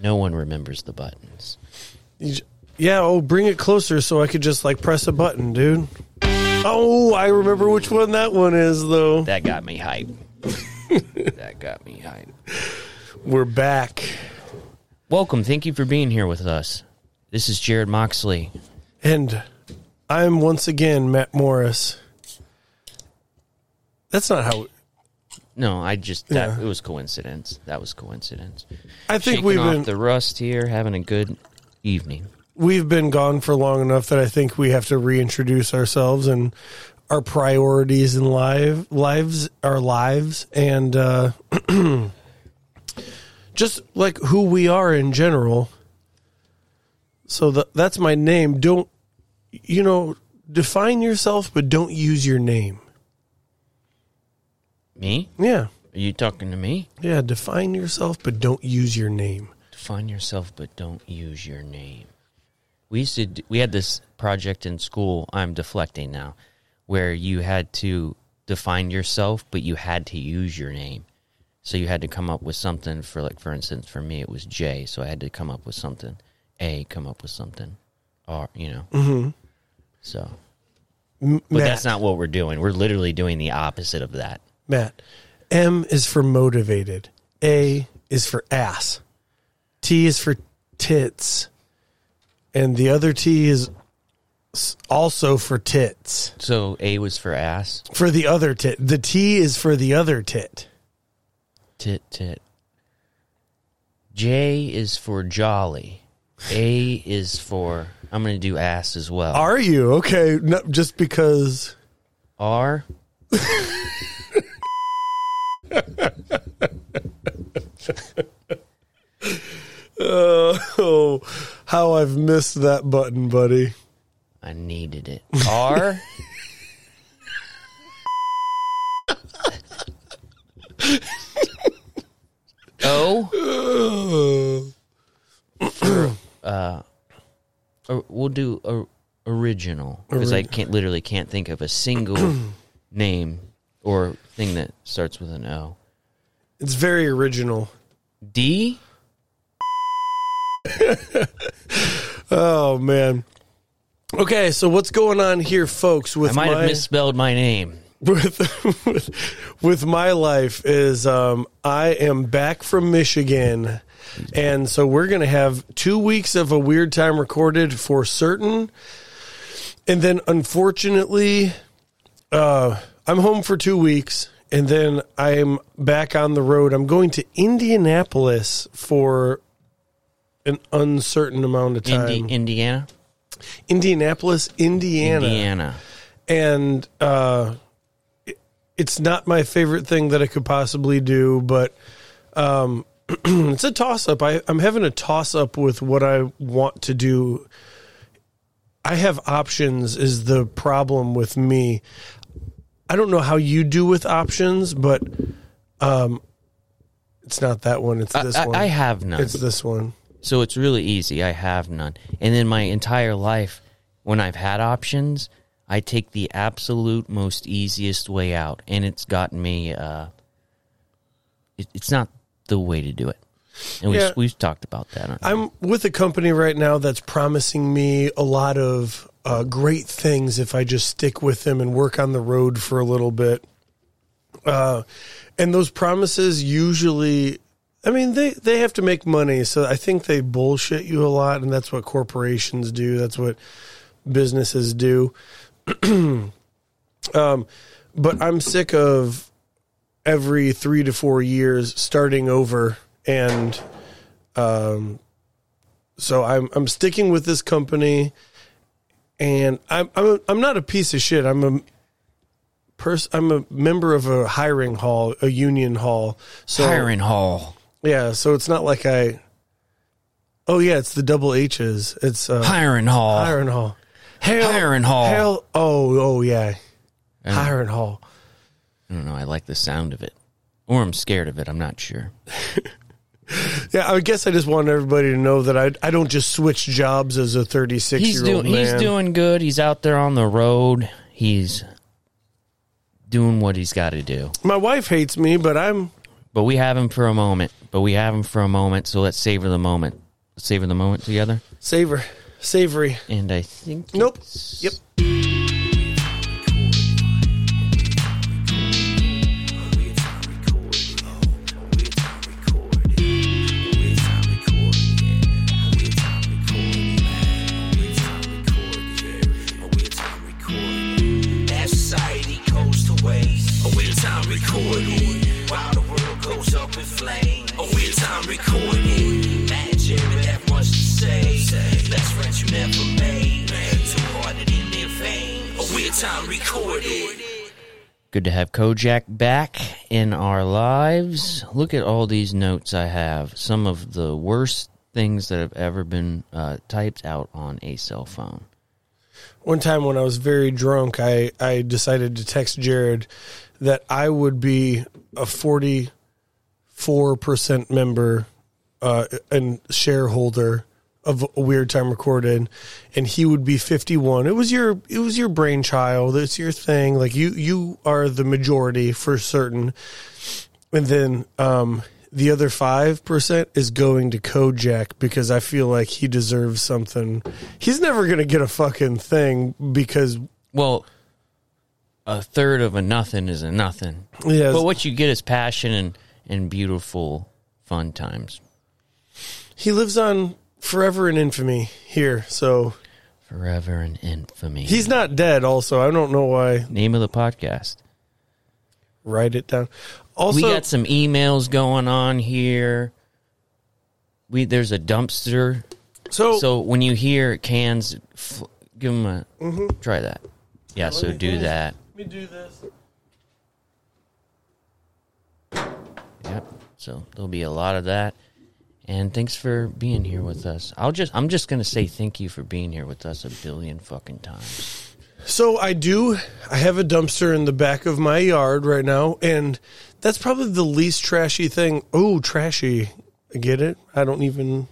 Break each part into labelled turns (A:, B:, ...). A: No one remembers the buttons.
B: You j- Yeah, oh, bring it closer so I could just like press a button, dude. Oh, I remember which one that one is, though.
A: That got me hype. that got me hype.
B: We're back.
A: Welcome. Thank you for being here with us. This is Jared Moxley.
B: And I'm once again Matt Morris. That's not how.
A: No, I just that
B: Yeah.
A: it was coincidence. That was coincidence.
B: I think
A: Shaking
B: we've
A: off
B: been
A: the rust here, having a good evening.
B: we've been gone for long enough that I think we have to reintroduce ourselves and our priorities in live lives our lives and uh, just like who we are in general. So th that's my name. Don't you know? Define yourself, but don't use your name.
A: Me?
B: Yeah,
A: Are you talking to me?
B: yeah. Define yourself, but don't use your name.
A: Define yourself, but don't use your name. We used to. d- We had this project in school. I'm deflecting now, where you had to define yourself, but you had to use your name. So you had to come up with something for, like, for instance, for me it was J. So I had to come up with something. A come up with something. R, you know. Mm-hmm. So,
B: M-
A: but
B: Matt,
A: that's not what we're doing. We're literally doing the opposite of that.
B: Matt. M is for motivated. A is for ass. T is for tits. And the other T is s- also for tits.
A: So A was for ass.
B: For the other tit. The T is for the other tit.
A: Tit tit. J is for jolly. A is for I'm gonna do ass as well.
B: Are you? Okay. No, just because.
A: R.
B: Oh, how I've missed that button, buddy.
A: I needed it. R. o.
B: Oh.
A: Or we'll do or, original because I can't literally can't think of a single name or thing that starts with an O.
B: It's very original.
A: D.
B: Oh, man. Okay, so what's going on here, folks? With
A: I might
B: my-
A: have misspelled my name.
B: with with, with my life is um, I am back from Michigan, and so we're gonna have two weeks of a weird time recorded for certain, and then unfortunately, uh, I'm home for two weeks, and then I'm back on the road. I'm going to Indianapolis for an uncertain amount of time.
A: Indi- Indiana.
B: Indianapolis,
A: Indiana.
B: and uh, it- it's not my favorite thing that I could possibly do, but um, it's a toss up. I'm having a toss up with what I want to do. I have options, is the problem with me. I don't know how you do with options, but um, it's not that one. It's this
A: I,
B: one.
A: I have none.
B: it's this one.
A: so it's really easy. I have none. And then my entire life, when I've had options, I take the absolute most easiest way out. And it's gotten me, uh, it, it's not the way to do it. And we've,
B: Yeah.
A: we've talked about that. on-
B: I'm with a company right now that's promising me a lot of uh, great things if I just stick with them and work on the road for a little bit. Uh, and those promises usually, I mean, they, they have to make money. So I think they bullshit you a lot. And that's what corporations do, that's what businesses do. um, but I'm sick of every three to four years starting over and um, so I'm I'm sticking with this company, and I'm I'm a, I'm not a piece of shit. I'm a pers- I'm a member of a hiring hall, a union hall. So
A: Siren Hall.
B: yeah, so it's not like I. Oh yeah, it's the double H's. It's uh,
A: Hiron Hall.
B: hiring hall. Hail,
A: Hiring hall.
B: Hail, oh oh yeah, hiring hall.
A: I don't know. I like the sound of it. Or I'm scared of it. I'm not sure.
B: Yeah, I guess I just want everybody to know that I I don't just switch jobs as a 36
A: he's
B: year old
A: doing
B: man.
A: he's doing good. He's out there on the road. He's doing what he's got to do.
B: My wife hates me, but I'm
A: But we have him for a moment. but we have them for a moment, so let's savor the moment. Let's savor the moment together.
B: Savor, savory.
A: And I think
B: Nope.
A: it's-
B: Yep.
C: Recording while the world goes up in flames. A weird time recording. Mad Jerry that much to say. Best friends you never made. Too hard and in their veins. A weird time recorded.
A: Good to have Kojak back in our lives. Look at all these notes I have. Some of the worst things that have ever been uh, typed out on a cell phone.
B: One time when I was very drunk, I, I decided to text Jared that I would be a 44% member uh, and shareholder of a weird time recorded and he would be 51 it was your it was your brainchild it's your thing like you you are the majority for certain and then um the other 5% is going to Kojak because I feel like he deserves something. He's never going to get a fucking thing because
A: Well, a third of a nothing is a nothing.
B: yeah,
A: But what you get is passion and, and beautiful fun times.
B: he lives on forever in infamy here. So
A: Forever in infamy.
B: he's not dead also. I don't know why.
A: Name of the podcast.
B: Write it down. Also
A: we got some emails going on here. We there's a dumpster.
B: so,
A: So when you hear cans, fl- give them a try that. Yeah, so do that.
B: Mm-hmm. let me do this.
A: Yep. So there'll be a lot of that. And thanks for being here with us. I'll just I'm just gonna say thank you for being here with us a billion fucking times.
B: So I do. I have a dumpster in the back of my yard right now, and that's probably the least trashy thing. Oh, trashy. I get it. I don't even.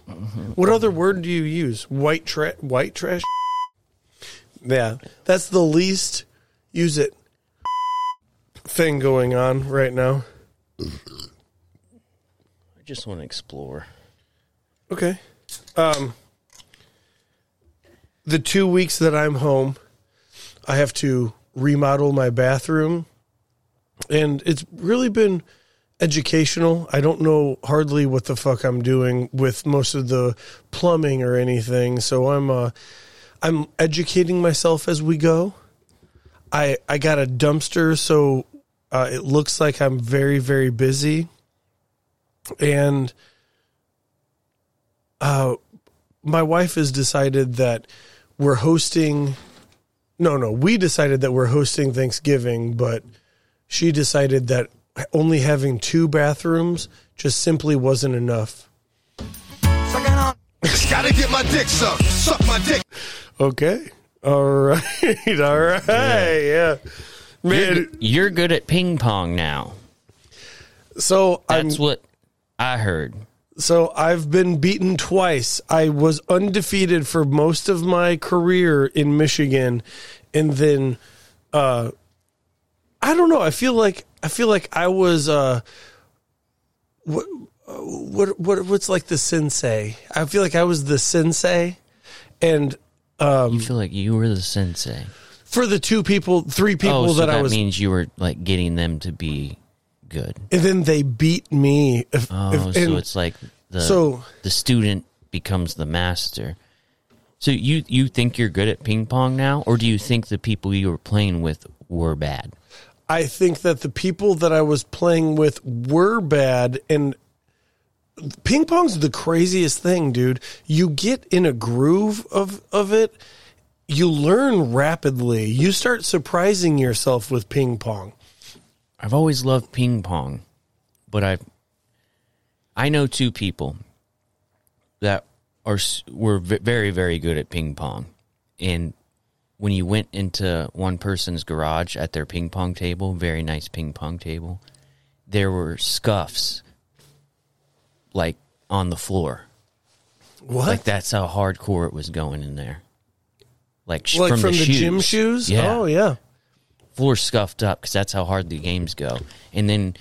B: What other word do you use? White tra- white trash. Yeah, that's the least. Use it. Thing going on right now.
A: I just want to explore.
B: Okay. Um, the two weeks that I'm home, I have to remodel my bathroom, and it's really been educational. I don't know hardly what the fuck I'm doing with most of the plumbing or anything, so I'm uh, I'm educating myself as we go. I I got a dumpster, so uh, it looks like I'm very very busy, and. my wife has decided that we're hosting no no we decided that we're hosting thanksgiving but she decided that only having two bathrooms just simply wasn't enough
D: Gotta get my dick sucked. Suck my dick.
B: okay all right all right yeah,
A: You're,
B: man
A: you're good at ping pong now.
B: so i'm
A: That's what I heard.
B: So I've been beaten twice. I was undefeated for most of my career in Michigan, and then uh, I don't know. I feel like I feel like I was uh, what what what what's like the sensei. I feel like I was the sensei, and
A: You feel like you were the sensei.
B: for the two people, three people
A: Oh, so
B: that,
A: that,
B: I was,
A: means you were like getting them to be good.
B: and then they beat me. If,
A: Oh,
B: if-
A: so
B: and
A: it's like the
B: so-
A: the student becomes the master. So you you think you're good at ping pong now, or do you think the people you were playing with were bad?
B: I think that the people that I was playing with were bad and ping pong's the craziest thing, dude. You get in a groove of of it, you learn rapidly. You start surprising yourself with ping pong.
A: I've always loved ping pong, but I I know two people that are s- were v- very very good at ping pong, and when you went into one person's garage at their ping pong table, very nice ping pong table, there were scuffs like on the floor.
B: What?
A: Like that's how hardcore it was going in there. Like, sh-
B: Like
A: from, the, shoes.
B: gym shoes?
A: Yeah
B: Oh yeah.
A: floor scuffed up because that's how hard the games go. And then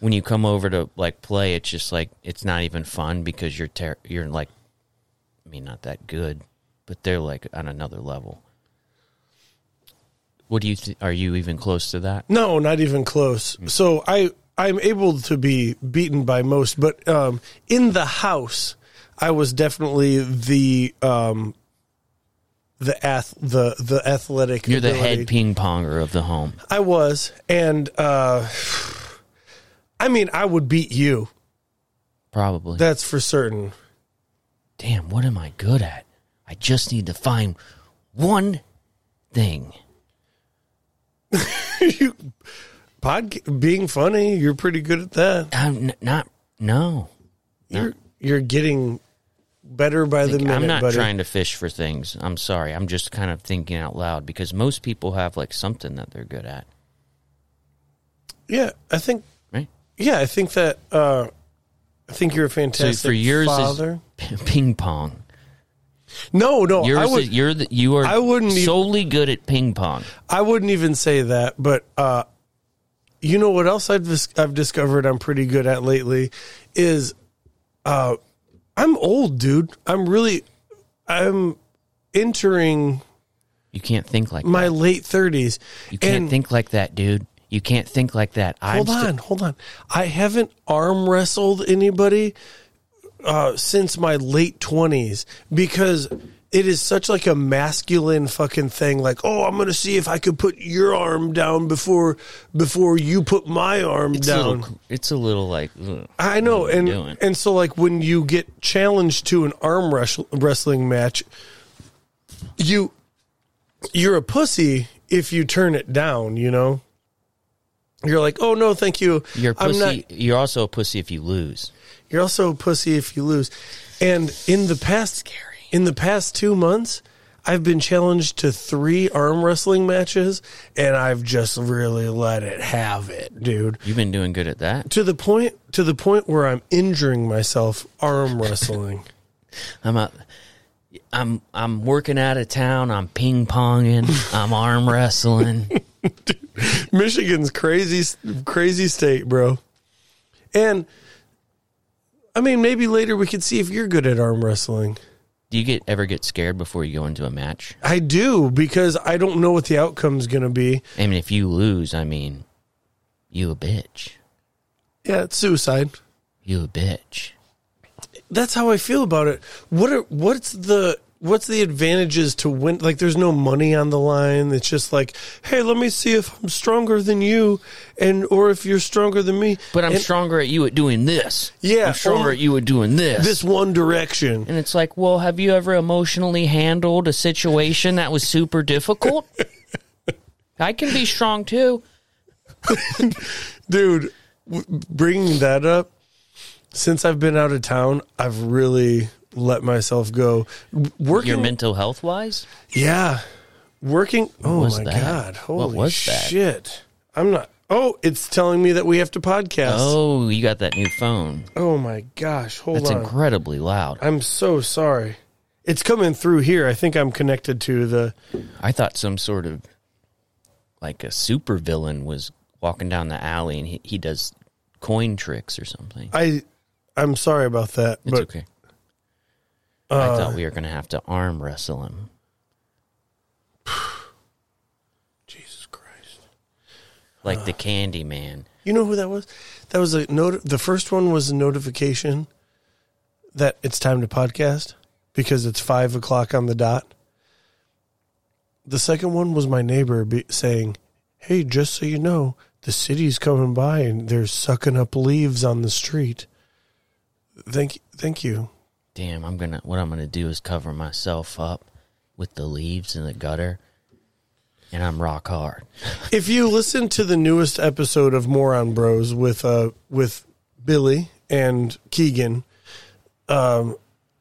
A: when you come over to like play, it's just like it's not even fun because you're ter- you're like, I mean, not that good, but they're like on another level. What do you th- are you even close to that?
B: No, not even close.
A: Mm.
B: So I I'm able to be beaten by most, but um, in the house, I was definitely the um, the ath the the athletic.
A: You're the
B: ability.
A: head ping ponger of the home.
B: I was, and uh, I mean, I would beat you.
A: Probably.
B: That's for certain.
A: Damn, what am I good at? I just need to find one thing.
B: you pod being funny. You're pretty good at that.
A: I'm n- not no.
B: You're you're getting better by the
A: Like,
B: minute.
A: I'm not
B: buddy.
A: trying to fish for things. I'm sorry. I'm just kind of thinking out loud because most people have like something that they're good at,
B: Yeah, I think
A: right?
B: Yeah, I think that uh, I think you're a fantastic
A: so for yours
B: father.
A: is p- ping pong.
B: no, no, I
A: Yours
B: would
A: is, you're the, you are
B: I wouldn't even-
A: solely good at ping pong.
B: I wouldn't even say that, but uh, you know what else I've dis- I've discovered I'm pretty good at lately is uh, I'm old, dude. I'm really I'm entering
A: You can't think like
B: my
A: that.
B: late 30s.
A: You can't
B: and-
A: think like that, dude. You can't think like that. I'm
B: Hold
A: sti-
B: on, hold on. I haven't arm wrestled anybody uh, since my late twenties because it is such like a masculine fucking thing. Like, oh, I'm gonna see if I could put your arm down before before you put my arm
A: it's, a
B: down.
A: little, it's a little like ugh.
B: I know, and
A: doing?
B: and so like when you get challenged to an arm wrestle, wrestling match, you you're a pussy if you turn it down. You know. You're like, oh no, thank you.
A: you're a
B: I'm
A: pussy.
B: not-
A: you're also a pussy if you lose.
B: You're also a pussy if you lose. And in the past, in the past two months, I've been challenged to three arm wrestling matches, and I've just really let it have it, dude.
A: You've been doing good at that.
B: To the point, to the point where I'm injuring myself arm wrestling.
A: I'm a, I'm I'm working out of town. I'm ping ponging. I'm arm wrestling.
B: Michigan's crazy, crazy state, bro. And I mean, maybe later we could see if you're good at arm wrestling.
A: Do you get ever get scared before you go into a match?
B: I do because I don't know what the outcome's going to be.
A: I mean, if you lose, I mean, you a bitch.
B: Yeah, it's suicide.
A: You a bitch.
B: that's how I feel about it. What are what's the what's the advantages to win? Like, there's no money on the line. It's just like, hey, let me see if I'm stronger than you, and or if you're stronger than me.
A: But I'm
B: And
A: stronger at you at doing this.
B: Yeah,
A: I'm stronger
B: or-
A: at you at doing this.
B: this one direction.
A: and it's like, well, have you ever emotionally handled a situation that was super difficult? I can be strong too.
B: dude w- bringing that up since i've been out of town i've really let myself go W- working
A: Your mental health wise?
B: yeah working oh
A: was
B: my
A: that?
B: god
A: What
B: holy
A: was that?
B: shit i'm not oh it's telling me that we have to podcast
A: Oh, you got that new phone.
B: Oh my gosh, hold
A: That's
B: on.
A: incredibly loud.
B: I'm so sorry. It's coming through here. I think I'm connected to the
A: I thought some sort of like a super villain was walking down the alley and he, he does coin tricks or something.
B: I I'm sorry about that.
A: It's
B: but
A: okay. I thought we were going to have to arm wrestle him.
B: Jesus Christ.
A: like the candy man.
B: You know who that was? That was a note the first one was a notification that it's time to podcast because it's five o'clock on the dot. The second one was my neighbor be, saying, Hey, just so you know, the city's coming by and they're sucking up leaves on the street. Thank thank you.
A: Damn, I'm gonna what I'm gonna do is cover myself up with the leaves in the gutter and I'm rock hard.
B: if you listen to the newest episode of Moron Bros with uh with Billy and Keegan, um,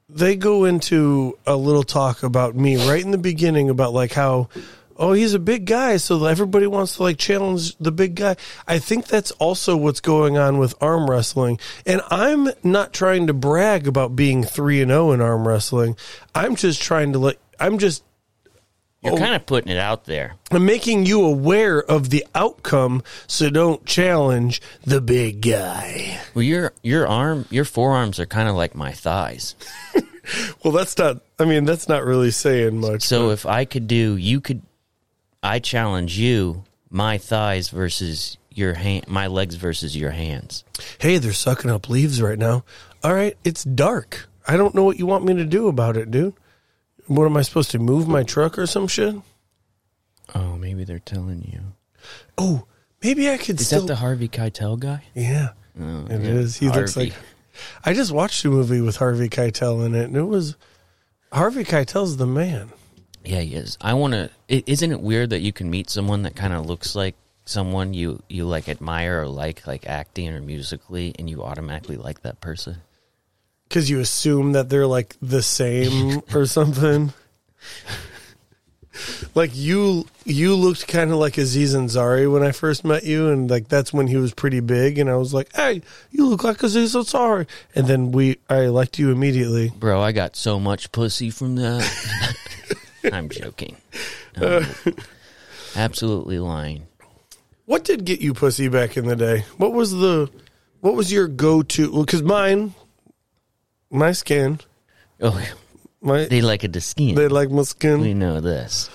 B: they go into a little talk about me right in the beginning about like how oh he's a big guy so everybody wants to like challenge the big guy i think that's also what's going on with arm wrestling and i'm not trying to brag oh about being 3 and 0 in arm wrestling i'm just trying to let i'm just
A: You're kind of putting it out there.
B: I'm making you aware of the outcome, so don't challenge the big guy.
A: Well, your your arm, your forearms are kind of like my thighs.
B: Well, that's not. I mean, that's not really saying much.
A: So if I could do, you could. I challenge you, my thighs versus your hand, my legs versus your hands.
B: hey, they're sucking up leaves right now. All right, it's dark. I don't know what you want me to do about it, dude. What am I supposed to move my truck or some shit?
A: Oh, maybe they're telling you.
B: Oh, maybe I could
A: Is
B: still.
A: that the Harvey Keitel guy?
B: yeah, it is. He looks
A: Harvey.
B: like. I just watched a movie with Harvey Keitel in it, and it was Harvey Keitel's the man.
A: Yeah, he is. I want to. Isn't it weird that you can meet someone that kind of looks like someone you you like admire or like, like acting or musically, and you automatically like that person?
B: Because you assume that they're like the same or something. like you, you looked kind of like Aziz Ansari when I first met you, and like that's when he was pretty big, and I was like, "Hey, you look like Aziz Ansari," and then we, I liked you immediately.
A: Bro, I got so much pussy from that. I'm joking. I'm absolutely lying.
B: What did get you pussy back in the day? What was the what was your go to? Well, because mine, my skin,
A: Oh,
B: my
A: they like it to skin.
B: they like my skin.
A: we know this.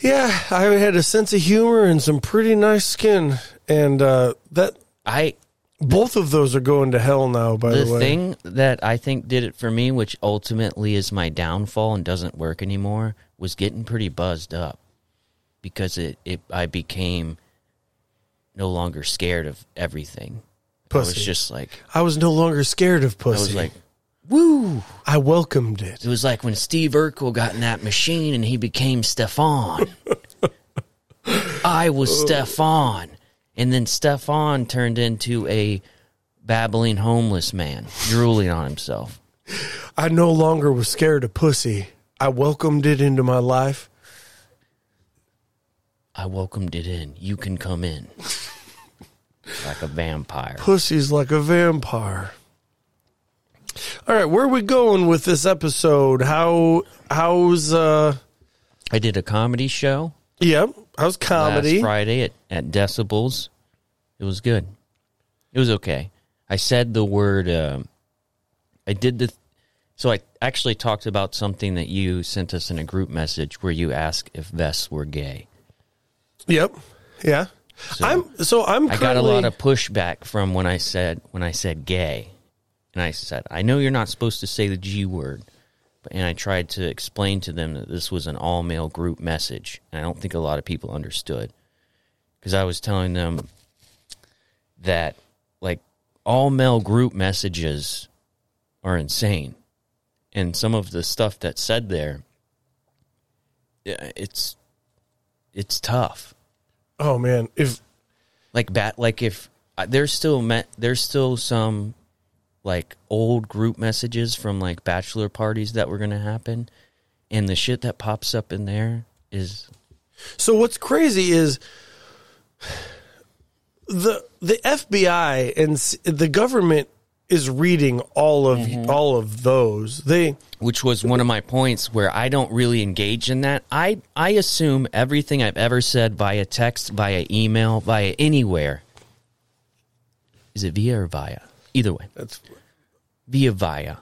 B: Yeah, I had a sense of humor and some pretty nice skin, and uh, that
A: I
B: both of those are going to hell now. By the,
A: the
B: way,
A: thing that I think did it for me, which ultimately is my downfall and doesn't work anymore, was getting pretty buzzed up because it, it I became no longer scared of everything. I
B: pussy.
A: was just like
B: I was no longer scared of
A: I
B: pussy.
A: was like
B: woo! I welcomed it.
A: It was like when Steve Urkel got in that machine and he became Stefan. I was Stefan. And then Stefan turned into a babbling homeless man, drooling on himself.
B: I no longer was scared of pussy. I welcomed it into my life.
A: I welcomed it in. You can come in. like a vampire.
B: pussy's like a vampire. All right, where are we going with this episode? How how's uh
A: I did a comedy show
B: yeah, how's
A: last
B: comedy?
A: Friday at, at Decibels. It was good. It was okay. I said the word. Um, I did the. so I actually talked about something that you sent us in a group message where you asked if vests were gay.
B: Yep. Yeah. I'm so I'm
A: I got a
B: currently-
A: lot of pushback from when I said when I said gay, and I said I know you're not supposed to say the G word, but, and I tried to explain to them that this was an all male group message, and I don't think a lot of people understood because I was telling them that like all male group messages are insane, and some of the stuff that's said there, yeah, it's it's tough
B: Oh man, if
A: like bat like if uh, there's still me- there's still some like old group messages from like bachelor parties that were going to happen and the shit that pops up in there is
B: so what's crazy is the the FBI and s- the government is reading all of all of those. They
A: which was one of my points where I don't really engage in that. I I assume everything I've ever said via text, via email, via anywhere is it via or via? Either way.
B: that's
A: via via.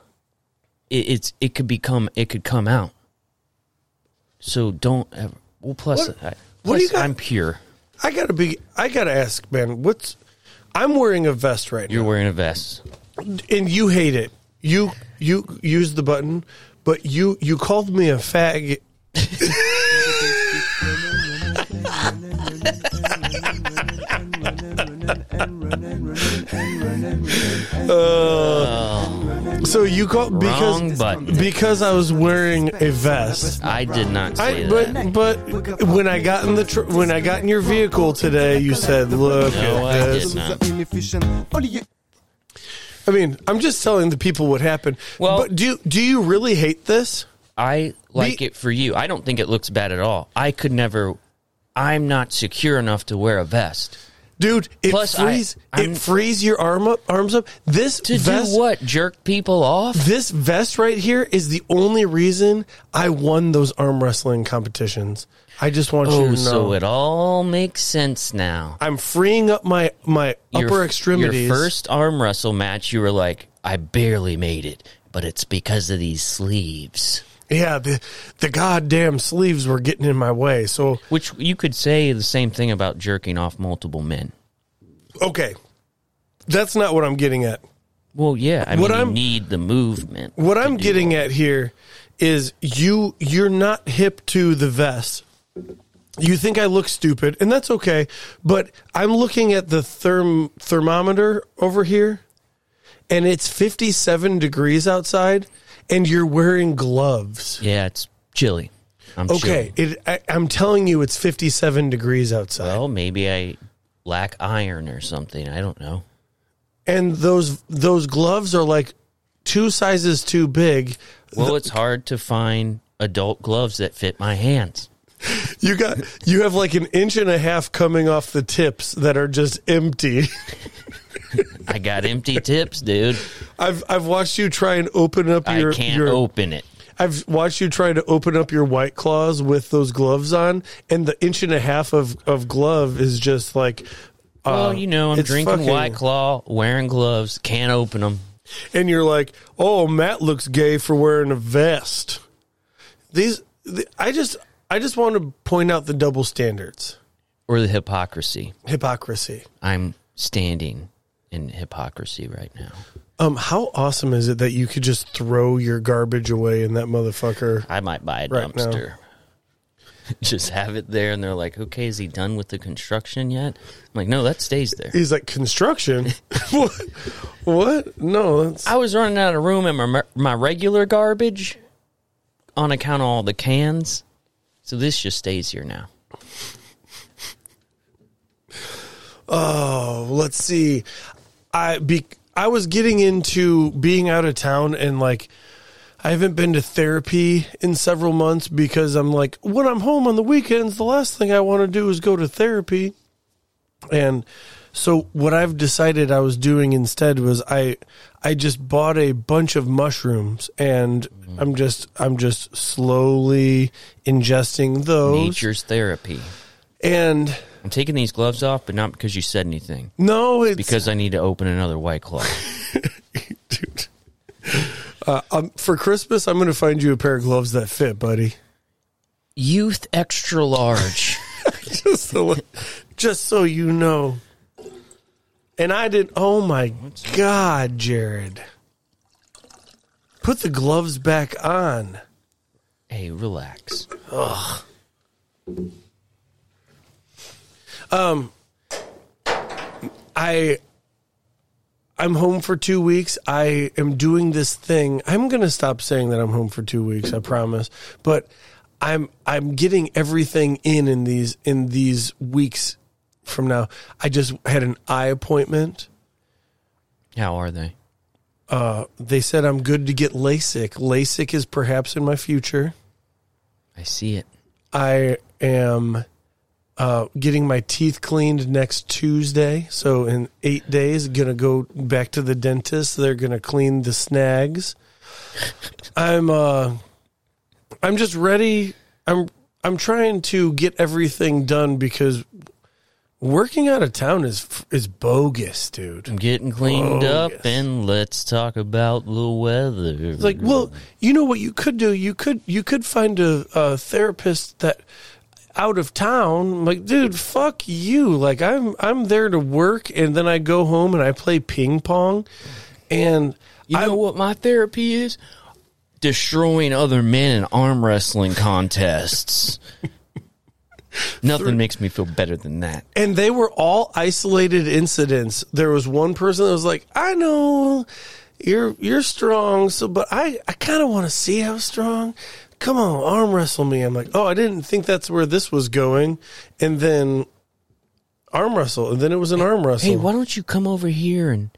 A: It, it's it could become it could come out. So don't ever. Well, plus,
B: What-
A: I,
B: what do
A: plus
B: you got-
A: I'm pure.
B: I got to be I got to ask Ben, what's I'm wearing a vest right now.
A: You're wearing a vest.
B: and you hate it. You you use the button, but you you called me a fag. Uh, so you called
A: Wrong
B: because
A: button.
B: because I was wearing a vest.
A: I did not say
B: I,
A: that.
B: but but when I got in the tr- when I got in your vehicle today, you said, "Look
A: no,
B: at
A: I
B: this."
A: did not.
B: I mean, I'm just telling the people what happened.
A: Well-
B: but do do you really hate this?
A: I like
B: Be-
A: it for you. I don't think it looks bad at all. I could never. I'm not secure enough to wear a vest.
B: dude. It
A: Plus, I-
B: frees
A: I'm-
B: it frees your arm up, arms up. This
A: To
B: vest,
A: do what? Jerk people off?
B: This vest right here is the only reason I won those arm wrestling competitions. I just want you to
A: Oh,
B: know.
A: so it all makes sense now.
B: I'm freeing up my my upper extremities.
A: Your first arm wrestle match, you were like, I barely made it, but it's because of these sleeves.
B: yeah, the the goddamn sleeves were getting in my way. So
A: Which you could say the same thing about jerking off multiple men.
B: okay, that's not what I'm getting at.
A: Well, yeah, I
B: What
A: mean,
B: I'm-
A: you need the movement.
B: What
A: to
B: I'm
A: do
B: getting
A: all-
B: at here is you you're not hip to the vest. You think I look stupid, and that's okay, but I'm looking at the therm thermometer over here and it's 57 degrees outside and you're wearing gloves.
A: Yeah, it's chilly. I'm
B: Okay,
A: chilly.
B: it, I, I'm telling you it's 57 degrees outside.
A: Well, maybe I lack iron or something. I don't know.
B: and those those gloves are like two sizes too big.
A: Well, it's hard to find adult gloves that fit my hands.
B: You got you have like an inch and a half coming off the tips that are just empty.
A: I got empty tips, dude.
B: I've I've watched you try and open up your
A: I can't
B: your
A: open it.
B: I've watched you try to open up your white claws with those gloves on and the inch and a half of of glove is just like uh,
A: Well, you know, I'm
B: it's
A: drinking
B: fucking-
A: White Claw, wearing gloves, can't open them.
B: and you're like, "Oh, Matt looks gay for wearing a vest." These th- I just I just want to point out the double standards,
A: Or the hypocrisy.
B: hypocrisy.
A: I'm standing in hypocrisy right now.
B: Um, how awesome is it that you could just throw your garbage away in that motherfucker?
A: I might buy a
B: Right now.
A: dumpster. Just have it there, and they're like, okay, is he done with the construction yet? I'm like, no, that stays there.
B: He's like construction. what? What? No, that's
A: I was running out of room in my, my regular garbage on account of all the cans. So this just stays here now.
B: oh, let's see. I be I was getting into being out of town and like I haven't been to therapy in several months because I'm like when I'm home on the weekends, the last thing I want to do is go to therapy. And so what I've decided I was doing instead was I I just bought a bunch of mushrooms and I'm just I'm just slowly ingesting those
A: Nature's therapy.
B: and
A: I'm taking these gloves off, but not because you said anything.
B: no it's
A: Because I need to open another White Claw.
B: dude. Uh, um, for Christmas, I'm going to find you a pair of gloves that fit, buddy.
A: Youth extra large.
B: Just so, just so you know. And I did. Oh my God, Jared! Put the gloves back on.
A: hey, relax.
B: I. I'm home for two weeks. I am doing this thing. I'm gonna stop saying that I'm home for two weeks. I promise. But I'm I'm getting everything in in these in these weeks from now. I just had an eye appointment.
A: How are they?
B: They said I'm good to get LASIK. LASIK is perhaps in my future.
A: I see it.
B: I am uh, getting my teeth cleaned next Tuesday. So in eight days, gonna go back to the dentist. They're gonna clean the snags. I'm uh, I'm just ready. I'm I'm trying to get everything done because working out of town is is bogus, dude.
A: I'm getting cleaned
B: Oh,
A: up,
B: yes.
A: and let's talk about the weather.
B: It's like, well, you know what you could do? You could you could find a, a therapist that out of town. I'm like, dude, fuck you. Like, I'm I'm there to work, and then I go home and I play ping pong, and
A: you know what my therapy is? Destroying other men in arm wrestling contests. Nothing makes me feel better than that.
B: and they were all isolated incidents. There was one person that was like, I know you're you're strong, so but I I kind of want to see how strong. Come on, arm wrestle me. I'm like, oh, I didn't think that's where this was going, and then arm wrestle, and then it was an arm wrestle.
A: Hey, why don't you come over here and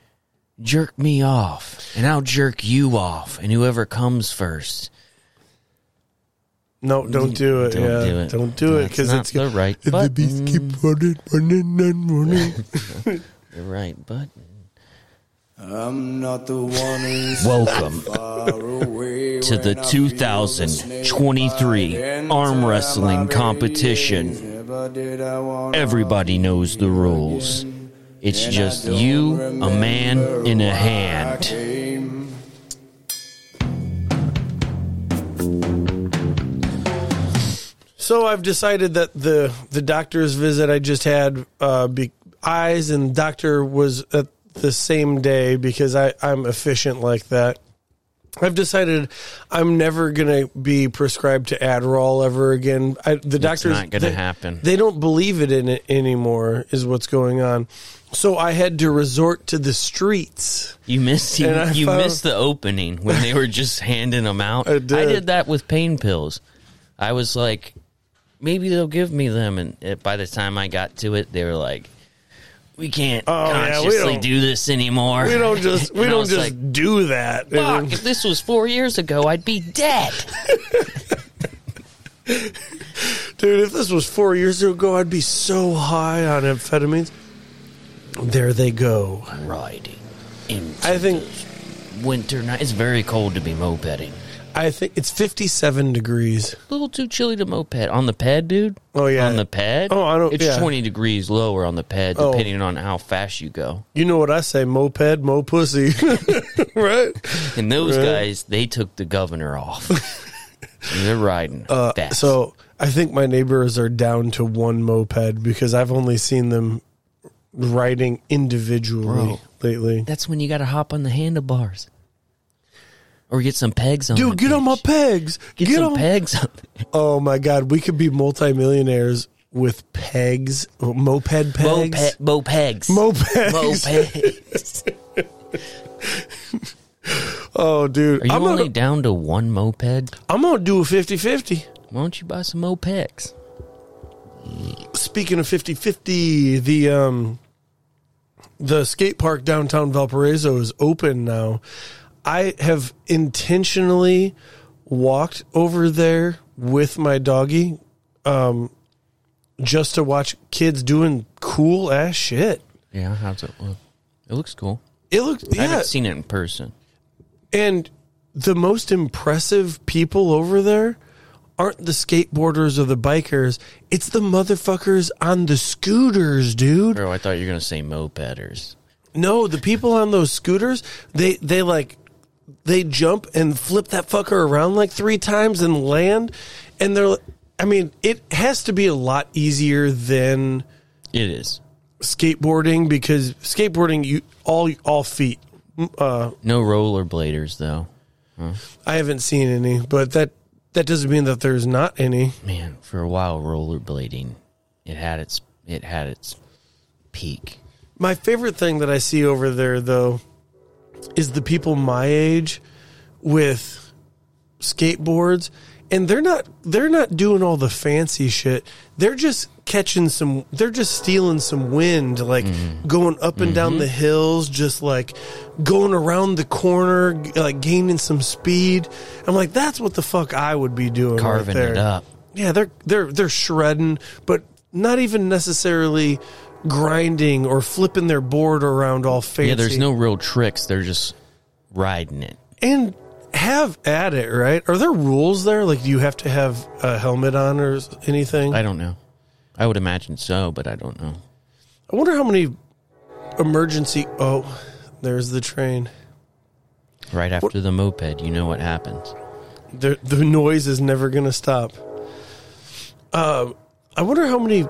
A: jerk me off, and I'll jerk you off, and whoever comes first.
B: No, don't do it.
A: Don't
B: yeah,
A: do it.
B: don't do it
A: That's
B: because
A: not
B: it's
A: the right
B: And the
A: button.
B: bees keep running, running, and running.
A: The right button.
E: I'm not the one who's
A: Welcome
E: far away
A: to the
E: when I feel snake
A: 2023
E: bite
A: arm
E: into my
A: wrestling
E: veins.
A: competition.
E: Never did I wanna
A: Everybody knows the rules. It's
E: And I
A: just
E: don't
A: you, a man,
E: remember
A: and a
E: why I
A: hand.
E: came.
B: So I've decided that the the doctor's visit I just had, uh, be, eyes and doctor was at the same day because I I'm efficient like that. I've decided I'm never gonna be prescribed to Adderall ever again. I, the doctors
A: not gonna
B: they-
A: happen.
B: They don't believe it in it anymore. Is what's going on. So I had to resort to the streets.
A: You missed
B: And I
A: you, you
B: found-
A: missed the opening when they were just handing them out.
B: I did.
A: that with pain pills. I was like, maybe they'll give me them, and it, by the time I got to it, they were like, we can't
B: Oh, yeah, we
A: consciously
B: don't-
A: do this anymore.
B: We don't just we
A: And I
B: don't
A: was
B: just
A: like,
B: do that.
A: Fuck, if this was four years ago, I'd be dead.
B: Dude, if this was four years ago, I'd be so high on amphetamines. There they go.
A: Riding into
B: I think
A: winter night. It's very cold to be mopeding.
B: I think it's fifty-seven degrees.
A: A little too chilly to moped on the ped, dude.
B: Oh, yeah.
A: on the ped.
B: Oh, I don't-
A: It's
B: yeah.
A: twenty degrees lower on the ped,
B: Oh.
A: depending on how fast you go.
B: You know what I say? Moped, mo pussy, right?
A: And those
B: Right.
A: guys, they took the governor off. And they're riding fast.
B: Uh, So I think my neighbors are down to one moped because I've only seen them riding individually
A: Bro.
B: lately.
A: that's when you got to hop on the handlebars, or get some pegs on.
B: Dude,
A: it,
B: get on my
A: bitch.
B: pegs.
A: Get,
B: get
A: some
B: on
A: pegs on.
B: Oh my god, we could be multimillionaires with pegs, moped pegs.
A: Moped, mopegs.
B: Mopeds.
A: Mopegs.
B: Oh, dude.
A: Are you
B: I'm,
A: only
B: gonna,
A: down to one moped?
B: I'm gonna do a 50 50.
A: Why don't you buy some mopegs?
B: Speaking of 50 50, the, um, the skate park downtown Valparaiso is open now. I have intentionally walked over there with my doggy um, just to watch kids doing cool ass shit.
A: Yeah, how's it look? It looks cool.
B: It looked,
A: I
B: yeah.
A: haven't seen it in person.
B: And the most impressive people over there aren't the skateboarders or the bikers. It's the motherfuckers on the scooters, dude.
A: Bro, I thought you were gonna say mopeders.
B: No, the people on those scooters, they they like they jump and flip that fucker around like three times and land and they're I mean, it has to be a lot easier than
A: It is
B: skateboarding because skateboarding you all all feet. Uh
A: no rollerbladers though.
B: I haven't seen any, but that that doesn't mean that there's not any.
A: Man, for a while rollerblading, it had its it had its peak.
B: My favorite thing that I see over there, though, is the people my age with skateboards, and they're not they're not doing all the fancy shit. They're just catching some. They're just stealing some wind, like
A: Mm-hmm.
B: going up and down the hills, just like going around the corner, g- like gaining some speed. I'm like, that's what the fuck I would be doing, right
A: Carving
B: there.
A: it up.
B: Yeah, they're they're they're shredding, but not even necessarily grinding or flipping their board around all fancy.
A: Yeah, there's no real tricks. They're just riding it.
B: and have at it, right? Are there rules there? Like, do you have to have a helmet on or s- anything?
A: I
B: I,
A: don't know. I would imagine so, but I don't know.
B: wonder how many emergency. Oh, there's the train.
A: Right after the moped, you know what happens.
B: The the noise is never gonna stop. Um, I wonder how many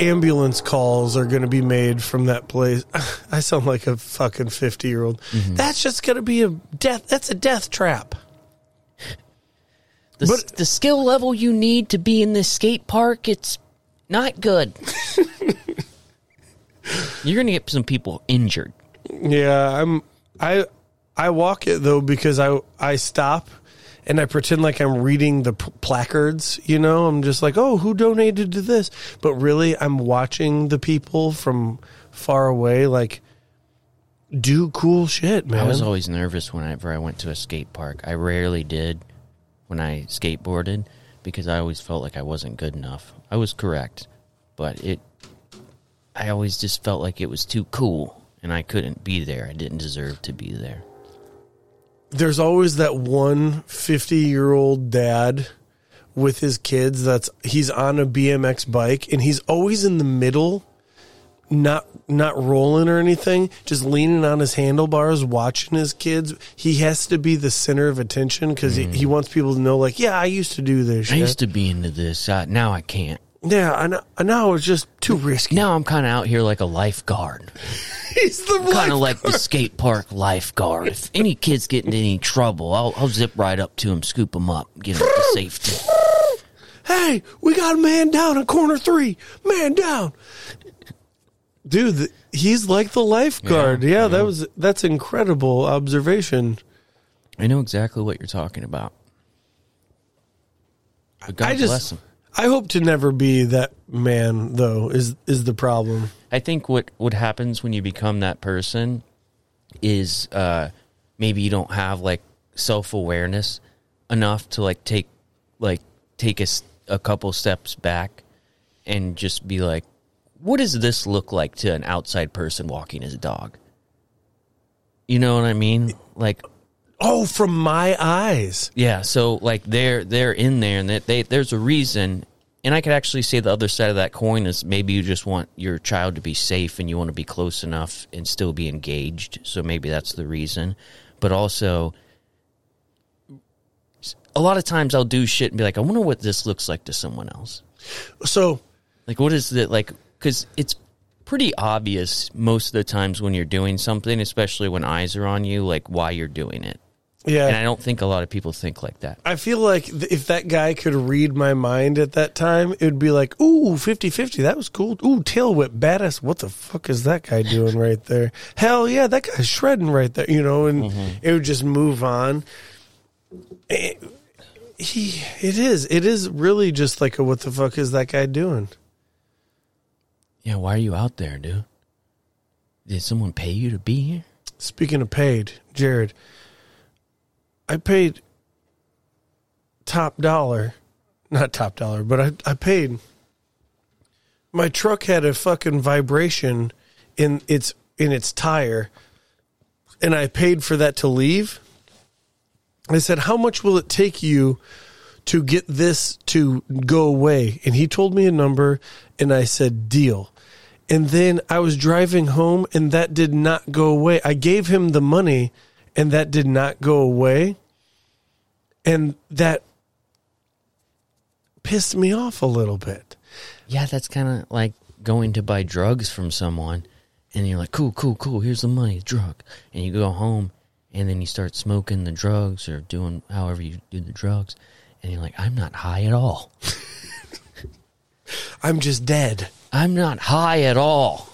B: ambulance calls are gonna be made from that place. I sound like a fucking fifty year old. That's just gonna be a death. That's a death trap.
A: The,
B: But-
A: the skill level you need to be in this skate park, it's not good. You're gonna get some people injured.
B: Yeah, I'm. I I walk it though because I I stop and I pretend like I'm reading the p- placards. You know, I'm just like, oh, who donated to this? But really, I'm watching the people from far away, like do cool shit, man.
A: I was always nervous whenever I went to a skate park. I rarely did when I skateboarded because I always felt like I wasn't good enough. I was correct, but it I always just felt like it was too cool and I couldn't be there. I didn't deserve to be there.
B: there's always that one 50 year old dad with his kids that's he's on a BMX bike and he's always in the middle not not rolling or anything just leaning on his handlebars watching his kids he has to be the center of attention cuz he, he wants people to know like yeah I used to do this
A: Mm. I
B: shit.
A: used to be into this. Uh, now I can't.
B: yeah I know, I know it's just too risky
A: Now I'm kind of out here like a lifeguard.
B: he's the
A: kind of like
B: life-
A: the skate park lifeguard. If any kid's getting in any trouble, I'll, I'll zip right up to him, scoop him up, get him to safety.
B: hey we got a man down in corner 3 man down dude th- he's like the lifeguard yeah, that was that's incredible observation
A: I know exactly what you're talking about. But God
B: i just
A: bless him.
B: i hope to never be that man though is is the problem
A: I think what what happens when you become that person is uh, maybe you don't have like self awareness enough to like take like take a, s- a couple steps back and just be like, what does this look like to an outside person walking his dog? You know what I mean? Like
B: oh from my eyes
A: yeah, so like they're they're in there, and that they there's a reason. And I could actually say the other side of that coin is maybe you just want your child to be safe and you want to be close enough and still be engaged. So maybe that's the reason. But also, a lot of times I'll do shit and be like, I wonder what this looks like to someone else.
B: so
A: Like, what is it like? Because it's pretty obvious most of the times when you're doing something, especially when eyes are on you, like why you're doing it.
B: yeah
A: And I don't think a lot of people think like that.
B: I feel like th- if that guy could read my mind at that time, it would be like, ooh, 50 50. That was cool. Ooh, tail whip, badass. What the fuck is that guy doing right there? Hell yeah, that guy's shredding right there, you know, and it would just move on. It- he, it is. It is really just like a what the fuck is that guy doing?
A: Yeah, why are you out there, dude? Did someone pay you to be here?
B: Speaking of paid, Jared, I paid top dollar, not top dollar, but I, I paid. My truck had a fucking vibration in its in its tire, and I paid for that to leave. I said, "How much will it take you to get this to go away?" And he told me a number, and I said, "Deal." And then I was driving home and that did not go away. I gave him the money and that did not go away. And that pissed me off a little bit.
A: Yeah, that's kind of like going to buy drugs from someone, and you're like, cool, cool, cool, here's the money, drug. And you go home, and then you start smoking the drugs or doing however you do the drugs, and you're like, I'm not high at all.
B: I'm just dead.
A: I'm not high at all.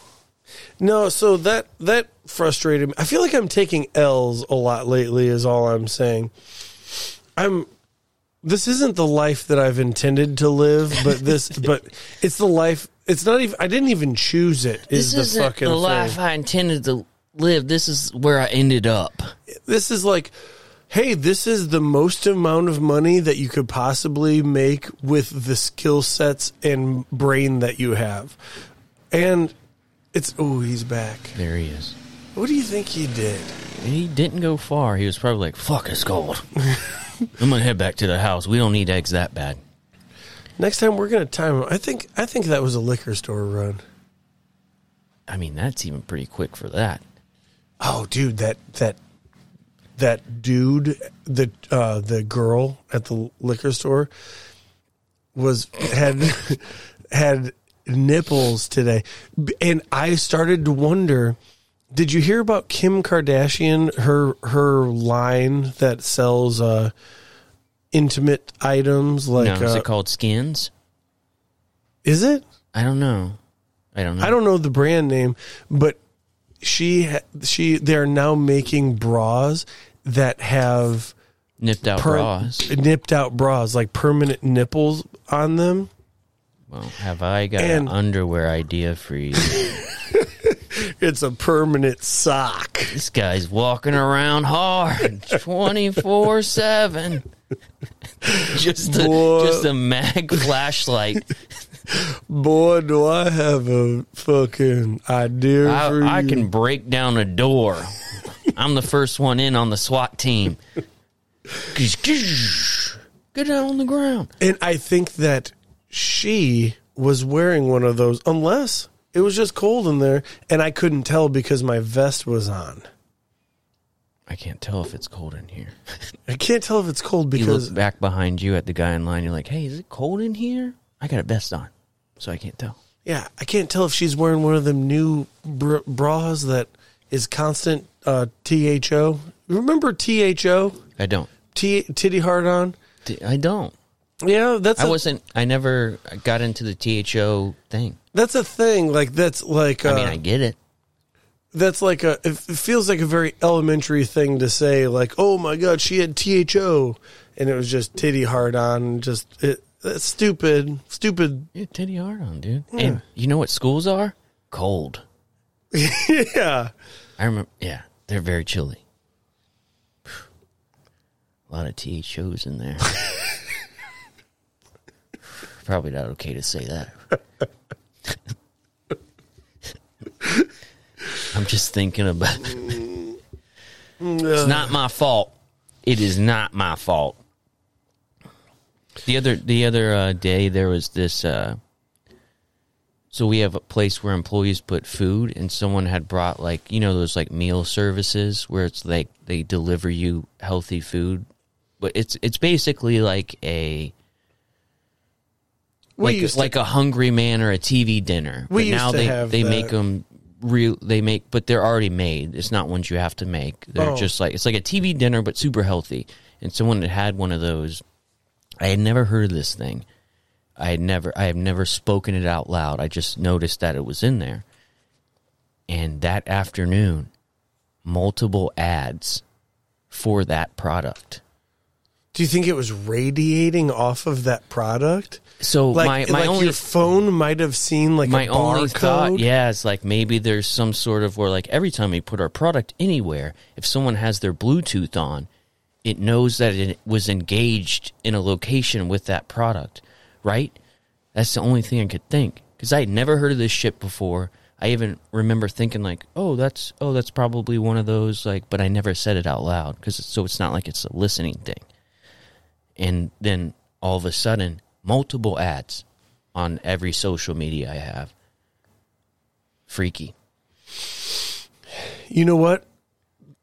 B: No, so that that frustrated me. I feel like I'm taking L's a lot lately is all I'm saying. I'm this isn't the life that I've intended to live, but this but it's the life it's not even I didn't even choose it
A: This
B: is the
A: isn't
B: fucking
A: the life
B: thing.
A: I intended to live. This is where I ended up.
B: this is like hey this is the most amount of money that you could possibly make with the skill sets and brain that you have and it's oh he's back
A: There he is.
B: what do you think he did
A: He didn't go far. He was probably like, fuck, it's cold. I'm going to head back to the house. We don't need eggs that bad.
B: next time we're gonna time him i think i think that was a liquor store run
A: I mean, that's even pretty quick for that.
B: oh dude that that that dude the uh the girl at the liquor store was had had nipples today B- and i started to wonder did you hear about kim kardashian her her line that sells uh intimate items like
A: no, is
B: uh,
A: it called skins?
B: is it
A: I don't know. I don't know.
B: I don't know the brand name, but she ha- she they're now making bras that have
A: Nipped out
B: per-
A: bras.
B: nipped out bras like permanent nipples on them.
A: Well, have I got an
B: And-
A: underwear idea for you?
B: It's a permanent sock.
A: this guy's walking around hard 24 7. just a,
B: Boy.
A: just a mag flashlight.
B: Boy, do I have a fucking idea for
A: I, I
B: you.
A: can break down a door. I'm the first one in on the SWAT team. Get down on the ground.
B: And I think that she was wearing one of those, unless it was just cold in there and I couldn't tell because my vest was on.
A: I can't tell if it's cold in here.
B: I can't tell if it's cold
A: You
B: because
A: look back behind you at the guy in line. You're like, "Hey, is it cold in here? I got a vest on, so I can't tell."
B: Yeah, I can't tell if she's wearing one of them new br- bras that is constant uh, THO. Remember THO?
A: I don't.
B: T- titty hard on?
A: D- I don't.
B: Yeah, that's
A: I
B: a,
A: wasn't. I never got into the THO thing.
B: that's a thing. Like that's like uh,
A: I mean, I get it.
B: that's like a it it feels like a very elementary thing to say like, "Oh my god, she had THO." And it was just titty hard on, just it, that's stupid, stupid.
A: Yeah, titty hard on, dude. And you know what schools are? Cold.
B: yeah.
A: I remember. Yeah, they're very chilly. A lot of THOs in there. Probably not okay to say that. I'm just thinking about. It's not my fault. It is not my fault. The other the other uh, day there was this. Uh, so we have a place where employees put food, and someone had brought like you know those like meal services where it's like they deliver you healthy food, but it's it's basically like a
B: We
A: like
B: used to-
A: like a hungry man or a TV dinner.
B: We
A: but
B: used
A: now
B: to
A: they
B: have
A: they
B: that.
A: make them real. They make, but they're already made. It's not ones you have to make. They're
B: Oh.
A: just like it's like a TV dinner, but super healthy. And someone had had one of those. I had never heard of this thing. I had never I have never spoken it out loud. I just noticed that it was in there. And that afternoon, multiple ads for that product.
B: Do you think it was radiating off of that product?
A: So
B: Like,
A: Oh, my, my
B: like
A: only
B: your phone might have seen like
A: my
B: a
A: only
B: barcode.
A: thought, yeah, is like maybe there's some sort of where like every time we put our product anywhere, if someone has their Bluetooth on, it knows that it was engaged in a location with that product, right? That's the only thing I could think because I had never heard of this shit before. I even remember thinking like, oh, that's oh, that's probably one of those like, but I never said it out loud because so it's not like it's a listening thing. And then all of a sudden, multiple ads on every social media I have freaky.
B: You know what?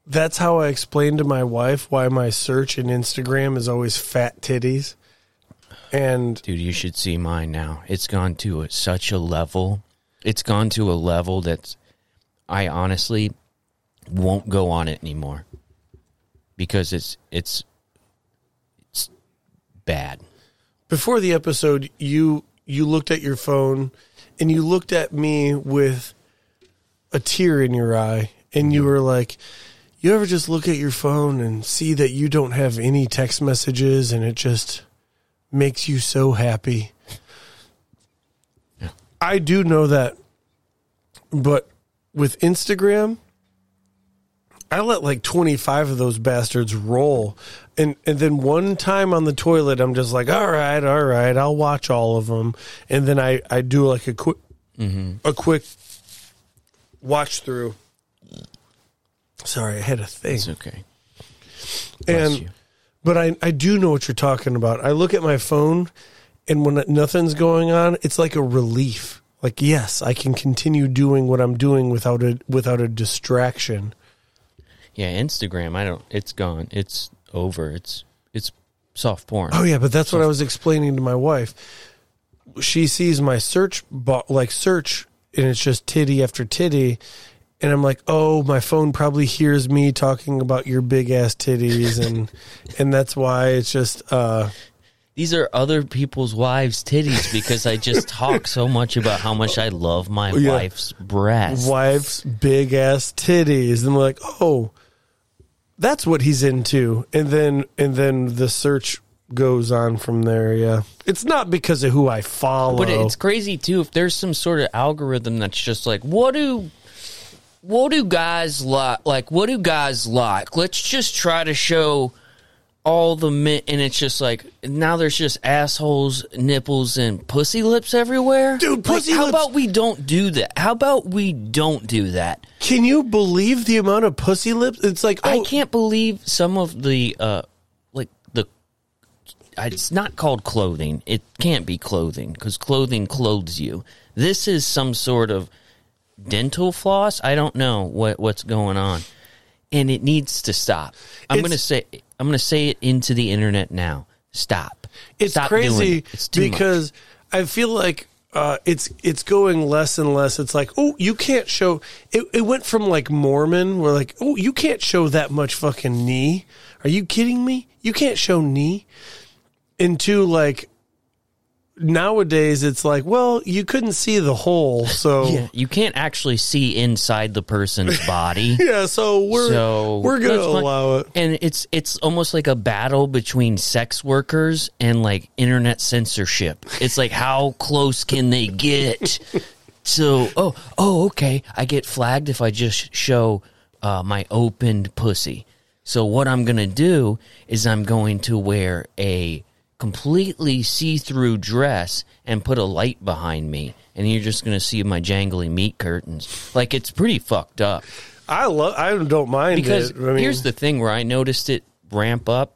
B: That's how I explained to my wife why my search in Instagram is always fat titties. And
A: Dude, you should see mine now. It's gone to a, such a level. It's gone to a level that's I honestly won't go on it anymore because it's it's it's bad.
B: before the episode, you you looked at your phone and you looked at me with a tear in your eye and you were like you ever just look at your phone and see that you don't have any text messages and it just makes you so happy. I do know that. But with Instagram, I let like 25 of those bastards roll. And, and then one time on the toilet, I'm just like, all right, all right, I'll watch all of them. And then I, I do like a quick, a quick watch through. Sorry, I had a thing.
A: It's okay. Bless
B: And
A: you.
B: but I, I do know what you're talking about. I look at my phone, and when nothing's going on, it's like a relief. Like yes, I can continue doing what I'm doing without a without a distraction.
A: Yeah, Instagram, I don't it's gone. It's over. It's it's soft porn.
B: Oh yeah, but that's what I was explaining to my wife. She sees my search bo- like search, and it's just titty after titty, and I'm like, oh, my phone probably hears me talking about your big ass titties, and and that's why it's just. uh
A: These are other people's wives' titties because I just talk so much about how much I love my
B: Yeah.
A: wife's breasts.
B: wife's big ass titties and like oh that's what he's into and then and then the search goes on from there yeah it's not because of who i follow
A: But it's crazy too if there's some sort of algorithm that's just like what do what do guys like like what do guys like? Let's just try to show all the mint, and it's just like now there's just assholes, nipples, and pussy lips everywhere.
B: Dude,
A: Like,
B: pussy
A: How
B: lips-
A: about we don't do that? How about we don't do that?
B: Can you believe the amount of pussy lips? It's like oh,
A: I can't believe some of the uh, like the. It's not called clothing. It can't be clothing because clothing clothes you. This is some sort of dental floss. I don't know what what's going on, and it needs to stop. I'm
B: It's-
A: gonna say I'm gonna say it into the internet now. Stop.
B: it's
A: Stop doing
B: crazy
A: it. It's too much.
B: because I feel like uh, it's it's going less and less. It's like oh, you can't show. It, it went from like Mormon, where like oh, you can't show that much fucking knee. Are you kidding me? You can't show knee. Into like nowadays, it's like well, you couldn't see the hole, so yeah.
A: you can't actually see inside the person's body.
B: so we're
A: so
B: we're gonna
A: that's fine.
B: allow it.
A: and it's it's almost like a battle between sex workers and like internet censorship it's like how close can they get so oh oh okay i get flagged if i just show uh, my opened pussy so what i'm gonna do is i'm going to wear a completely see-through dress and put a light behind me and you're just gonna see my jangly meat curtains like it's pretty fucked up
B: I love. I don't mind
A: because
B: it. I mean,
A: here's the thing where I noticed it ramp up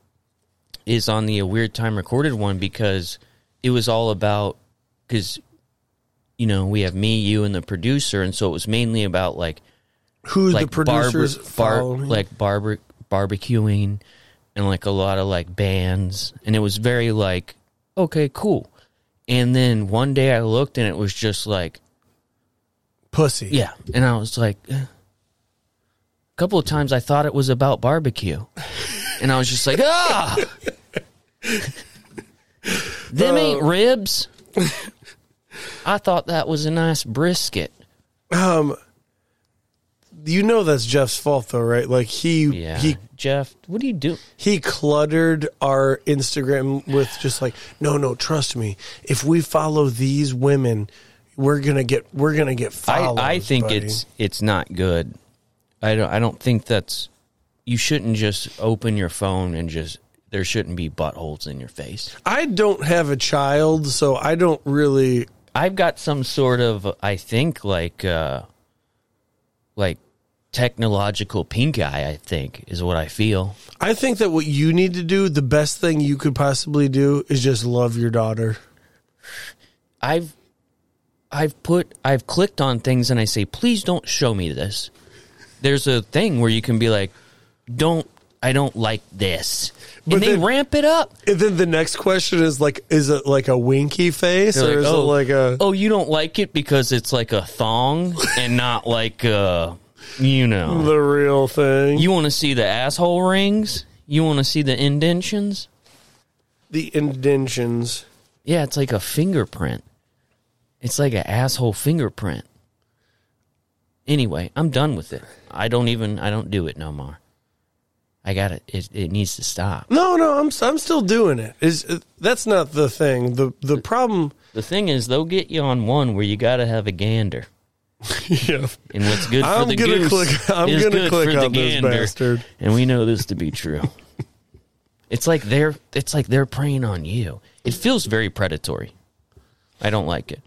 A: is on the weird time recorded one because it was all about because you know we have me, you, and the producer, and so it was mainly about like
B: who
A: like
B: the producers
A: barber, bar,
B: following.
A: like barber barbecuing and like a lot of like bands and it was very like okay cool and then one day i looked and it was just like
B: pussy.
A: yeah. And I was like, eh. a couple of times I thought it was about barbecue. And I was just like, ah! Them ain't ribs. I thought that was a nice brisket.
B: you know that's Jeff's fault though, right? Like he
A: Yeah.
B: he
A: Jeff, what do you do?
B: he cluttered our Instagram with just like, no, no, trust me. If we follow these women, we're gonna get we're gonna get followed.
A: I, I think it's it's not good. I don't I don't think that's you shouldn't just open your phone and just there shouldn't be buttholes in your face.
B: I don't have a child, so I don't really.
A: I've got some sort of I think like uh like technological pink eye, I think, is what I feel.
B: I think that what you need to do, the best thing you could possibly do, is just love your daughter.
A: I've I've put I've clicked on things and I say, please don't show me this. There's a thing where you can be like, Don't I don't like this.
B: But
A: and they
B: then-
A: ramp it up.
B: And then the next question is like, is it like a winky face
A: They're
B: or is
A: like,
B: it like a?
A: Oh, you don't like it because it's like a thong and not like uh you know
B: The real thing.
A: You want to see the asshole rings? You want to see the indentions?
B: the indentions.
A: Yeah, it's like a fingerprint. It's like an asshole fingerprint. Anyway, I'm done with it. I don't even. I don't do it no more. I got it. It, it needs to stop.
B: No, no, I'm I'm still doing it. Is that's not the thing. The the problem.
A: The thing is, they'll get you on one where you got to have a gander.
B: Yeah.
A: And what's good for
B: I'm
A: the
B: gonna
A: goose
B: click- I'm
A: is
B: gonna
A: good
B: click
A: for the
B: on this
A: gander.
B: bastard.
A: And we know this to be true. it's like they're it's like they're preying on you. It feels very predatory. I don't like it.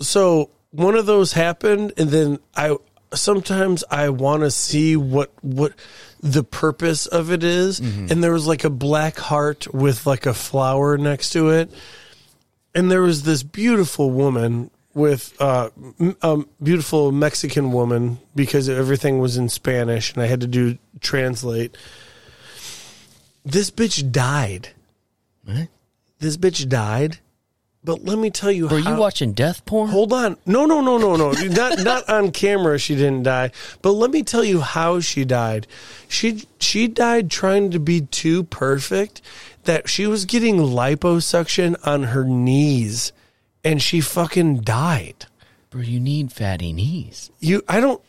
B: So one of those happened, and then I sometimes I want to see what what the purpose of it is. And there was like a black heart with like a flower next to it, and there was this beautiful woman with uh, m- um, beautiful Mexican woman because everything was in Spanish, and I had to do translate. This bitch died.
A: What?
B: This bitch died. But let me tell you
A: Were
B: how.
A: you watching death porn?
B: Hold on. No, no, no, no, no. not not on camera she didn't die. But let me tell you how she died. She she died trying to be too perfect that she was getting liposuction on her knees and she fucking died.
A: Bro, you need fatty knees
B: You I don't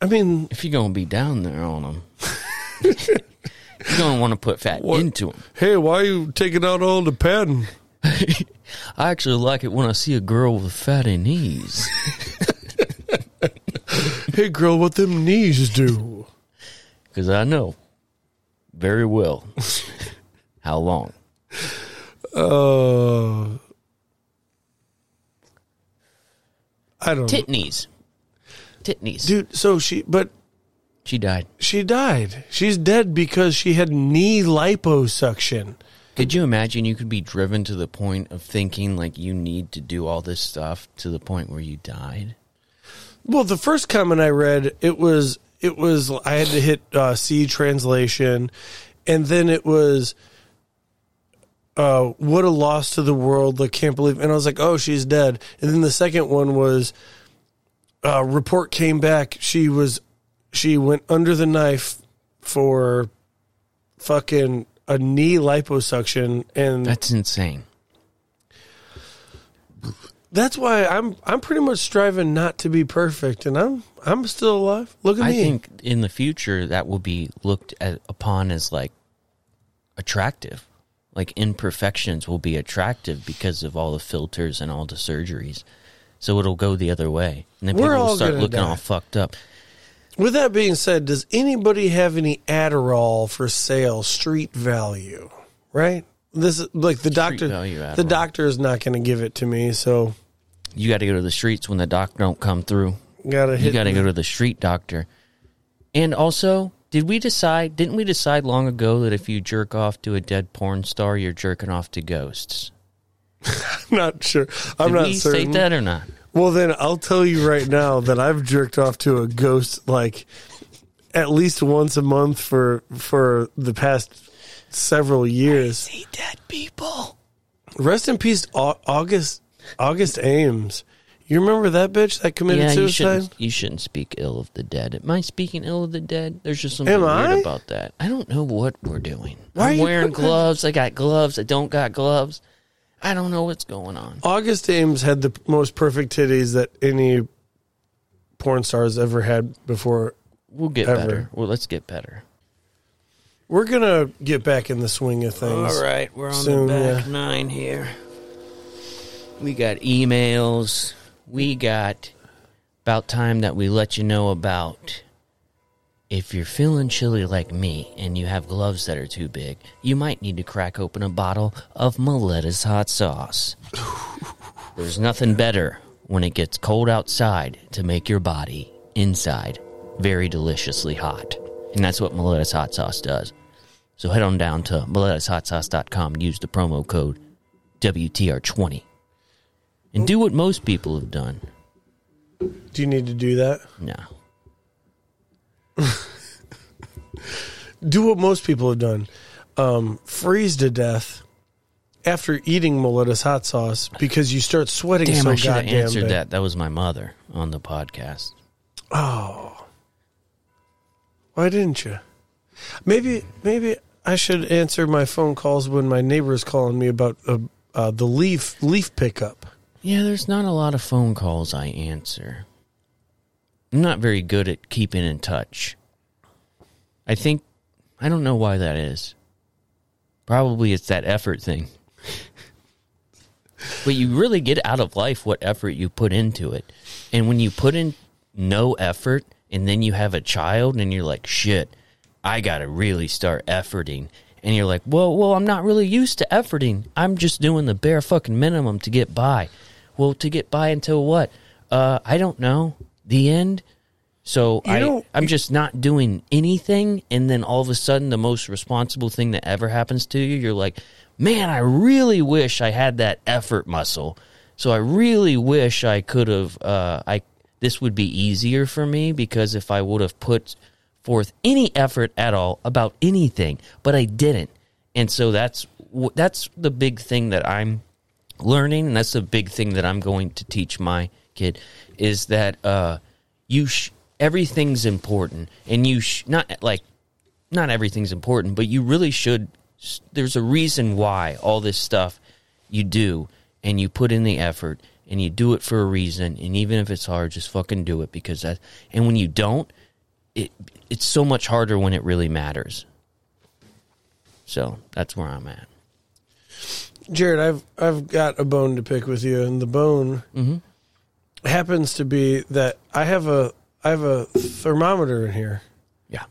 B: I mean,
A: if you're gonna be down there on them. you're gonna want to put fat into them.
B: hey, why are you taking out all the padding?
A: I actually like it when I see a girl with fatty knees.
B: Hey girl, what them knees do?
A: Because I know Very well. How long?
B: Oh. I don't know.
A: Titneys. Titneys.
B: Dude, so she, but
A: She died.
B: she died. She's dead because she had knee liposuction.
A: Could you imagine you could be driven to the point of thinking like you need to do all this stuff to the point where you died?
B: Well, the first comment I read, it was it was I had to hit uh, C translation, and then it was, uh, what a loss to the world! Like can't believe, and I was like, oh, she's dead. And then the second one was, uh, report came back. She was, she went under the knife for, fucking a knee liposuction, and
A: That's insane.
B: that's why I'm I'm pretty much striving not to be perfect, and I'm I'm still alive. Look at
A: I
B: me.
A: think in the future that will be looked at, upon as like attractive. Like imperfections will be attractive because of all the filters and all the surgeries. So it'll go the other way. And then
B: We're
A: people will
B: all
A: start
B: gonna
A: looking
B: die.
A: all fucked up.
B: With that being said, does anybody have any Adderall for sale street value? Right? This is like the doctor
A: value
B: the
A: Adderall.
B: doctor is not going to give it to me, so
A: You got to go to the streets when the doc don't come through.
B: got to hit
A: You got to go to the street doctor. And also, did we decide? Didn't we decide long ago that if you jerk off to a dead porn star, you're jerking off to ghosts?
B: I'm not sure. I'm
A: Did
B: not
A: we
B: certain.
A: state that or not?
B: Well, then I'll tell you right now that I've jerked off to a ghost like at least once a month for for the past several years.
A: See dead people.
B: Rest in peace Au- August August Ames. You remember that bitch that committed
A: yeah, you
B: suicide?
A: shouldn't, you shouldn't speak ill of the dead. Am I speaking ill of the dead? There's just something
B: Am
A: weird
B: I?
A: about that. I don't know what we're doing.
B: Why are
A: I'm
B: you
A: wearing
B: putting that-
A: gloves. I got gloves. I don't got gloves. I don't know what's going on.
B: August Ames had the most perfect titties that any porn stars ever had before.
A: We'll get
B: Ever.
A: better. Well, let's get better.
B: We're gonna get back in the swing of things.
A: right, we're on
B: Soon,
A: the back
B: yeah.
A: nine here. We got emails. We got about time that we let you know about. If you're feeling chilly like me and you have gloves that are too big, you might need to crack open a bottle of Miletta's hot sauce. There's nothing better when it gets cold outside to make your body inside very deliciously hot. And that's what Miletta's hot sauce does. So head on down to MiletusHotSauce.com and use the promo code WTR20. And do what most people have done.
B: Do you need to do that?
A: No.
B: Do what most people have done: um, freeze to death after eating Miletus hot sauce because you start sweating
A: Damn,
B: so
A: I should have
B: goddamn
A: answered
B: bad.
A: that. That was my mother on the podcast.
B: Oh. Why didn't you? Maybe, maybe I should answer my phone calls when my neighbor is calling me about uh, uh, the leaf leaf pickup.
A: Yeah, there's not a lot of phone calls I answer. I'm not very good at keeping in touch. I think, I don't know why that is. Probably it's that effort thing. but you really get out of life what effort you put into it. And when you put in no effort and then you have a child and you're like, shit, I got to really start efforting. And you're like, well, well, I'm not really used to efforting. I'm just doing the bare fucking minimum to get by. Well, to get by until what? Uh, I don't know. The end. So I,
B: don't-
A: I'm just not doing anything, and then all of a sudden, the most responsible thing that ever happens to you, you're like, man, I really wish I had that effort muscle. So I really wish I could have. Uh, I this would be easier for me because if I would have put forth any effort at all about anything, but I didn't, and so that's wh- that's the big thing that I'm learning and that's the big thing that i'm going to teach my kid is that uh you sh- everything's important and you sh- not like not everything's important but you really should s- there's a reason why all this stuff you do and you put in the effort and you do it for a reason and even if it's hard just fucking do it because that and when you don't it it's so much harder when it really matters so that's where i'm at
B: Jared, I've I've got a bone to pick with you, and the bone
A: Mm-hmm.
B: happens to be that I have a I have a thermometer in here,
A: yeah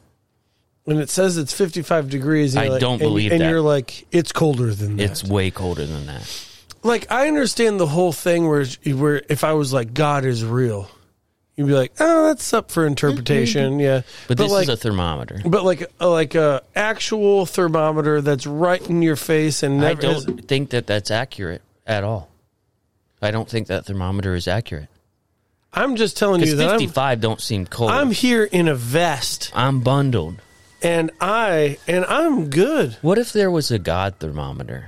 B: when it says it's 55 degrees, and
A: I
B: you're like-
A: don't
B: and-
A: believe
B: and
A: that.
B: you're like, it's colder than that.
A: It's way colder than that.
B: like I understand the whole thing where where if I was like God is real, you'd be like, oh, that's up for interpretation, yeah.
A: Mm-hmm. But, this
B: like,
A: is a thermometer.
B: but like uh, like a actual thermometer that's right in your face and
A: I
B: never is-
A: don't think that that's accurate at all. I don't think that thermometer is accurate.
B: I'm just telling you
A: Because
B: that I'm,
A: 55 don't seem cold.
B: I'm
A: I'm,
B: here in a vest
A: bundled.
B: and I and I'm good.
A: What if there was a God thermometer?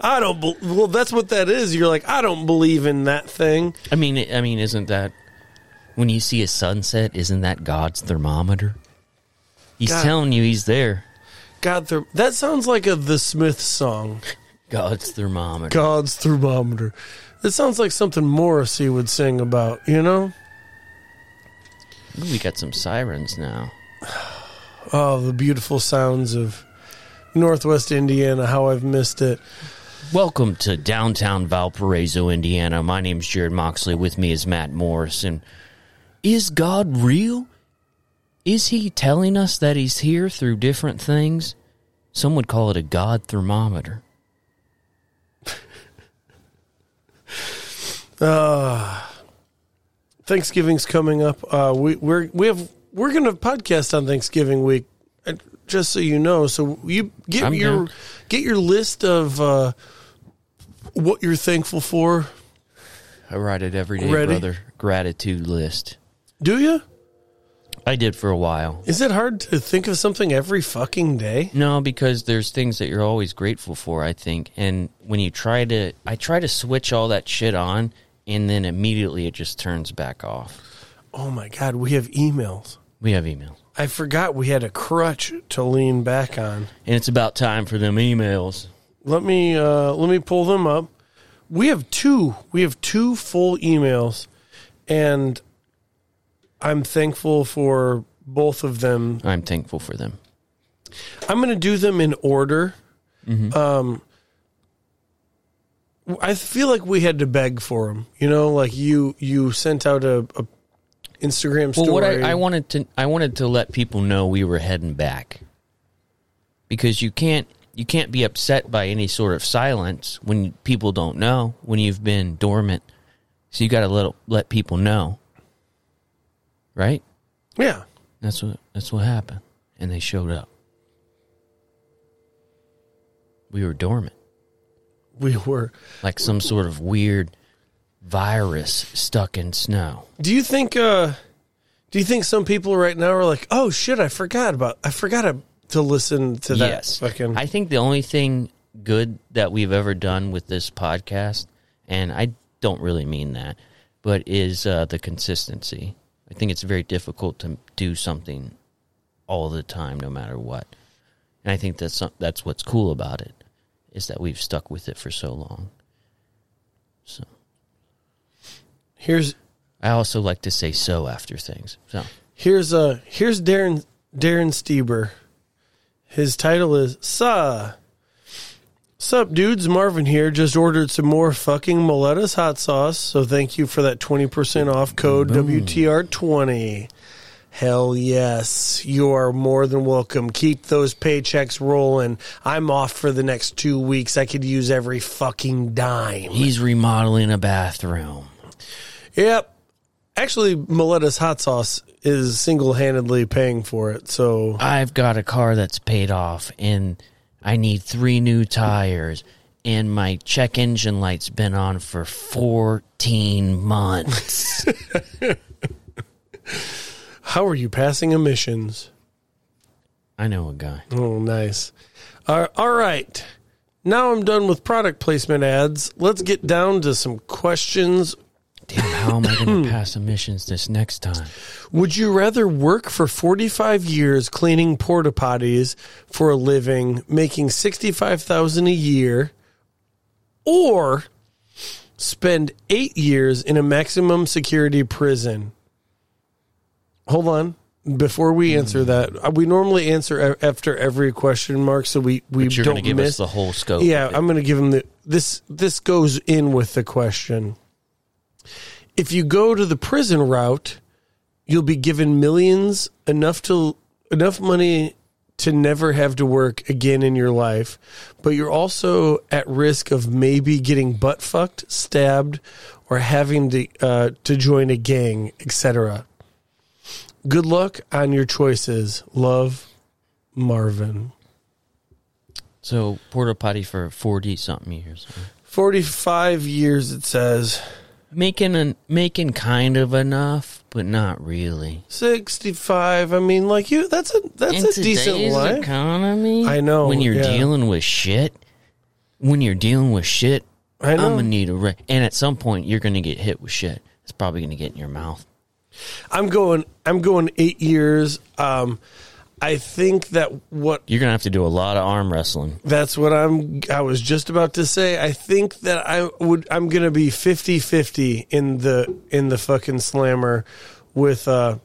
B: I don't bel well that's what that is. You're like I don't believe in that thing.
A: I mean, I mean, isn't that when you see a sunset? Isn't that God's thermometer? He's
B: God.
A: telling you he's there.
B: God therm- that sounds like a The Smith song.
A: God's thermometer.
B: God's thermometer. That sounds like something Morrissey would sing about, you know?
A: Ooh, we got some sirens now.
B: Oh, the beautiful sounds of Northwest Indiana, how I've missed it.
A: Welcome to downtown Valparaiso, Indiana. My name's Jared Moxley. With me is Matt Morrison. Is God real? Is he telling us that he's here through different things? Some would call it a God thermometer.
B: Ah. Thanksgiving's coming up. Uh, we, we're we have we're gonna podcast on Thanksgiving week, uh, just so you know. So you get
A: I'm
B: your
A: down.
B: get your list of uh, what you're thankful for.
A: I write it every day,
B: Ready?
A: brother. Gratitude list.
B: Do you?
A: I did for a while.
B: Is it hard to think of something every fucking day?
A: No, because there's things that you're always grateful for, I think. And when you try to, I try to switch all that shit on, and then immediately it just turns back off.
B: Oh my god, we have emails.
A: We have emails.
B: I forgot we had a crutch to lean back on.
A: And it's about time for them emails.
B: Let me uh, let me pull them up. We have two. We have two full emails, and I'm thankful for both of them.
A: I'm thankful for them.
B: I'm going to do them in order.
A: Mm-hmm.
B: Um, I feel like we had to beg for them. You know, like you you sent out a, a Instagram
A: Well,
B: story.
A: what I, I wanted to, I wanted to let people know we were heading back, because you can't, you can't be upset by any sort of silence when people don't know when you've been dormant. So you got to let let people know, right?
B: yeah.
A: That's what that's what happened. And they showed up. We were dormant,
B: We were.
A: like some sort of weird virus stuck in snow.
B: Do you think? Uh, do you think some people right now are like, "Oh shit, I forgot about. I forgot to, to listen to that."
A: yes.
B: Fucking.
A: I think the only thing good that we've ever done with this podcast, and I don't really mean that, but is uh, the consistency. I think it's very difficult to do something all the time, no matter what. And I think that's some- that's what's cool about it is that we've stuck with it for so long. So
B: Here's
A: I also like to say so after things. So
B: here's uh here's Darren Darren Stieber. His title is Suh. Sup dudes, Marvin here. Just ordered some more fucking Miletus hot sauce, so thank you for that twenty percent off code WTR twenty. Hell yes, you are more than welcome. Keep those paychecks rolling. I'm off for the next two weeks. I could use every fucking dime.
A: he's remodeling a bathroom.
B: Yep. Actually, Miletta's hot sauce is single-handedly paying for it. So
A: I've got a car that's paid off and I need three new tires and my check engine light's been on for 14 months.
B: how are you passing emissions?
A: I know a guy.
B: Oh, nice. Uh, all right. Now I'm done with product placement ads. Let's get down to some questions.
A: Damn, how am I going to pass emissions this next time?
B: Would you rather work for 45 years cleaning porta potties for a living, making 65,000 a year, or spend 8 years in a maximum security prison? Hold on. Before we
A: Hmm.
B: answer that, uh, we normally answer a- after every question mark, so we we
A: But you're
B: don't
A: going to give
B: miss
A: us the whole scope.
B: yeah,
A: of it.
B: I'm going to give him the this this goes in with the question. If you go to the prison route, you'll be given millions enough to enough money to never have to work again in your life, but you're also at risk of maybe getting butt fucked, stabbed, or having to uh, to join a gang, etc. Good luck on your choices. Love, Marvin.
A: So porta potty for forty something years.
B: 45 years, it says.
A: Making an making kind of enough, but not really.
B: 65. I mean, like you, that's a that's
A: In
B: a decent
A: today's
B: life.
A: economy.
B: I know,
A: when you're
B: yeah.
A: dealing with shit. When you're dealing with shit,
B: I know.
A: I'm gonna need a re- and at some point you're gonna get hit with shit. It's probably gonna get in your mouth.
B: I'm going I'm going 8 years. Um I think that what
A: You're gonna have to do a lot of arm wrestling.
B: That's what I'm I was just about to say. I think that I would I'm going to be 50-50 in the in the fucking slammer with uh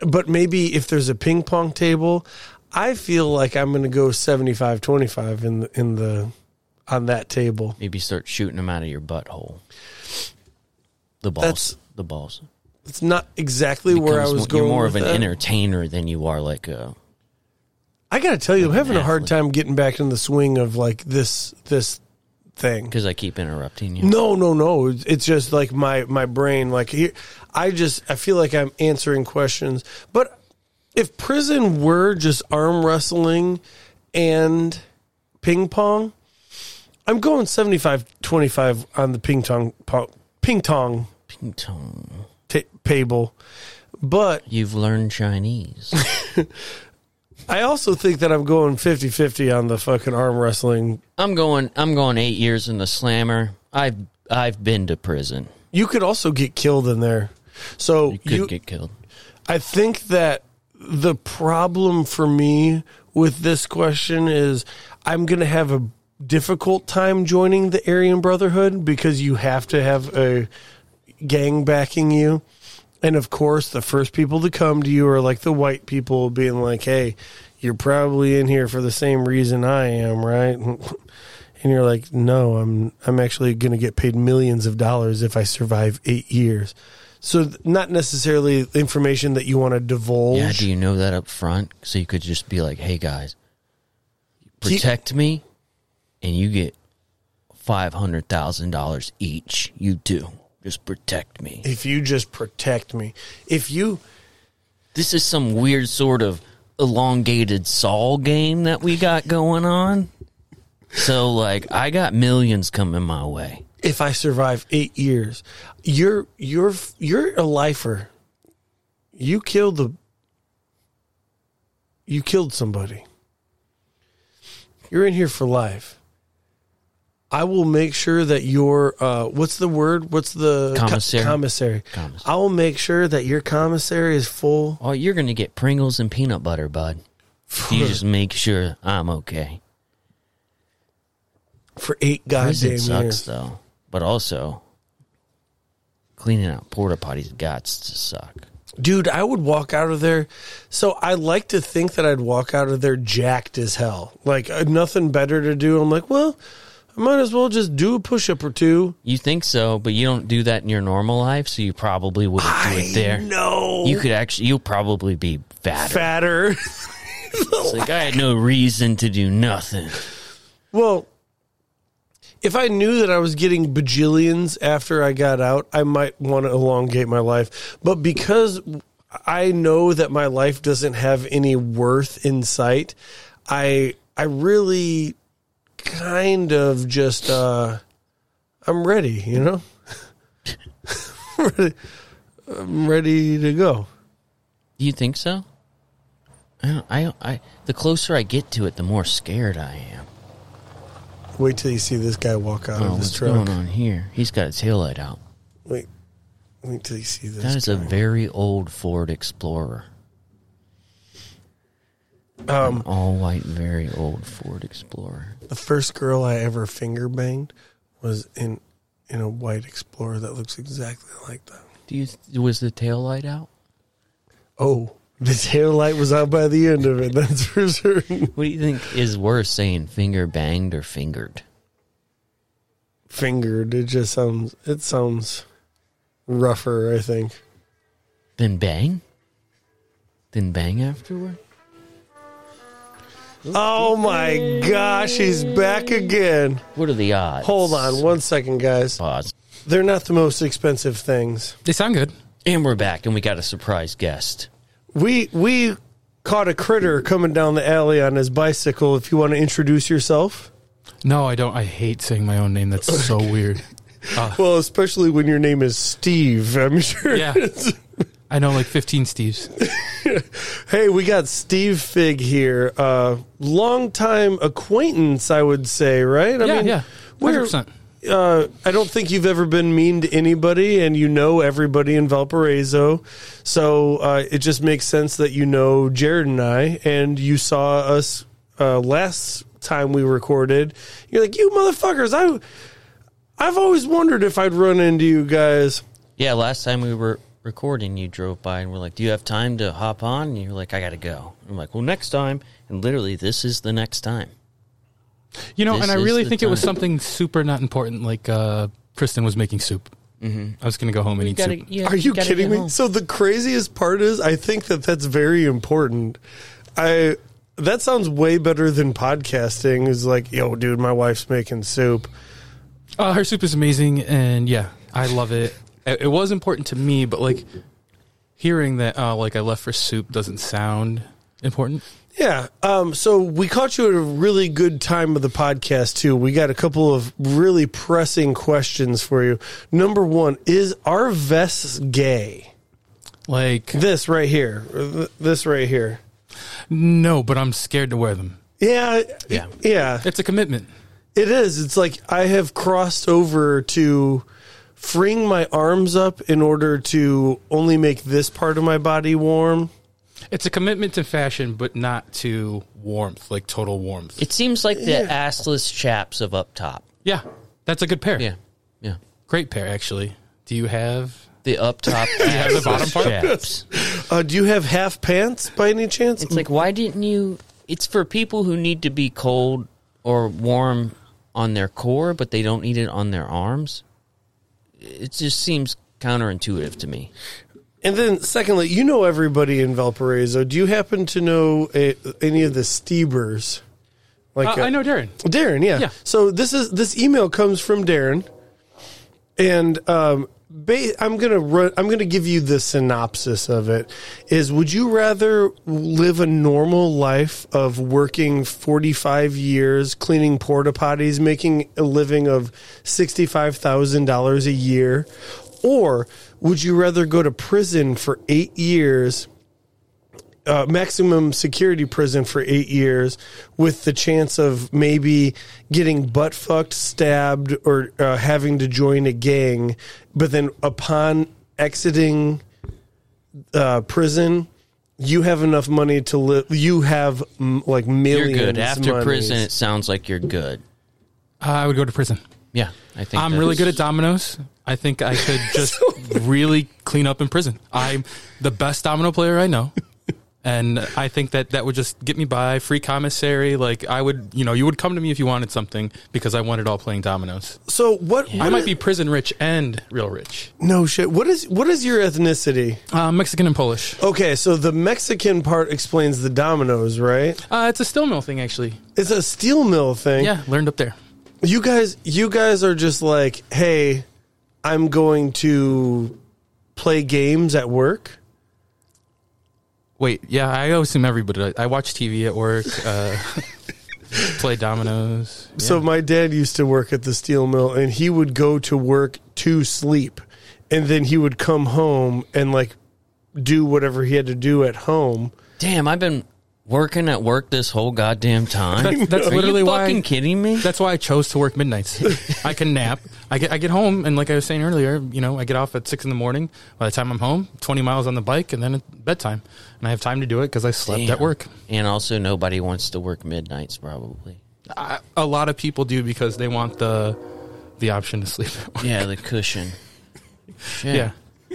B: but maybe if there's a ping pong table, I feel like I'm going to go 75-25 in the, in the on that table.
A: Maybe start shooting them out of your butthole. The balls.
B: That's-
A: the balls.
B: It's not exactly where I
A: Becomes
B: was
A: mo-
B: going.
A: You're more
B: with
A: of an
B: that.
A: entertainer than you are like uh, a.
B: I got to tell you, I'm having a hard
A: athlete.
B: time getting back in the swing of like this this thing.
A: Because I keep interrupting you.
B: No, no, no. It's it's just like my my brain. Like here, I just I feel like I'm answering questions. But if prison were just arm wrestling and ping pong, I'm going 75-25 on the ping tong pong, ping tong
A: Ping tong.
B: ta table. But
A: You've learned Chinese.
B: I also think that I'm going 50-50 on the fucking arm wrestling.
A: I'm going. I'm going eight years in the slammer. I've I've been to prison.
B: You could also get killed in there. So
A: You could get killed.
B: I think that the problem for me with this question is I'm going to have a difficult time joining the Aryan Brotherhood because you have to have a gang backing you. And of course, the first people to come to you are like the white people being like, hey, you're probably in here for the same reason I am, right? And you're like, no, I'm I'm actually going to get paid millions of dollars if I survive eight years. So th- not necessarily information that you want to divulge.
A: Yeah. Do you know that up front? So you could just be like, "Hey guys, protect me, and you get five hundred thousand dollars each. You do just protect me."
B: if you just protect me, if you
A: This is some weird sort of elongated Saul game that we got going on. So like, I got millions coming my way.
B: if I survive eight years, you're you're you're a lifer. You killed the. You killed somebody. You're in here for life. I will make sure that your uh, what's the word? What's the co-
A: Commissary.
B: commissary.
A: Commissary.
B: I will make sure that your commissary is full.
A: Oh, you're gonna get Pringles and peanut butter, bud. If you just make sure I'm okay.
B: for eight
A: Prison
B: goddamn
A: sucks
B: years.
A: though, but also cleaning out porta potties got to suck.
B: Dude, I would walk out of there. So I like to think that I'd walk out of there jacked as hell. Like uh, nothing better to do. I'm like, well, I might as well just do a push up or two.
A: You think so, but you don't do that in your normal life, so you probably wouldn't do it there.
B: No.
A: You could actually, you'll probably be fatter.
B: fatter.
A: It's like I had no reason to do nothing.
B: well, if I knew that I was getting bajillions after I got out, I might want to elongate my life. But because I know that my life doesn't have any worth in sight, I I really kind of just uh I'm ready, you know? ready. I'm ready to go.
A: Do you think so? I, don't, I, don't- I, the closer I get to it, the more scared I am.
B: Wait till you see this guy walk out
A: Oh,
B: of his
A: what's
B: truck.
A: going on here? He's got his taillight out.
B: Wait. Wait till you see this.
A: That is a
B: guy.
A: very old Ford Explorer. Um, all white, very old Ford Explorer.
B: The first girl I ever finger banged was in in a white Explorer that looks exactly like that.
A: Do you was the tail light out?
B: Oh, the tail light was out by the end of it. That's for certain.
A: What do you think is worse, saying finger banged or fingered?
B: Fingered. It just sounds. It sounds rougher. I think.
A: Then bang. Then bang afterward.
B: Oh my gosh, he's back again.
A: What are the odds?
B: Hold on one second, guys.
A: Pause.
B: They're not the most expensive things.
F: They sound good.
A: And we're back, and we got a surprise guest.
B: We we caught a critter coming down the alley on his bicycle. If you want to introduce yourself.
F: No, I don't. I hate saying my own name. That's so weird.
B: Well, especially when your name is Steve, I'm sure.
F: Yeah. I know like 15 Steves.
B: Hey, we got Steve Fig here. Uh longtime acquaintance, I would say, right? I
F: yeah, yeah.
B: we're-
F: 100%.
B: uh, I don't think you've ever been mean to anybody, and you know everybody in Valparaiso. So uh, it just makes sense that you know Jared and I, and you saw us uh, last time we recorded. You're like, you motherfuckers! I, I've always wondered if I'd run into you guys.
A: Yeah, last time we were recording, you drove by and we're like, "Do you have time to hop on?" And you're like, "I gotta go." I'm like, "Well, next time." And literally, this is the next time.
F: You know,
A: This
F: and I
A: is
F: really
A: the
F: think it was
A: time.
F: something super not important, like uh, Kristen was making soup.
A: Mm-hmm.
F: I was going to go home and eat soup.
B: Are you kidding me? So the craziest part is, I think that that's very important. I that sounds way better than podcasting. Is like, yo, dude, my wife's making soup.
F: Uh, her soup is amazing, and yeah, I love it. it. It was important to me, but like hearing that, uh, like I left for soup doesn't sound important.
B: Yeah. Um, so we caught you at a really good time of the podcast, too. We got a couple of really pressing questions for you. Number one is our vests gay?
F: Like
B: This right here. or th- This right here.
F: no, but I'm scared to wear them.
B: Yeah.
A: Yeah.
B: Yeah.
F: It's a commitment.
B: It is. It's like I have crossed over to freeing my arms up in order to only make this part of my body warm.
F: It's a commitment to fashion, but not to warmth, like total warmth.
A: It seems like the assless chaps of up top.
F: yeah, that's a good pair.
A: Yeah, yeah.
F: great pair actually. Do you have?
A: The up top, assless
F: the bottom part?
A: chaps.
B: Uh, do you have half pants by any chance?
A: It's like, why didn't you? It's for people who need to be cold or warm on their core, but they don't need it on their arms. It just seems counterintuitive to me.
B: And then, secondly, you know everybody in Valparaiso. Do you happen to know a, any of the Steebers?
F: Uh,
B: Like uh,
F: I know Darren.
B: Darren, yeah.
F: Yeah.
B: So this is this email comes from Darren, and um, ba- I'm gonna run, I'm gonna give you the synopsis of it. Is would you rather live a normal life of working 45 years cleaning porta potties, making a living of sixty five thousand dollars a year, or would you rather go to prison for eight years? uh, maximum security prison for eight years with the chance of maybe getting butt fucked, stabbed, or uh, having to join a gang. But then upon exiting uh, prison, you have enough money to live. You have mm, like
A: You're
B: millions.
A: good after
B: monies.
A: prison. It sounds like you're good.
F: Uh, I would go to prison.
A: Yeah, I think
F: I'm really
A: that's-
F: good at dominoes. I think I could just really clean up in prison. I'm the best domino player I know. And I think that that would just get me by free commissary. Like I would, you know, you would come to me if you wanted something because I wanted all playing dominoes.
B: So what?
F: I
B: what
F: might
B: is-
F: be prison rich and real rich.
B: no shit. What is what is your ethnicity?
F: Uh, Mexican and Polish.
B: Okay, so the Mexican part explains the dominoes, right?
F: Uh, it's a steel mill thing, actually.
B: It's a steel mill thing.
F: Yeah, learned up there.
B: you guys you guys are just like hey i'm going to play games at work
F: Wait, yeah, I always assume everybody. I watch TV at work. Uh, play dominoes.
B: so my dad used to work at the steel mill and he would go to work to sleep and then he would come home and like do whatever he had to do at home
A: Damn, I've been working at work this whole goddamn time.
F: That's- that's
A: Are
F: literally
A: you
F: why-
A: fucking kidding me?
F: That's why I chose to work midnights. I can nap. I get I get home, and like I was saying earlier, you know, I get off at six in the morning. By the time I'm home, twenty miles on the bike, and then it's bedtime, and I have time to do it because I slept
A: Damn.
F: at work.
A: And also, nobody wants to work midnights, probably.
F: I, a lot of people do because they want the the option to sleep. At work.
A: Yeah, the cushion. Shit.
F: Yeah.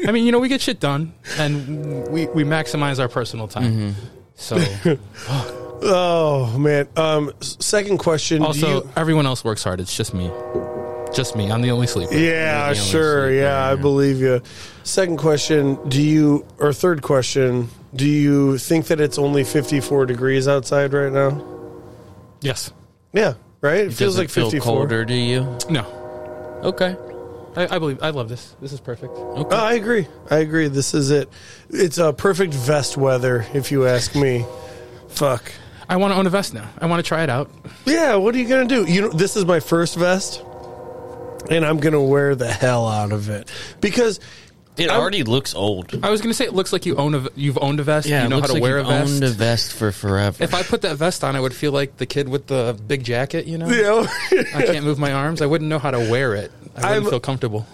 F: I mean, you know, we get shit done, and we we maximize our personal time. So
B: oh man um s- second question do
F: also,
B: you-
F: everyone else works hard. It's just me, just me. I'm the only sleeper.
B: yeah
A: Maybe I'm
B: sure
A: asleep,
B: yeah i
A: yeah.
B: believe you second question do you or third question do you think that it's only 54 degrees outside right now
F: Yes.
B: Yeah, right. It, feels
A: Does it
B: like
A: feel
B: 54.
A: colder to you?
F: No.
A: Okay.
F: I, I believe. I love this. This is perfect.
B: Oh, I agree. I agree. This is it. It's a perfect vest weather, if you ask me. Fuck.
F: I want to own a vest now. I want to try it out.
B: Yeah. What are you gonna do? You know, this is my first vest, and I'm gonna wear the hell out of it because
A: It already looks old.
F: I was gonna say it looks like you own a. v- You've owned a vest.
A: Yeah,
F: you know
A: it
F: how
A: looks
F: to
A: like
F: wear a
A: you've
F: vest.
A: owned a vest for forever.
F: If I put that vest on, I would feel like the kid with the big jacket. You know.
B: you know,
F: I can't move my arms. I wouldn't know how to wear it. I wouldn't
B: I'm-
F: feel comfortable.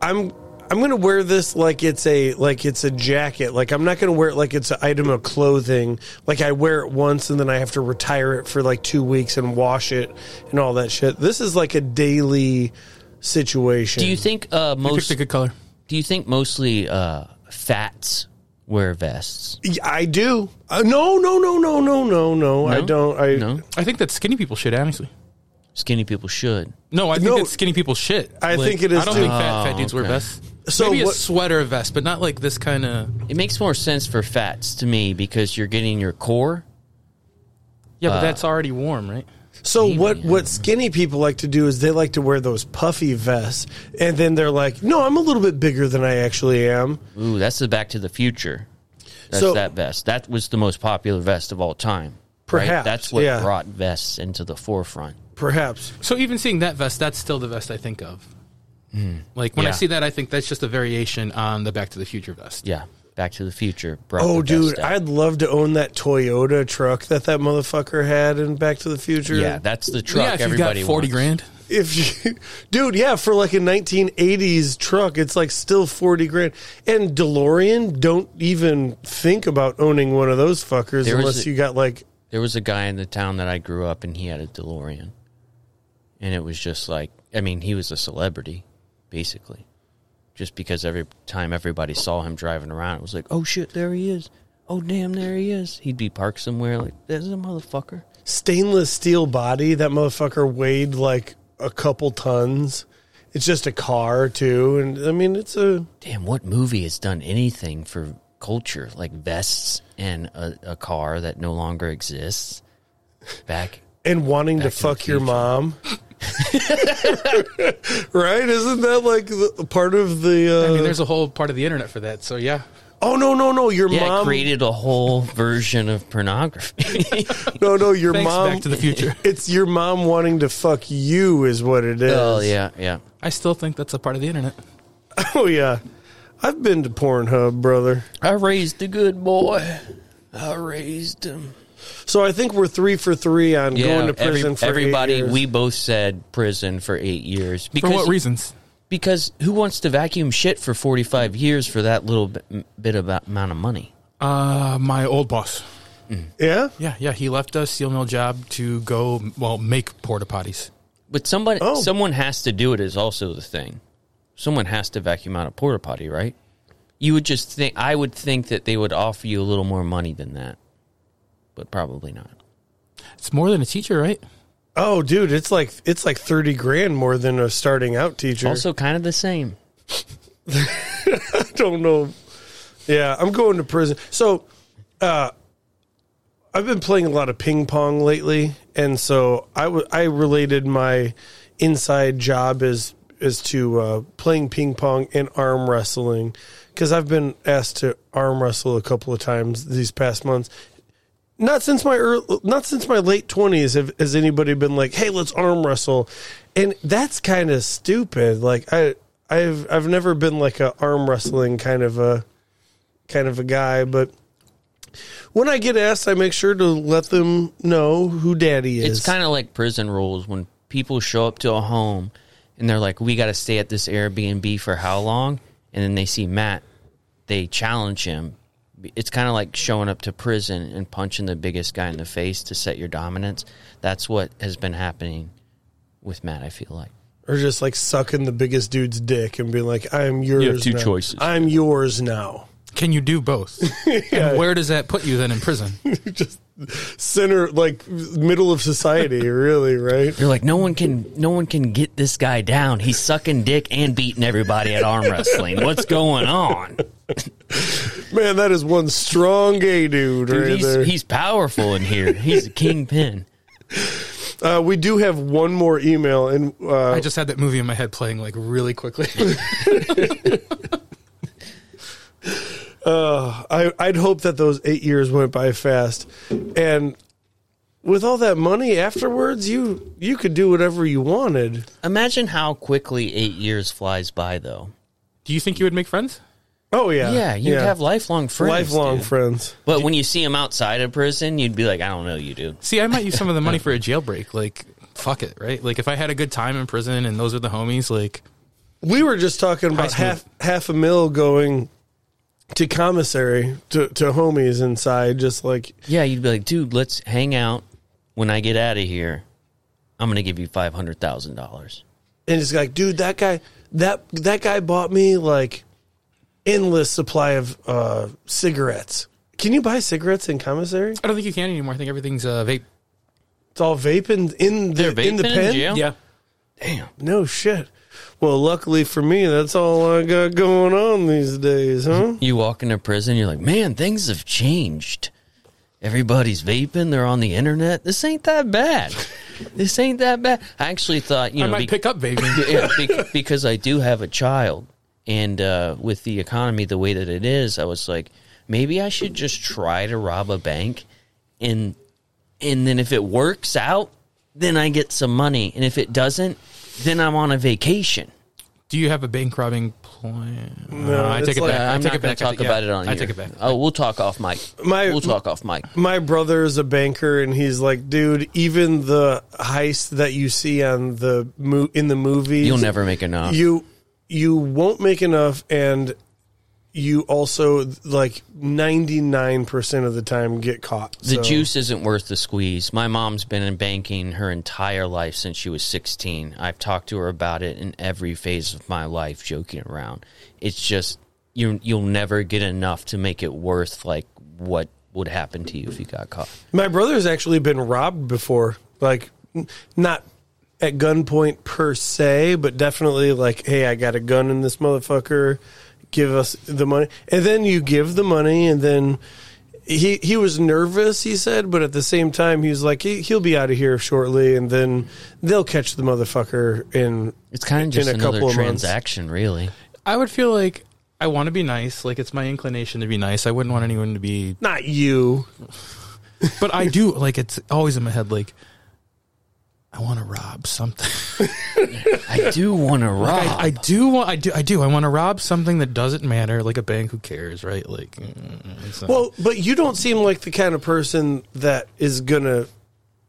B: I'm. I'm gonna wear this like it's a like it's a jacket. Like I'm not gonna wear it like it's an item of clothing. Like I wear it once and then I have to retire it for like two weeks and wash it and all that shit. This is like a daily situation.
A: do you think uh,
F: Picked
A: most?
F: a good color.
A: Do you think mostly uh, fats wear vests?
B: Yeah, I do. Uh, no, no, no, no, no, no, no. I don't. I
A: No,
F: I think that skinny people should honestly.
A: skinny people should.
F: No, I think
B: No.
F: that skinny people shit.
B: I think it is
F: I don't
B: too.
F: think fat, fat
A: Oh,
F: dudes wear
A: okay.
F: vests.
B: So
F: Maybe
B: what-
F: a sweater vest, but not like this kind of.
A: It makes more sense for fats to me because you're getting your core.
F: Yeah,
A: Uh,
F: but that's already warm, right?
B: So what? What skinny people like to do is they like to wear those puffy vests, and then they're like, "No, I'm a little bit bigger than I actually am."
A: Ooh, that's the Back to the Future. That's
B: So-
A: that vest. That was the most popular vest of all time.
B: Perhaps,
A: That's what
B: yeah.
A: brought vests into the forefront.
B: Perhaps.
F: So even seeing that vest, that's still the vest I think of. Like when I
A: Hmm. Yeah.
F: see that, I think that's just a variation on the Back to the Future vest.
A: Yeah, Back to the Future brought.
B: Oh,
A: the
B: dude,
A: vest out.
B: I'd love to own that Toyota truck that that motherfucker had in Back to the Future.
A: yeah, that's the truck
F: yeah, if you've got
A: everybody
F: forty
A: wants.
F: grand,
B: If you, dude, yeah, for like a 1980s truck, it's like still 40 grand. And DeLorean, don't even think about owning one of those fuckers
A: There was
B: unless
A: a-
B: you got like
A: There was a guy in the town that I grew up and he had a DeLorean. And it was just like, I mean, he was a celebrity, basically. Just because every time everybody saw him driving around, it was like, oh shit, there he is. Oh damn, there he is. He'd be parked somewhere like, there's a motherfucker.
B: stainless steel body. That motherfucker weighed like a couple tons. It's just a car too, and I mean it's a
A: Damn, what movie has done anything for culture? Like vests and a, a car that no longer exists? Back.
B: and wanting to
A: Back to the
B: fuck your
A: Future.
B: mom. right? Isn't that like the, part of the? Uh,
F: I mean, there's a whole part of the internet for that. So yeah,
B: oh no no no! Your
A: Yeah, it
B: mom?
A: created a whole version of pornography.
B: No no! Your
F: thanks
B: mom.
F: Back to the Future.
B: it's your mom wanting to fuck you is what it is.
A: oh, yeah, yeah.
F: I still think that's a part of the internet.
B: Oh yeah. I've been to Pornhub, brother.
A: I raised a good boy. I raised him.
B: So I think we're three for three on going to prison for eight
A: everybody.
B: years.
A: We both said prison for eight years.
F: For
A: Because,
F: what reasons?
A: Because who wants to vacuum shit for forty-five years for that little bit, bit of amount of money?
F: Uh, my old boss.
B: yeah.
F: Yeah, yeah, he left a steel mill job to go well make porta potties.
A: But somebody,
B: Oh.
A: someone has to do it. Is also the thing. Someone has to vacuum out a porta potty, right? You would just think. I would think that they would offer you a little more money than that, but probably not.
F: It's more than a teacher, right?
B: Oh, dude, it's like it's like thirty grand more than a starting out teacher.
A: Also, kind of the same.
B: I don't know. Yeah, I'm going to prison. So, uh, I've been playing a lot of ping pong lately, and so I w- I related my inside job as as to uh, playing ping pong and arm wrestling because I've been asked to arm wrestle a couple of times these past months. Not since my early, not since my late twenties have has anybody been like, "Hey, let's arm wrestle," and that's kind of stupid. Like I, I've I've never been like a arm wrestling kind of a kind of a guy, but when I get asked, I make sure to let them know who daddy is.
A: It's kind of like prison rules when people show up to a home and they're like, "We got to stay at this Airbnb for how long?" And then they see Matt, they challenge him. It's kind of like showing up to prison and punching the biggest guy in the face to set your dominance. That's what has been happening with Matt. I feel like
B: or just like sucking the biggest dude's dick and being like, "I'm yours."
A: two
B: now.
A: choices.
B: I'm yours now.
F: can you do both? And where does that put you then in prison?
B: Center, like middle of society, really, right?
A: They're like, no one can, no one can get this guy down. He's sucking dick and beating everybody at arm wrestling. What's going on?
B: Man, that is one strong gay dude,
A: Dude,
B: right there.
A: he's, he's powerful in here. He's a kingpin.
B: uh, we do have one more email, and uh,
F: I just had that movie in my head playing like really quickly.
B: I, I'd hope that those eight years went by fast, and with all that money afterwards, you you could do whatever you wanted.
A: Imagine how quickly eight years flies by, though.
F: do you think you would make friends?
B: Oh yeah,
A: Yeah, you'd have lifelong friends.
B: lifelong
A: dude.
B: friends.
A: But when you see him outside of prison, you'd be like, I don't know you, dude.
F: See, I might use some of the money for a jailbreak. Like, fuck it, right? Like, if I had a good time in prison and those are the homies, like,
B: We were just talking about
F: school.
B: half half a mil going to commissary to, to homies inside, just like
A: Yeah, you'd be like, dude, let's hang out. When I get out of here, I'm gonna give you five hundred thousand dollars.
B: and it's like, dude, that guy that that guy bought me like endless supply of uh, cigarettes. Can you buy cigarettes in commissary?
F: I don't think you can anymore. I think everything's uh, vape.
B: It's all vaping in the
A: They're vaping
B: in the
A: in
B: pen.
A: jail?
F: Yeah.
A: Damn.
B: No shit. Well, luckily for me, that's all I got going on these days, huh?
A: You walk into prison, you're like, man, things have changed. Everybody's vaping. They're on the internet. This ain't that bad. this ain't that bad. I actually thought, you
F: I
A: know,
F: might
A: be-
F: pick up vaping.
A: yeah, be- because I do have a child, and uh, with the economy the way that it is, I was like, maybe I should just try to rob a bank, and and then if it works out, then I get some money, and if it doesn't, then I'm on a vacation.
F: Do you have a bank robbing plan? No, I
B: it's
F: take it
B: like-
F: back. I
A: Uh, I'm
F: take
A: not
F: it
A: going
F: back.
A: to talk
F: I- yeah,
A: about it on.
F: I
A: here.
F: take it back.
A: Oh, we'll talk off mic.
B: My-
A: we'll talk off mic.
B: My brother is a banker, and he's like, dude, even the heist that you see on the mo- in the movies,
A: You'll never make enough.
B: you you won't make enough, and you also like ninety nine percent of the time get caught.
A: The
B: So-
A: juice isn't worth the squeeze. My mom's been in banking her entire life since she was 16. I've talked to her about it in every phase of my life, joking around. It's just you you'll never get enough to make it worth like what would happen to you if you got caught.
B: My brother's actually been robbed before, like n- not at gunpoint per se, but definitely like, hey, I got a gun in this motherfucker. Give us the money, and then you give the money, and then he he was nervous. He said, but at the same time, he was like, he, he'll be out of here shortly, and then they'll catch the motherfucker. And
A: It's kind
B: In
A: of just
B: a
A: another
B: couple of months.
A: transaction, really.
F: I would feel like I want to be nice. Like it's my inclination to be nice. I wouldn't want anyone to be,
B: not you.
F: but I do. Like it's always in my head. Like I want to rob something.
A: I do want to rob.
B: Ah.
F: I, I do want. I do. I do. I want to rob something that doesn't matter. Like a bank. Who cares, right? Like mm, it's not-
B: Well, but you don't seem like the kind of person that is gonna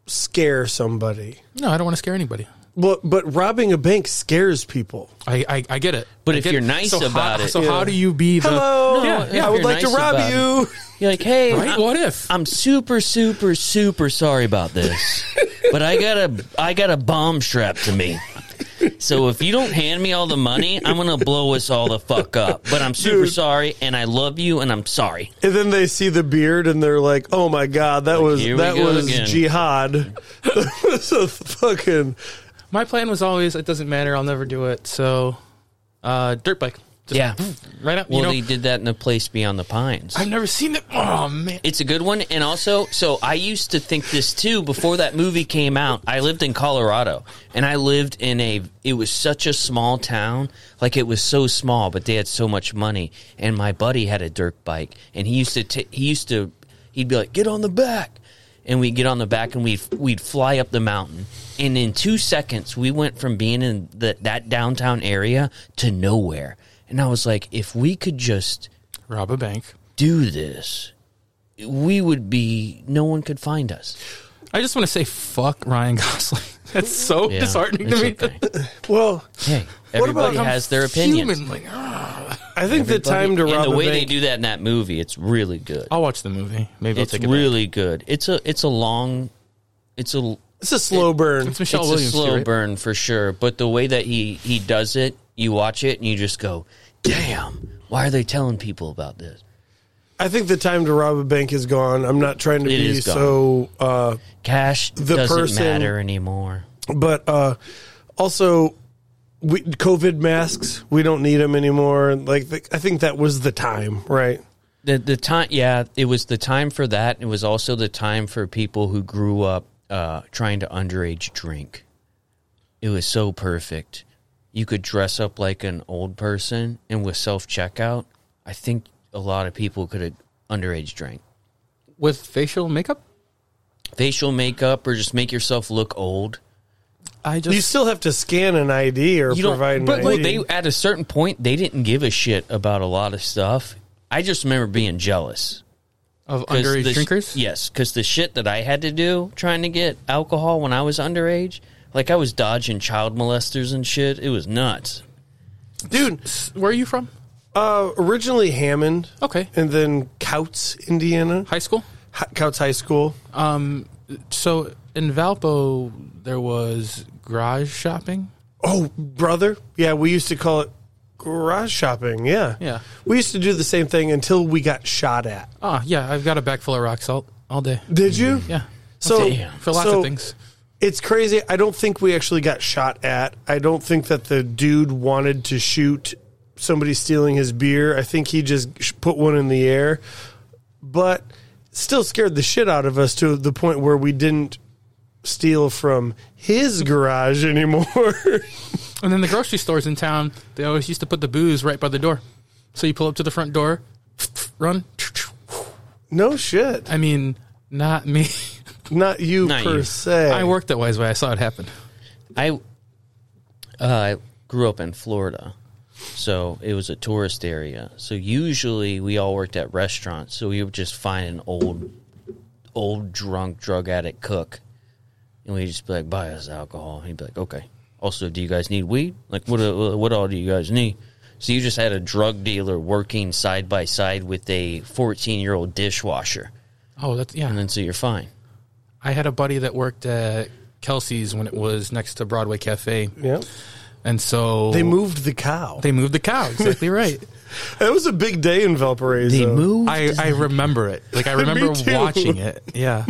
B: scare somebody.
F: no, I don't want to scare anybody.
B: Well, but robbing a bank scares people.
F: I, I, I get it.
A: But
F: I
A: if
F: get
A: you're
F: it.
A: nice
F: So how-
A: about it-
F: so how do you be the
B: Hello.
A: No,
B: Oh, I
A: if
B: would
A: you're
B: like
A: nice
B: to rob
A: about it.
B: you.
A: You're like, hey,
F: Right?
A: I'm-
F: What if?
A: I'm super, super, super sorry about this, but I got a I got a bomb strapped to me. So if you don't hand me all the money, I'm gonna blow us all the fuck up. But I'm super sorry, and I love you, and I'm sorry.
B: And then they see the beard and they're like, "Oh my god, that was
A: here we
B: that
A: go
B: was
A: again.
B: jihad." that was a fucking
F: My plan was always it doesn't matter. I'll never do it. So, uh, dirt bike. Just
A: Yeah.
F: right up.
A: Well,
F: you know,
A: they did that in the place beyond the pines.
F: I've never seen that. Oh man,
A: It's a good one, and also, so I used to think this too before that movie came out. I lived in Colorado, and I lived in a. It was such a small town, like it was so small, but they had so much money. And my buddy had a dirt bike, and he used to. T- he used to. He'd be like, "Get on the back," and we'd get on the back, and we'd we'd fly up the mountain. And in two seconds, we went from being in the, that downtown area to nowhere. And I was like, if we could just
F: rob a bank.
A: do this, we would be no one could find us.
F: I just want to say fuck Ryan Gosling. That's so
A: Yeah,
F: disheartening to
A: it's
F: me.
A: okay.
B: well,
A: Hey,
B: What
A: everybody
B: about-
A: has their opinions.
F: Human, like, ah.
B: I think the time to
A: and
B: rob
A: the
B: a
A: way
B: bank.
A: they do that in that movie, it's really good.
F: I'll watch the movie. Maybe
A: it's
F: I'll take it. Really,
A: really good. It's a it's a long, it's a
B: it's a slow burn.
F: it's Michelle
A: it's
F: Williams.
A: a slow
F: too, right?
A: burn for sure. But the way that he he does it, you watch it and you just go, damn, why are they telling people about this?
B: I think the time to rob a bank is gone. I'm not trying to
A: It
B: be
A: is gone.
B: so uh
A: Cash
B: The
A: doesn't
B: person-
A: matter anymore.
B: but uh also we covid masks, we don't need them anymore. Like the, I think that was the time, right?
A: The the time, yeah, it was the time for that. It was also the time for people who grew up uh, trying to underage drink. It was so perfect. You could dress up like an old person, and with self checkout, I think a lot of people could have underage drank.
F: with facial makeup.
A: Facial makeup, or just make yourself look old.
F: I
B: You still have to scan an ID or
A: You don't,
B: provide an
A: but
B: ID.
A: like they at a certain point, they didn't give a shit about a lot of stuff. I just remember being jealous.
F: of
A: 'Cause
F: underage
A: the sh-
F: drinkers.
A: Yes, because the shit that I had to do trying to get alcohol when I was underage, like I was dodging child molesters and shit. It was nuts.
B: Dude,
F: Where are you from?
B: uh, originally Hammond
F: Okay,
B: and then Couts, Indiana.
F: high school.
B: Hi- Couts High School.
F: So in Valpo, there was garage shopping.
B: Oh, brother. Yeah, we used to call it garage shopping. Yeah.
F: Yeah.
B: We used to do the same thing until we got shot at.
F: Ah, yeah, I've got a bag full of rock salt all day.
B: Did you?
F: Yeah,
B: So
A: Damn.
F: for lots
B: so
F: of things.
B: It's crazy. I don't think we actually got shot at. I don't think that the dude wanted to shoot somebody stealing his beer. I think he just sh- put one in the air, but still scared the shit out of us to the point where we didn't steal from his garage anymore.
F: And then the grocery stores in town, they always used to put the booze right by the door. So you pull up to the front door, run.
B: no shit.
F: I mean, not me.
B: Not you
A: Not
B: per
A: you.
B: se.
F: I worked at Wiseway. I saw it happen.
A: I uh, I grew up in Florida, so it was a tourist area. So usually we all worked at restaurants, so we would just find an old, old drunk drug addict cook, and we'd just be like, "Buy us alcohol." He'd be like, "Okay." Also, do you guys need weed? Like, what uh, what all do you guys need? So you just had a drug dealer working side by side with a fourteen year old dishwasher,
F: Oh, that's
A: and
F: yeah.
A: then so you're fine.
F: I had a buddy that worked at Kelsey's when it was next to Broadway Cafe,
B: Yeah.
F: and so
B: They moved the cow.
F: They moved the cow. Exactly right.
B: that was a big day in Valparaiso.
F: I, I remember it. Like I remember
B: too.
F: watching it. Yeah.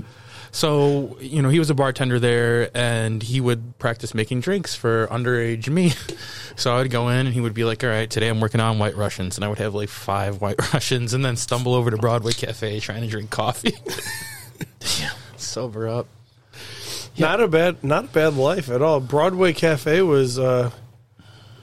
F: So, you know, he was a bartender there and he would practice making drinks for underage me. So I would go in and he would be like, All right, today I'm working on white Russians and I would have like five white Russians and then stumble over to Broadway Cafe trying to drink coffee. Sober up.
B: Not a bad, not a bad life at all. Broadway Cafe was uh,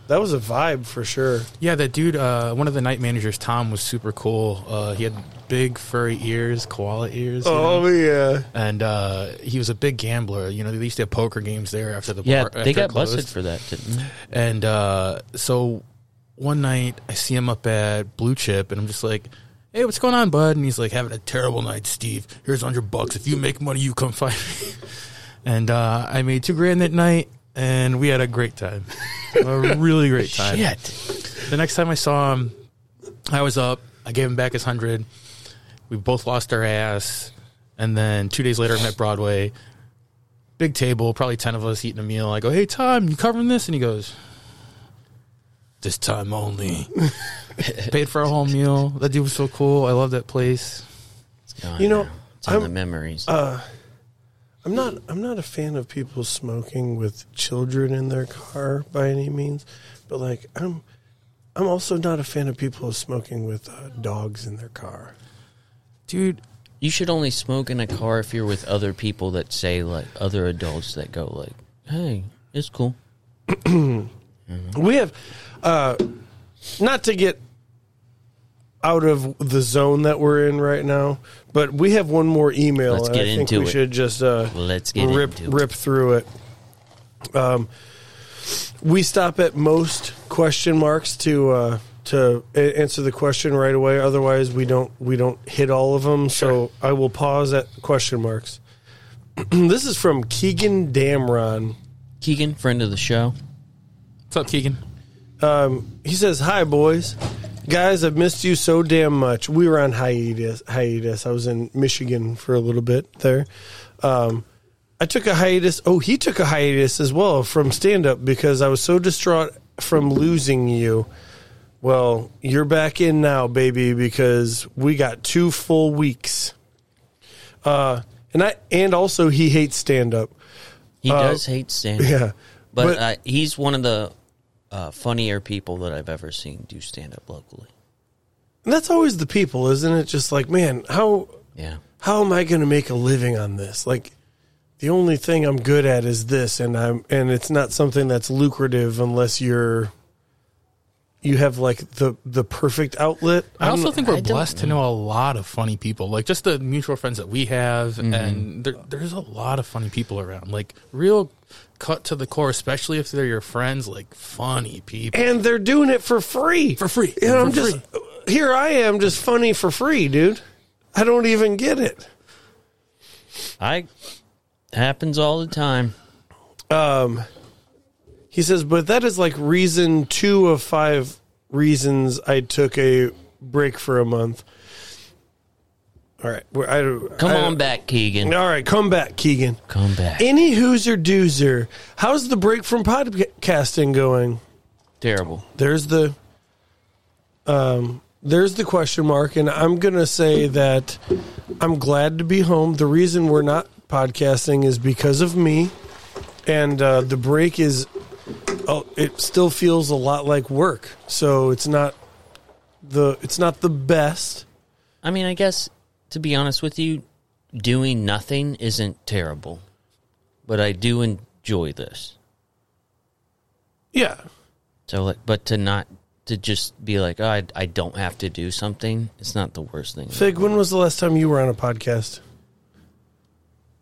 B: that was a vibe for sure.
F: Yeah, that dude, uh, one of the night managers, Tom, was super cool. Uh, he had big furry ears, koala ears. you know?
B: Oh yeah,
F: and uh, he was a big gambler. You know, they used to have poker games there after the
A: Yeah,
F: bar, after
A: they
F: it
A: got
F: closed.
A: busted for that, didn't they?
F: And uh, so one night, I see him up at Blue Chip, and I'm just like, "Hey, what's going on, bud?" And he's like, "Having a terrible night, Steve. Here's hundred bucks. If you make money, you come find me." And uh, I made two grand that night, and we had a great time, a really great time. The next time I saw him, I was up. I gave him back his hundred. We both lost our ass, and then two days later, I met Broadway. Big table, probably ten of us eating a meal. I go, "Hey, Tom, you covering this?" And he goes, "This time only." Paid for a whole meal. That dude was so cool. I love that place.
A: gone
B: You know,
A: now. Oh, it's on the
B: I'm- uh,
A: memories.
B: I'm not, I'm not a fan of people smoking with children in their car by any means, but like I'm, I'm also not a fan of people smoking with uh, dogs in their car.
F: Dude,
A: you should only smoke in a car if you're with other people that say like other adults that go like, "Hey, it's cool."
B: We have, uh, not to get out of the zone that we're in right now, but we have one more email.
A: Let's
B: and
A: get
B: I think
A: into
B: we
A: it.
B: should just uh,
A: Let's get
B: rip
A: into it.
B: rip through it. Um, we stop at most question marks to uh, to a- answer the question right away. Otherwise, we don't we don't hit all of them. So I will pause at question marks. this is from Keegan Damron.
A: Keegan, friend of the show.
F: what's up, Keegan?
B: He says, "Hi, boys, guys. I've missed you so damn much. We were on hiatus. Hiatus. I was in Michigan for a little bit there. Um, I took a hiatus. Oh, he took a hiatus as well from stand up because I was so distraught from losing you. Well, you're back in now, baby, because we got two full weeks. Uh, and I and also he hates stand up.
A: He does hate stand up.
B: Uh, Yeah,
A: But,
B: but-
A: uh, he's one of the uh, funnier people that I've ever seen do stand up locally.
B: And that's always the people, isn't it? Just like, man, how
A: Yeah.
B: how am I going to make a living on this? Like the only thing I'm good at is this and I'm and it's not something that's lucrative unless you're you have like the the perfect outlet.
F: I
B: I'm-
F: also think we're
A: I don't
F: blessed to know a lot of funny people, like just the mutual friends that we have,
A: Mm-hmm.
F: and there, there's a lot of funny people around, like real cut to the core, especially if they're your friends, like funny people.
B: and they're doing it for free.
F: For free.
B: And I'm
F: For
B: just here I am just funny for free, dude. I don't even get it.
A: I happens all the time.
B: He says, but that is like reason two of five reasons I took a break for a month. All right. we're- I, don't-
A: Come
B: I-
A: on back, Keegan.
B: All right. Come back, Keegan.
A: Come back.
B: Any hooser doozer. How's the break from podcasting going?
A: Terrible.
B: There's the um there's the question mark and I'm going to say that I'm glad to be home. The reason we're not podcasting is because of me and uh the break is oh, it still feels a lot like work. So it's not the it's not the best.
A: I mean, I guess to be honest with you, doing nothing isn't terrible, but I do enjoy this.
B: Yeah.
A: So, like, but to not to just be like, oh, I I don't have to do something. It's not the worst thing.
B: Fig, when was the last time you were on a podcast?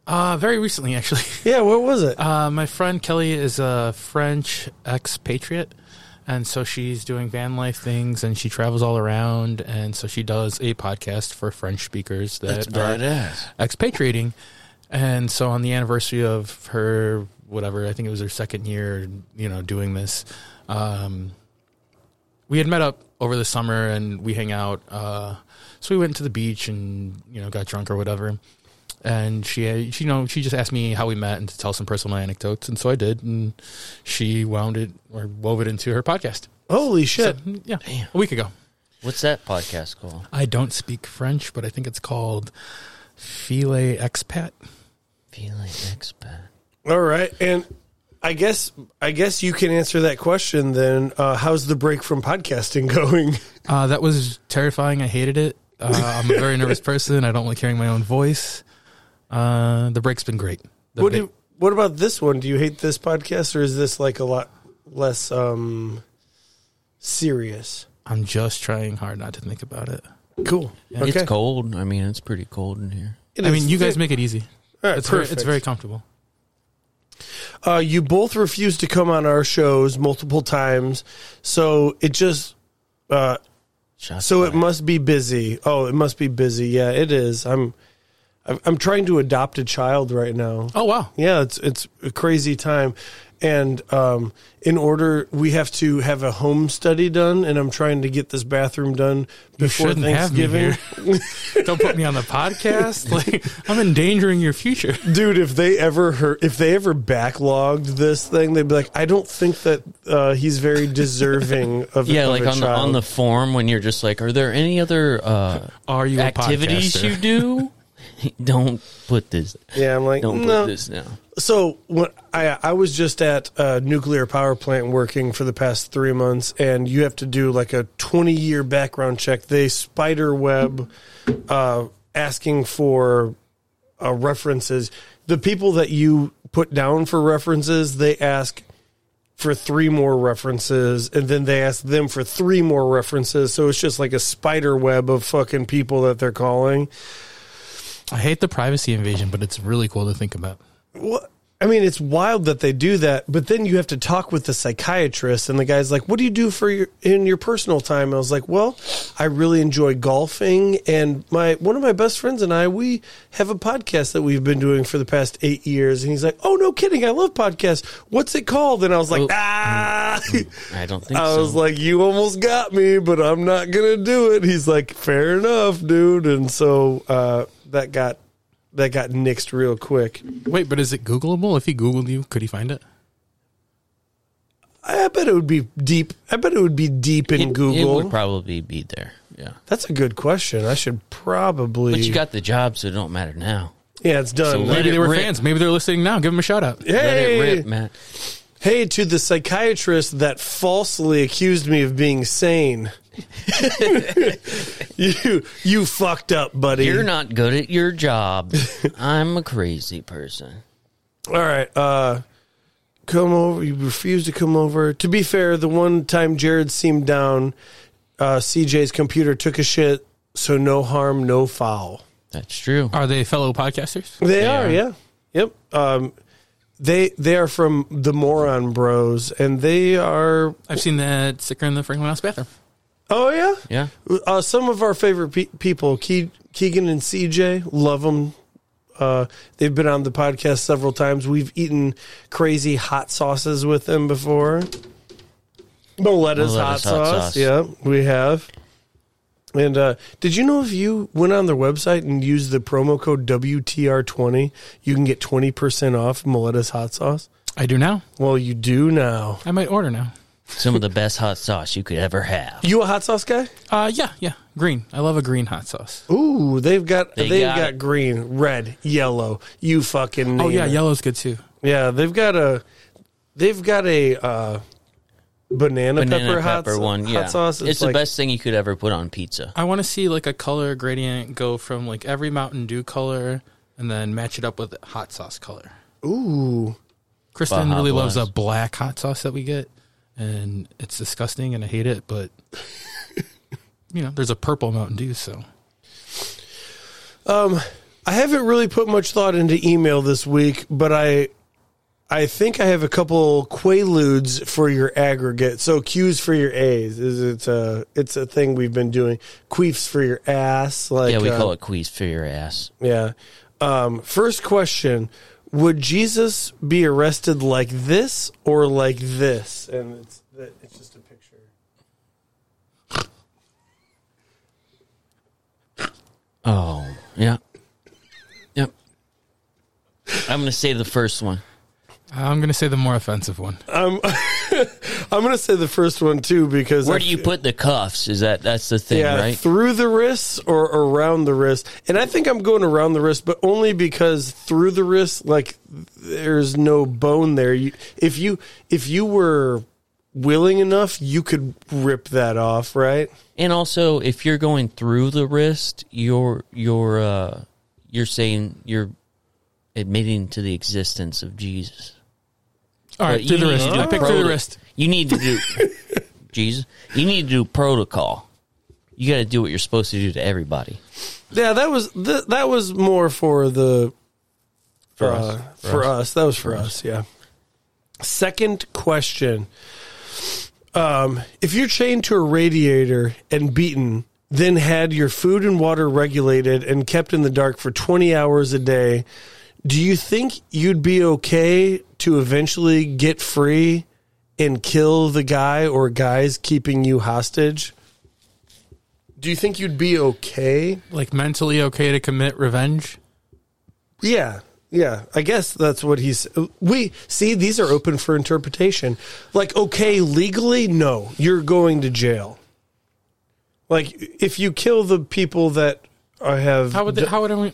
F: Uh, very recently, actually,
B: Yeah, what was it?
F: uh, my friend Kelly is a French expatriate, and so she's doing van life things, and she travels all around, and so she does a podcast for French speakers that are- expatriating. And so on the anniversary of her, whatever, I think it was her second year, you know, doing this, um, we had met up over the summer and we hang out. Uh, so we went to the beach and, you know, got drunk or whatever. And she, she, you know, she just asked me how we met and to tell some personal anecdotes. And so I did. And she wound it or wove it into her podcast.
B: Holy
F: So,
B: shit.
F: yeah, a week ago.
A: What's that podcast called?
F: I don't speak French, but I think it's called Filet Expat.
A: Feeling expat.
B: All right, and I guess I guess you can answer that question then. Uh, how's the break from podcasting going?
F: Uh, that was terrifying. I hated it. Uh, I'm a very nervous person. I don't like hearing my own voice. Uh, the break's been great. The
B: What
F: ba-
B: do, what about this one? Do you hate this podcast, or is this like a lot less um, serious?
F: I'm just trying hard not to think about it.
B: Cool. Okay.
A: It's cold. I mean, it's pretty cold in here.
B: It
F: I
B: is
F: mean, you guys
B: thick.
F: make it easy.
B: All right,
F: It's very, it's
B: perfect.
F: very comfortable.
B: Uh, you both refused to come on our shows multiple times, so it just uh,
A: Shots
B: So it
A: fired.
B: must be busy. Oh, it must be busy. Yeah, it is. I'm I'm I'm trying to adopt a child right now.
F: Oh wow!
B: Yeah, it's it's a crazy time. And um, in order, we have to have a home study done, and I'm trying to get this bathroom done before
F: shouldn't have me
B: Thanksgiving.
F: Don't put me on the podcast. Like I'm endangering your future.
B: Dude, if they ever heard, if they ever backlogged this thing, they'd be like, I don't think that uh, he's very deserving of.
A: Yeah,
B: of
A: like
B: a
A: on the on
B: child.
A: the form when you're just like, are there any other uh,
F: Are you a
A: activities
F: podcaster?
A: you do? Don't put this.
B: yeah, I'm like,
A: Don't
B: no.
A: put this now.
B: So when I I was just at a nuclear power plant working for the past three months, and you have to do like a twenty year background check. They spider web uh, asking for uh, references. The people that you put down for references, they ask for three more references, and then they ask them for three more references. So it's just like a spider web of fucking people that they're calling.
F: I hate the privacy invasion, but it's really cool to think about.
B: Well, I mean, it's wild that they do that, but then you have to talk with the psychiatrist, and the guy's like, "What do you do for your in your personal time?" And I was like, "Well, I really enjoy golfing, and my one of my best friends and I we have a podcast that we've been doing for the past eight years." And he's like, "Oh, no kidding! I love podcasts. What's it called?" And I was like,
A: Oh.
B: "Ah."
A: I don't think
B: I
A: so.
B: was like, you almost got me, but I'm not gonna do it. He's like, fair enough, dude. And so uh, that got that got nixed real quick.
F: Wait, but is it Googleable? If he Googled you, could he find it?
B: I bet it would be deep. I bet it would be deep in
A: it, It
B: Google.
A: would probably be there. Yeah.
B: That's a good question. I should probably.
A: But you got the job, so it don't matter now.
B: yeah, it's done.
A: So let
F: Maybe
A: it
F: they were
A: rip.
F: fans. Maybe they're listening now. Give them a shout out.
A: Let it
B: hey,
A: rip, Matt.
B: hey, to the psychiatrist that falsely accused me of being sane. you, you fucked up, buddy.
A: You're not good at your job. I'm a crazy person.
B: All right. Uh, come over. You refuse to come over. To be fair, the one time Jared seemed down, uh, CJ's computer took a shit. So no harm, no foul.
A: That's true.
F: Are they fellow podcasters?
B: They
A: Yeah.
B: are, yeah, yep. Um, they they are from the Moron Bros, and they are.
F: I've seen that sticker in the Franklin House bathroom.
B: Oh yeah,
A: Yeah.
B: Uh, some of our favorite pe- people, Ke- Keegan and CJ, love them. Uh, they've been on the podcast several times. We've eaten crazy hot sauces with them before. Moletta's,
A: Moletta's
B: hot,
A: hot
B: sauce.
A: sauce.
B: Yeah, we have. And uh, did you know if you went on their website and used the promo code WTR20, you can get 20% off Moletta's hot sauce?
F: I do now.
B: Well, you do now.
F: I might order now.
A: Some of the best hot sauce you could ever have.
B: You a hot sauce guy?
F: Uh, yeah, yeah. Green. I love a green hot sauce.
B: Ooh, they've got
A: They
B: they've
A: got
B: got,
A: it.
B: green, red, yellow. You fucking
F: Oh
B: name
F: yeah,
B: it.
F: yellow's good too.
B: Yeah, they've got a they've got a uh, banana,
A: Banana
B: pepper,
A: pepper,
B: hot, sa-
A: one.
B: hot
A: Yeah.
B: sauce.
A: it's
B: like-
A: the best thing you could ever put on pizza.
F: I want to see like a color gradient go from like every Mountain Dew color and then match it up with hot sauce color.
B: Ooh,
F: Kristen
A: Baja
F: really loves a
A: Blast.
F: black hot sauce that we get, and it's disgusting and I hate it, but you know, there's a purple Mountain Dew, so
B: Um, I haven't really put much thought into email this week, but I I think I have a couple quaaludes for your aggregate. So Q's for your A's is it's a it's a thing we've been doing. Queefs for your ass. Like
A: yeah, we
B: uh,
A: call it queeze for your ass.
B: Yeah. Um, first question Would Jesus be arrested like this or like this? And it's, it's just a picture.
A: Oh, yeah. Yep. I'm going to say the first one.
F: I'm gonna say the more offensive one.
A: Uh,
B: I'm going to say the first one too because.
A: Where
B: I-
A: do you put the cuffs? Is that that's the thing,
B: Yeah,
A: right?
B: through the wrists or around the wrist. And I think I'm going around the wrist, but only because through the wrist, like there's no bone there. You, if you if you were willing enough, you could rip that off, right?
A: and also, if you're going through the wrist, you're you're uh, you're saying you're admitting to the existence of Jesus.
F: All right,
A: But
F: through
A: you
F: the
A: need
F: wrist.
A: to do
F: I picked through
A: proto-
F: the wrist.
A: You need to do Jesus. You need to do protocol. You got to do what you're supposed to do to everybody.
B: Yeah, that was th- that was more for the
A: For
B: uh,
A: us.
B: For, us. That was for, us. Yeah. Second question: um, If you're chained to a radiator and beaten, then had your food and water regulated and kept in the dark for 20 hours a day, do you think you'd be okay to eventually get free and kill the guy or guys keeping you hostage? Do you think you'd be okay?
F: Like mentally okay to commit revenge.
B: Yeah. Yeah. I guess that's what he's. We see these are open for interpretation. Like, okay, legally, no, you're going to jail. Like, if you kill the people that uh, have.
F: How would they, how would I?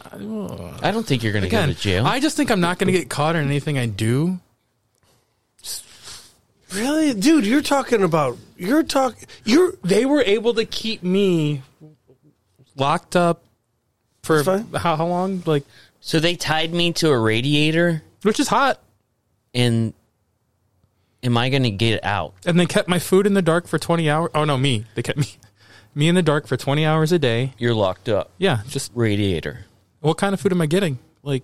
A: I don't think you're going to go to
F: Again,
A: jail.
F: I just think I'm not gonna get caught in anything I do.
B: really? Dude, you're talking about. You're talking. You're.
F: they were able to keep me locked up for
B: That's fine.
F: how, how long? Like,
A: so they tied me to a radiator,
F: which is hot.
A: and am I going to get out?
F: And they kept my food in the dark for 20 hours. Oh, no, me. They kept me, me in the dark for 20 hours a day.
A: You're locked up.
F: Yeah. Just
A: Radiator.
F: what kind of food am I getting? Like,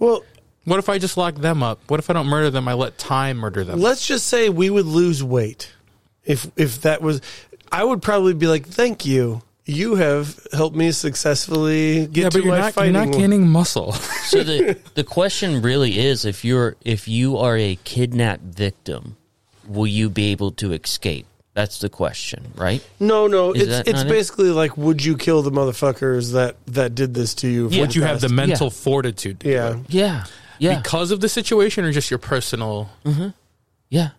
B: Well,
F: what if I just lock them up? What if I don't murder them? I let time murder them.
B: let's just say we would lose weight if if that was. I would probably be like, thank you. You have helped me successfully get
F: yeah,
B: to
F: but you're
B: my
F: not, you're
B: fighting.
F: not gaining muscle.
A: So the the question really is if you're if you are a kidnapped victim, will you be able to escape? That's the question, right?
B: No, no,
A: Is
B: it's
A: that
B: it's
A: not it?
B: basically like, would you kill the motherfuckers that that did this to you?
F: Would you have the mental
A: Yeah.
F: fortitude? to do
B: yeah,
F: it?
A: Yeah. Yeah.
F: Because of the situation or just your personal?
A: Yeah.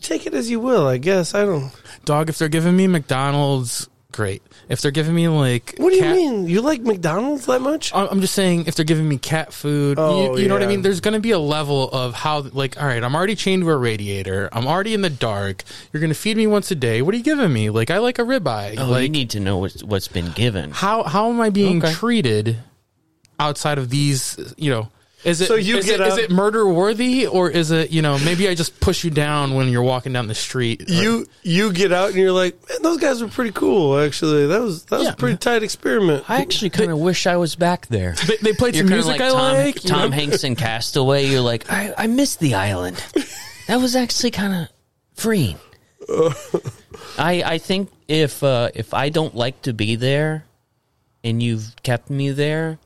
B: Take it as you will, I guess. I don't.
F: Dog, if they're giving me McDonald's, great. If they're giving me like
B: What do you
F: cat- Oh,
B: mean? You like McDonald's that much?
F: I- I'm just saying, if they're giving me cat food,
B: Oh,
F: you, you know what I
B: yeah.
F: mean? There's going to be a level of how, like, all right, I'm already chained to a radiator. I'm already in the dark. You're going to feed me once a day. What are you giving me? Like, I like a ribeye.
A: Oh, you
F: like,
A: need to know what's, what's been given.
F: how how am I being
A: Okay.
F: treated outside of these? You know, is it
B: So you
F: is
B: get
F: it, is
B: up-
F: it murder worthy or is it you know maybe I just push you down when you're walking down the street? or-
B: you you get out and you're like, man, those guys were pretty cool. Actually, that was that was
F: Yeah.
B: a pretty tight experiment.
A: I actually kind of wish I was back there.
F: they, they played some
A: kinda
F: music I
A: Tom,
F: like. you
A: Tom
F: know?
A: Hanks in Castaway. You're like, I, I missed the island. That was actually kind of freeing. I I think if uh, if I don't like to be there, and you've kept me there,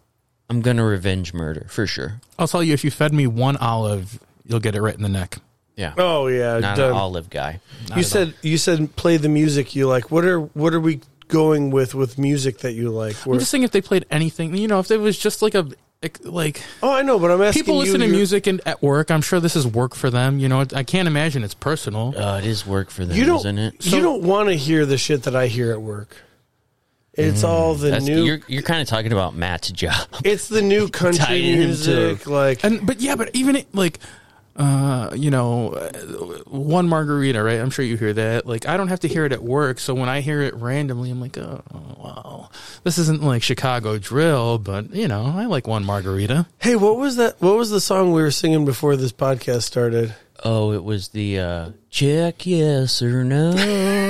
A: I'm gonna revenge murder for sure.
F: I'll tell you, if you fed me one olive, you'll get it right in the neck.
A: Yeah,
B: Oh yeah,
A: not
B: done.
A: an olive guy.
B: you said you said play the music you like. What are what are we going with with music that you like?
F: I'm
B: We're-
F: just saying if they played anything, you know, if it was just like a like
B: oh, I know, but I'm asking
F: people
B: you,
F: listen to
B: your-
F: music and at work. I'm sure this is work for them. You know, I can't imagine it's personal.
A: Uh, it is work for them,
B: You don't
A: isn't it?
B: you don't want to hear the shit that I hear at work. It's all the
A: Mm, That's,
B: new.
A: you're you're kind of talking about Matt's job.
B: it's the new country
A: Tying him to-
B: music, like
F: And but yeah, but even it, like uh, you know, uh, one margarita, right? I'm sure you hear that. Like I don't have to hear it at work, so when I hear it randomly, I'm like, oh, wow, this isn't like Chicago drill, but you know, I like one margarita.
B: Hey, what was that? What was the song we were singing before this podcast started?
A: Oh, it was the uh, check yes or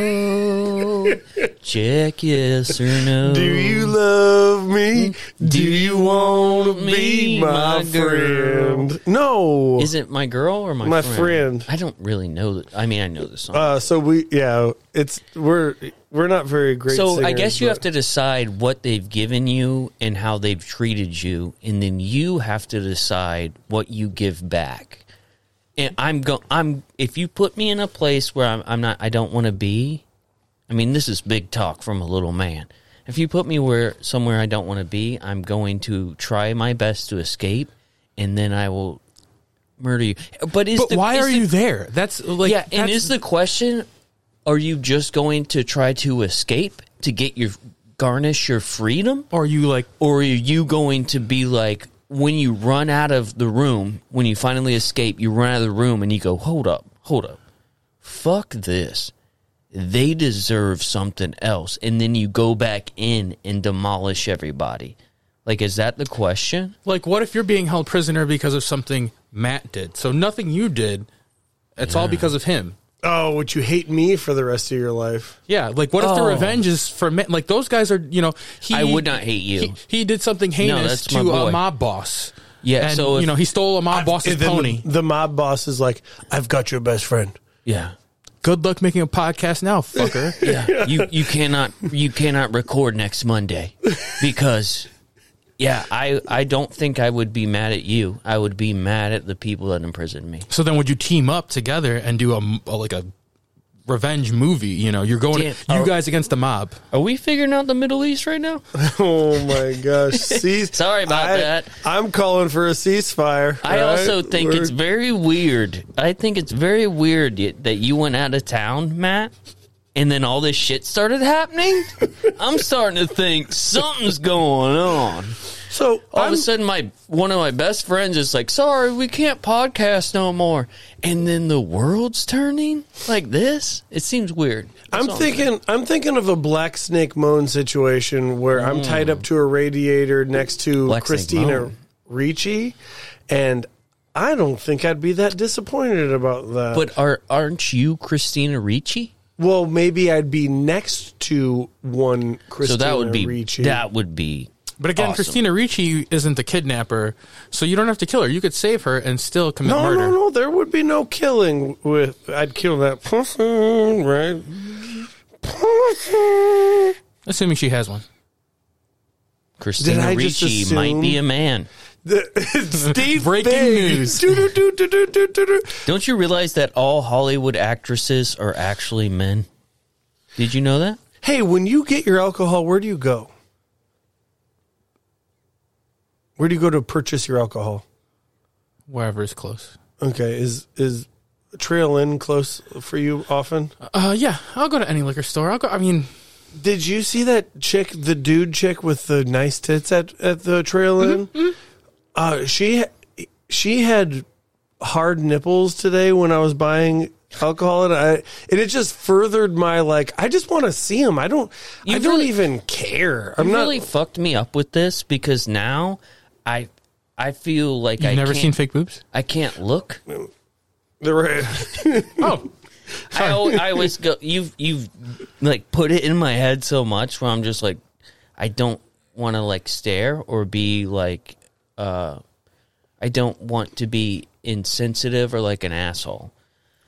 A: no. check yes or no.
B: Do you love me? Do you want to be
A: Me,
B: my,
A: my girl.
B: friend? No.
A: Is it my girl or my
B: My friend.
A: I don't really know. The, I mean, I know the song.
B: uh, so we, yeah, it's we're we're not very great.
A: so I
B: singers,
A: guess you
B: but-
A: have to decide what they've given you and how they've treated you, and then you have to decide what you give back. And I'm go. I'm if you put me in a place where I'm, I'm not. I don't want to be. I mean, this is big talk from a little man. If you put me where somewhere I don't want to be, I'm going to try my best to escape, and then I will murder you. But is
F: But
A: the,
F: why
A: is
F: are
A: the-
F: you there? That's like
A: yeah, and
F: that's-
A: is the question: Are you just going to try to escape to get your garnish your freedom,
F: are you like
A: or are you going to be like when you run out of the room, when you finally escape, you run out of the room and you go, "Hold up, hold up, fuck this." They deserve something else, and then you go back in and demolish everybody. Like, is that the question?
F: Like, what if you're being held prisoner because of something Matt did? So nothing you did. It's all because of him.
B: Oh, would you hate me for the rest of your life?
F: Yeah. Like, what if the
A: Oh.
F: revenge is for Matt? Like, those guys are, you know, he.
A: I would not hate you.
F: He, he did something heinous
A: that's my
F: to a
A: boy.
F: mob boss.
A: Yeah,
F: And,
A: so if-
F: you know, he stole a mob boss's
B: And then
F: pony.
B: The, the mob boss is like, "I've got your best friend."
A: Yeah.
F: Good luck making a podcast now, fucker.
A: Yeah, you you cannot you cannot record next Monday because yeah, I I don't think I would be mad at you. I would be mad at the people that imprisoned me.
F: So then, would you team up together and do a, m- a- like a revenge movie? You know, you're going,
A: Damn.
F: you guys against the mob.
A: Are we figuring out the Middle East right now?
B: Oh my gosh! Cease-
A: Sorry about
B: I-
A: that.
B: I'm calling for a ceasefire.
A: I
B: right?
A: also think
B: We're-
A: it's very weird. I think it's very weird y- that you went out of town, Matt, and then all this shit started happening. I'm starting to think something's going on.
B: so.
A: All
B: I'm,
A: of a sudden, my one of my best friends is like, "Sorry, we can't podcast no more." And then the world's turning like this. It seems weird. That's
B: I'm
A: all
B: thinking. I'm thinking of a black snake moan situation where I'm tied up to a radiator next to
A: Hmm. Black Snake
B: Christina
A: Moan.
B: Ricci, and I don't think I'd be that disappointed about that.
A: But are aren't you Christina Ricci?
B: well, maybe I'd be next to one
A: So
B: Christina
A: that would be
B: Ricci.
A: that would be.
F: But again,
A: Awesome.
F: Christina Ricci isn't the kidnapper, so you don't have to kill her. You could save her and still commit
B: no,
F: murder.
B: no, no. There would be no killing. With I'd kill that person, right? Person.
F: Assuming she has one.
A: Christina
B: I just
A: Ricci might be a
B: assume-
A: man.
B: Steve
F: Breaking
B: Bing.
F: news.
B: Do-do-do-do-do-do-do.
A: Don't you realize that all Hollywood actresses are actually men? Did you know that?
B: Hey, when you get your alcohol, where do you go? Where do you go to purchase your alcohol?
F: Wherever is close.
B: Okay, is is Trail Inn close for you often?
F: Uh, yeah, I'll go to any liquor store. I'll go. I mean,
B: Did you see that chick, the dude chick with the nice tits at, at the Trail Inn?
A: Mm-hmm,
B: Uh, she she had hard nipples today when I was buying alcohol, and I and it just furthered my like. I just want to see them. I don't. I
A: You
B: don't
A: really-
B: even care. I'm
A: You
B: not.
A: really fucked me up with this because now I I feel like
F: you've
A: I
F: never
A: can't,
F: seen fake boobs.
A: I can't look.
B: the right-
F: Oh,
A: I, al- I always go. You've you've like put it in my head so much where I'm just like, I don't want to like stare or be like, uh, I don't want to be insensitive or like an asshole.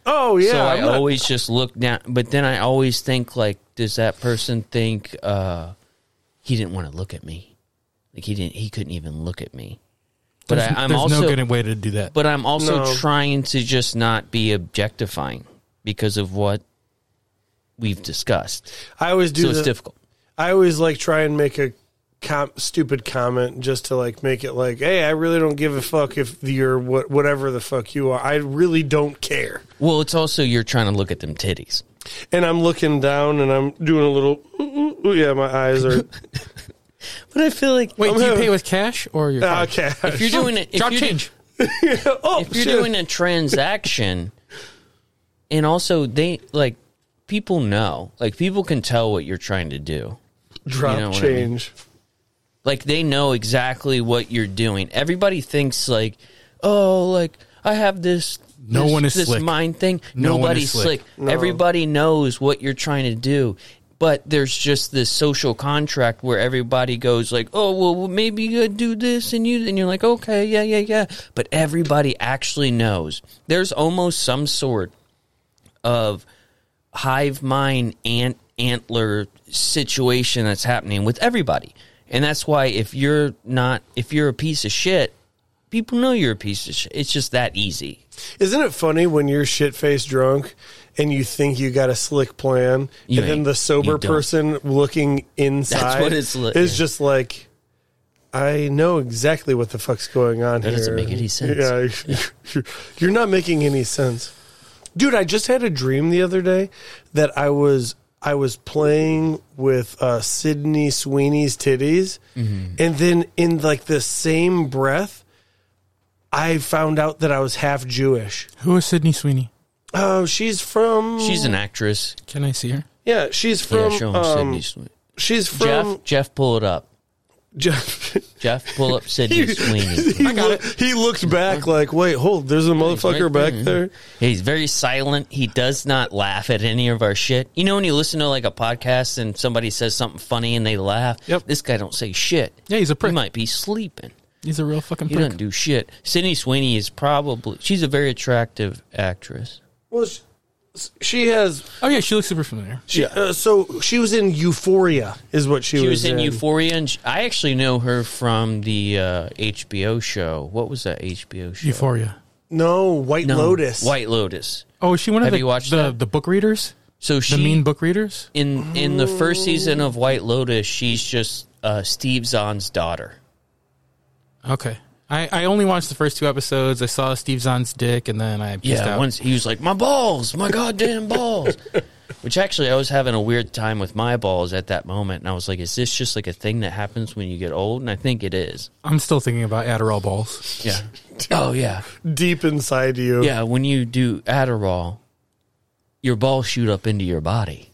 B: oh yeah.
A: so I
B: I'm not-
A: always just look down, but then I always think like, does that person think uh, he didn't want to look at me? Like he didn't, he couldn't even look at me. But
F: there's,
A: I, I'm
F: there's
A: also,
F: no good way to do that.
A: but I'm also
B: No.
A: trying to just not be objectifying because of what we've discussed.
B: I always do.
A: so it's
B: the-
A: difficult.
B: I always like try and make a com- stupid comment just to like make it like, hey, I really don't give a fuck if you're what whatever the fuck you are. I really don't care.
A: Well, it's also you're trying to look at them titties.
B: And I'm looking down and I'm doing a little. ooh, ooh, ooh, yeah, my eyes are.
A: But I feel like
F: Wait,
B: I'm
F: do you
B: having-
F: pay with cash or your
B: Ah,
F: card?
B: okay.
A: if you're doing it, if
F: drop
A: you're do-
F: change?
B: oh,
A: if you're
B: shit.
A: doing a transaction and also they like people know like people can tell what you're trying to do
B: drop
A: know what I mean.
B: change.
A: like they know exactly what you're doing everybody thinks like oh like i have this
F: No
A: this-
F: one is
A: this
F: slick.
A: mind thing
F: No one
A: nobody's
F: is slick.
A: slick, everybody knows what you're trying to do but there's just this social contract where everybody goes like, "Oh, well, maybe you do this," and you and you're like, "Okay, yeah, yeah, yeah." But everybody actually knows. There's almost some sort of hive mind ant antler situation that's happening with everybody. And that's why if you're not if you're a piece of shit, people know you're a piece of shit. It's just that easy.
B: Isn't it funny when you're shit faced drunk and you think you got a slick plan,
A: You
B: and then
A: ain't.
B: the sober
A: You don't.
B: person looking inside
A: what it's li-
B: is just like, I know exactly what the fuck's going on here.
A: doesn't make any sense.
B: Yeah, you're not making any sense, dude. I just had a dream the other day that I was. I was playing with uh, Sydney Sweeney's titties,
A: Mm-hmm.
B: and then in like the same breath, I found out that I was half Jewish.
F: Who is Sydney Sweeney?
B: Oh, she's from.
A: She's an actress.
F: Can I see her?
B: yeah. She's from.
A: yeah, show him
B: um,
A: Sydney Sweeney.
B: she's
A: Jeff,
B: from
A: Jeff, pull it up.
B: Jeff.
A: Jeff, pull up Sydney Sweeney.
B: he, loo- he looked back like, wait, hold, there's a motherfucker
A: right Mm-hmm.
B: back there.
A: He's very silent. He does not laugh at any of our shit. You know when you listen to like a podcast and somebody says something funny and they laugh.
F: Yep.
A: This guy don't say shit.
F: Yeah, he's a prick.
A: He might be sleeping.
F: He's a real fucking
A: He
F: prick.
A: doesn't do shit. Sydney Sweeney is probably she's a very attractive actress.
B: Well, she, she has.
F: Oh yeah, she looks super familiar.
B: She, uh, so she was in Euphoria, is what she,
A: She was in Euphoria, and sh I actually know her from the uh, HBO show. What was that HBO show?
F: Euphoria.
B: No, White
A: No,
B: Lotus.
A: White Lotus.
F: Oh, is she one of
A: Have
F: the
A: you watched
F: the,
A: that?
F: the book readers?
A: So she
F: The mean book readers?
A: in in the first season of White Lotus, she's just uh, Steve Zahn's daughter.
F: Okay. I, I only watched the first two episodes. I saw Steve Zahn's dick, and then I pissed
A: Yeah,
F: out.
A: once he was like, "My balls, my goddamn balls," which actually I was having a weird time with my balls at that moment, and I was like, "Is this just like a thing that happens when you get old?" And I think it is.
F: I'm still thinking about Adderall balls.
A: Yeah. oh yeah.
B: Deep inside you.
A: Yeah, when you do Adderall, your balls shoot up into your body.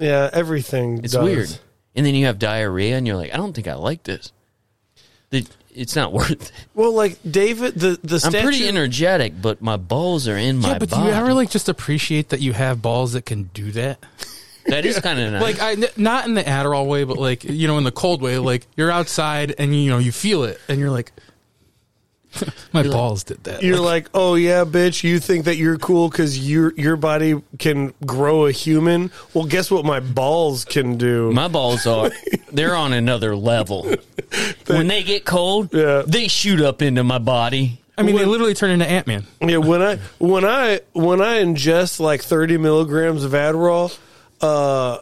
B: Yeah, everything.
A: It's
B: does.
A: weird. And then you have diarrhea, and you're like, I don't think I like this. The, it's not worth it.
B: Well, like David, the the
A: I'm
B: statue,
A: pretty energetic, but my balls are in my
F: yeah, but
A: body.
F: do you ever like just appreciate that you have balls that can do that?
A: that is kind of nice.
F: Like I n- not in the Adderall way, but like you know in the cold way. Like you're outside and you know you feel it, and you're like, my balls did that.
B: you're like, oh yeah, bitch. You think that you're cool because your your body can grow a human. Well, guess what? My balls can do.
A: my balls are they're on another level. when they get cold,
B: Yeah.
A: they shoot up into my body.
F: I mean, they literally turn into Ant Man.
B: yeah, when I when I when I ingest like thirty milligrams of Adderall, uh,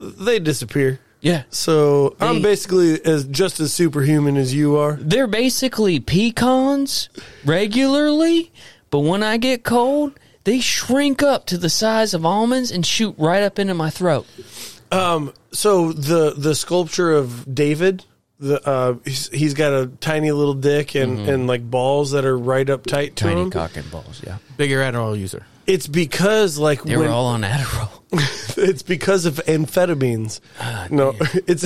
B: they disappear.
A: Yeah.
B: So I'm
A: They-
B: basically as just as superhuman as you are.
A: They're basically pecans regularly, but when I get cold, They shrink up to the size of almonds and shoot right up into my throat.
B: So the the sculpture of David, the uh, he's, he's got a tiny little dick and and like balls that are right up tight to
A: Mm-hmm. Tiny
B: him.
A: cock and balls, yeah.
F: Bigger Adderall user.
B: It's because like
A: They
B: when
A: were all on Adderall.
B: it's because of amphetamines. no, it's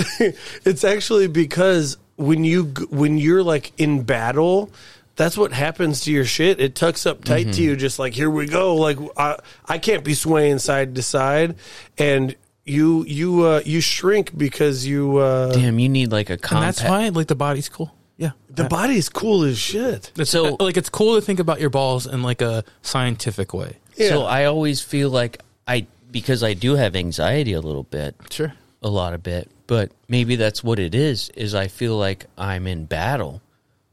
B: it's actually because when you g- when you're like in battle, that's what happens to your shit. It tucks up tight to you, just like here we go. Like I I can't be swaying side to side, and you you uh, you shrink because you uh,
A: Damn, you need like Um, a
F: And
A: compact.
F: that's why, like, the body's cool. Yeah.
B: the body's cool as shit.
A: So-
F: so, like, it's cool to think about your balls in, like, a scientific way.
A: So
B: Yeah.
A: I always feel like I because I do have anxiety a little bit,
F: Sure.
A: a lot of bit, but maybe that's what it is. Is I feel like I'm in battle,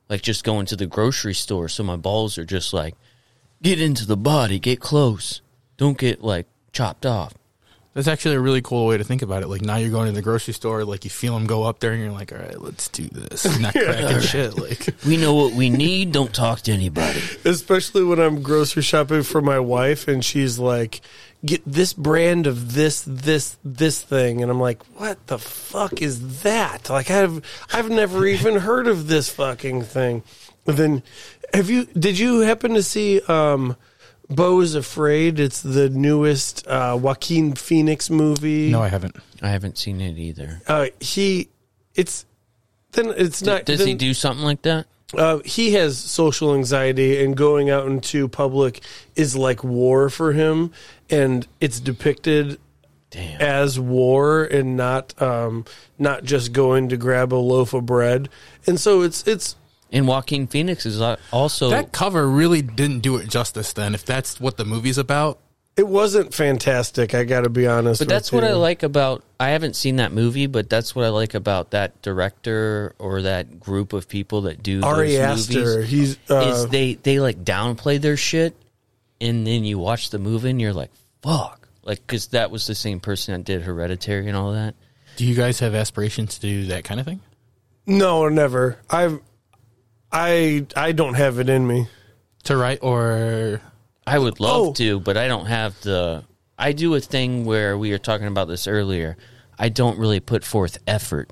A: like just going to the grocery store, so my balls are just like, get into the body, get close, don't get like chopped off.
F: That's actually a really cool way to think about it. Like now you're going to the grocery store, like you feel them go up there, and you're like, "All right, let's do this." Not cracking shit. Like
A: We know what we need. Don't talk to anybody.
B: Especially when I'm grocery shopping for my wife and she's like, get this brand of this, this, this thing. And I'm like, what the fuck is that? Like, I've, I've never even heard of this fucking thing. And then, have you, did you happen to see, um, Bo is Afraid? It's the newest, uh, Joaquin Phoenix movie.
F: no, I haven't.
A: I haven't seen it either.
B: Uh, he, it's, then it's not.
A: Does he
B: then-
A: do something like that?
B: uh, he has social anxiety, and going out into public is like war for him, and it's depicted
A: Damn.
B: as war and not um, not just going to grab a loaf of bread. And so it's it's
A: And Joaquin Phoenix is al- also
F: That cover really didn't do it justice. Then, if that's what the movie's about,
B: it wasn't fantastic. I got to be honest.
A: But
B: with
A: that's what
B: you.
A: I like about. I haven't seen that movie, but that's what I like about that director or that group of people that do
B: Ari
A: those
B: Aster,
A: movies.
B: he's uh,
A: is they they like downplay their shit, and then you watch the movie and you're like, fuck, like because that was the same person that did Hereditary and all that.
F: do you guys have aspirations to do that kind of thing?
B: no, never. I've I I don't have it in me.
F: To write or
A: I would love
B: Oh.
A: to, but I don't have the. I do a thing where we were talking about this earlier. I don't really put forth effort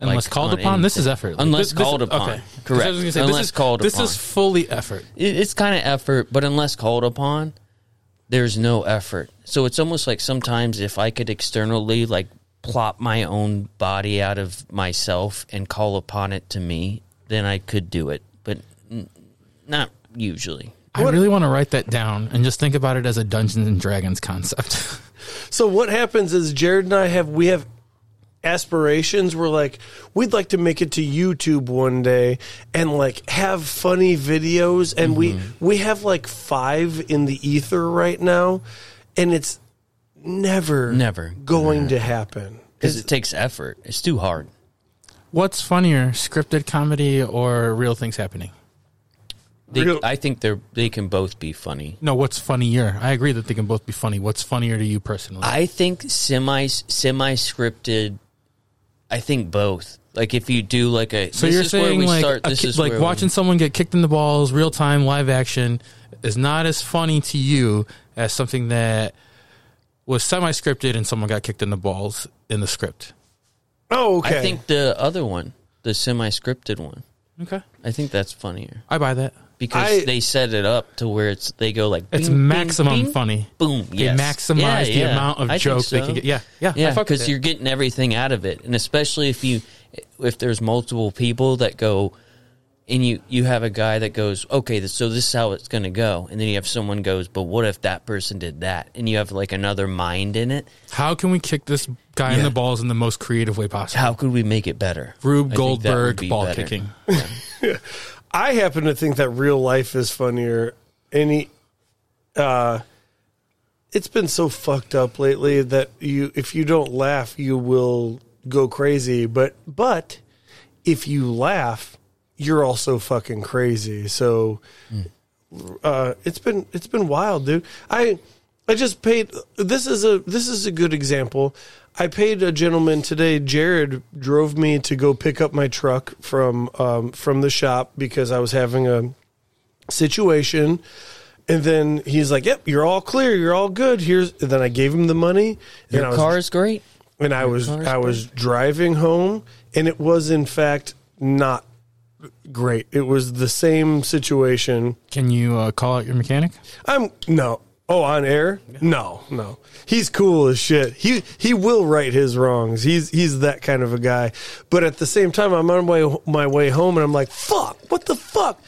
F: unless
A: Like,
F: called
A: on
F: upon, this is
A: anything.
F: effort.
A: Unless
F: this- this-
A: called upon.
F: 'Cause
A: Correct.
F: I was gonna say,
A: Unless
F: this is,
A: called
F: This
A: upon.
F: is fully effort.
A: it, it's kind of effort, but unless called upon, there's no effort. So it's almost like sometimes if I could externally like plop my own body out of myself and call upon it to me, then I could do it, but n- not usually.
F: I really want to write that down and just think about it as a Dungeons and Dragons concept.
B: So what happens is Jared and I have we have aspirations. We're like we'd like to make it to YouTube one day and like have funny videos and
A: Mm-hmm.
B: we we have like 5 in the ether right now and it's never
A: Never.
B: going to happen.
A: Because it takes effort. It's too hard.
F: What's funnier, scripted comedy or real things happening?
A: They,
B: Real-
A: I think they're they can both be funny.
F: No, what's funnier? I agree that they can both be funny. What's funnier to you personally?
A: I think semi semi scripted. I think both. Like if you do like a
F: so
A: this
F: you're
A: is
F: saying
A: where we
F: like
A: start.
F: a
A: This
F: ki-
A: is
F: like
A: where we-
F: watching someone get kicked in the balls, real time, live action, is not as funny to you as something that was semi scripted and someone got kicked in the balls in the script.
B: Oh, okay.
A: I think the other one, the semi scripted one.
F: Okay,
A: I think that's funnier
F: I buy that.
A: because
B: I-
A: they set it up to where it's they go like
F: It's
A: bing,
F: maximum
A: bing, bing,
F: funny.
A: Boom, yes.
F: They maximize
A: Yeah,
F: the
A: yeah.
F: amount of
A: I think
F: jokes they
A: so.
F: can get. Yeah, yeah, I
A: yeah,
F: fuck with
A: because
F: it.
A: you're getting everything out of it, and especially if you if there's multiple people that go. And you, you have a guy that goes, okay, th- so this is how it's going to go. And then you have someone goes, but what if that person did that? And you have like another mind in it.
F: How can we kick this guy in
A: Yeah.
F: the balls in the most creative way possible?
A: How could we make it better? I think
F: Rube
A: that would
F: Goldberg
A: be
F: ball
A: better.
F: kicking.
B: I happen to think that real life is funnier. Any, uh, it's been so fucked up lately that you, if you don't laugh, you will go crazy. But but if you laugh, you're also fucking crazy. So
A: Hmm.
B: uh, it's been it's been wild, dude. I I just paid. This is a this is a good example. I paid a gentleman today. Jared drove me to go pick up my truck from um, from the shop because I was having a situation, And then he's like, "Yep, you're all clear. You're all good." Here's. And then I gave him the money. And I
A: Your
B: was,
A: car is great.
B: and I was
A: car's
B: I was driving home, and it was in fact not great. It was the same situation.
F: Can you uh, call out your mechanic?
B: I'm no. Oh, on air? No, no. He's cool as shit. He he will right his wrongs. He's he's that kind of a guy. But at the same time, I'm on my my way home, and I'm like, fuck, what the fuck.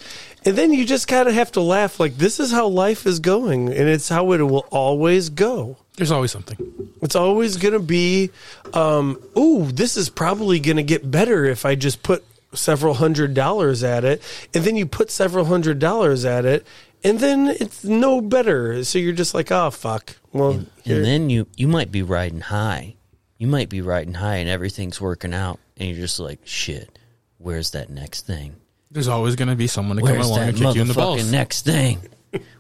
B: And then you just kind of have to laugh, like this is how life is going, and it's how it will always go.
F: There's always something.
B: It's always going to be, um, ooh, this is probably going to get better if I just put several hundred dollars at it. And then you put several hundred dollars at it, and then it's no better. So you're just like, oh, fuck. Well, here-
A: And then you you might be riding high. You might be riding high and everything's working out and you're just like, shit, where's that next thing?
F: There's always going to be someone to come
A: Where's
F: along
A: that
F: and kick you in the
A: motherfucking
F: balls.
A: next thing?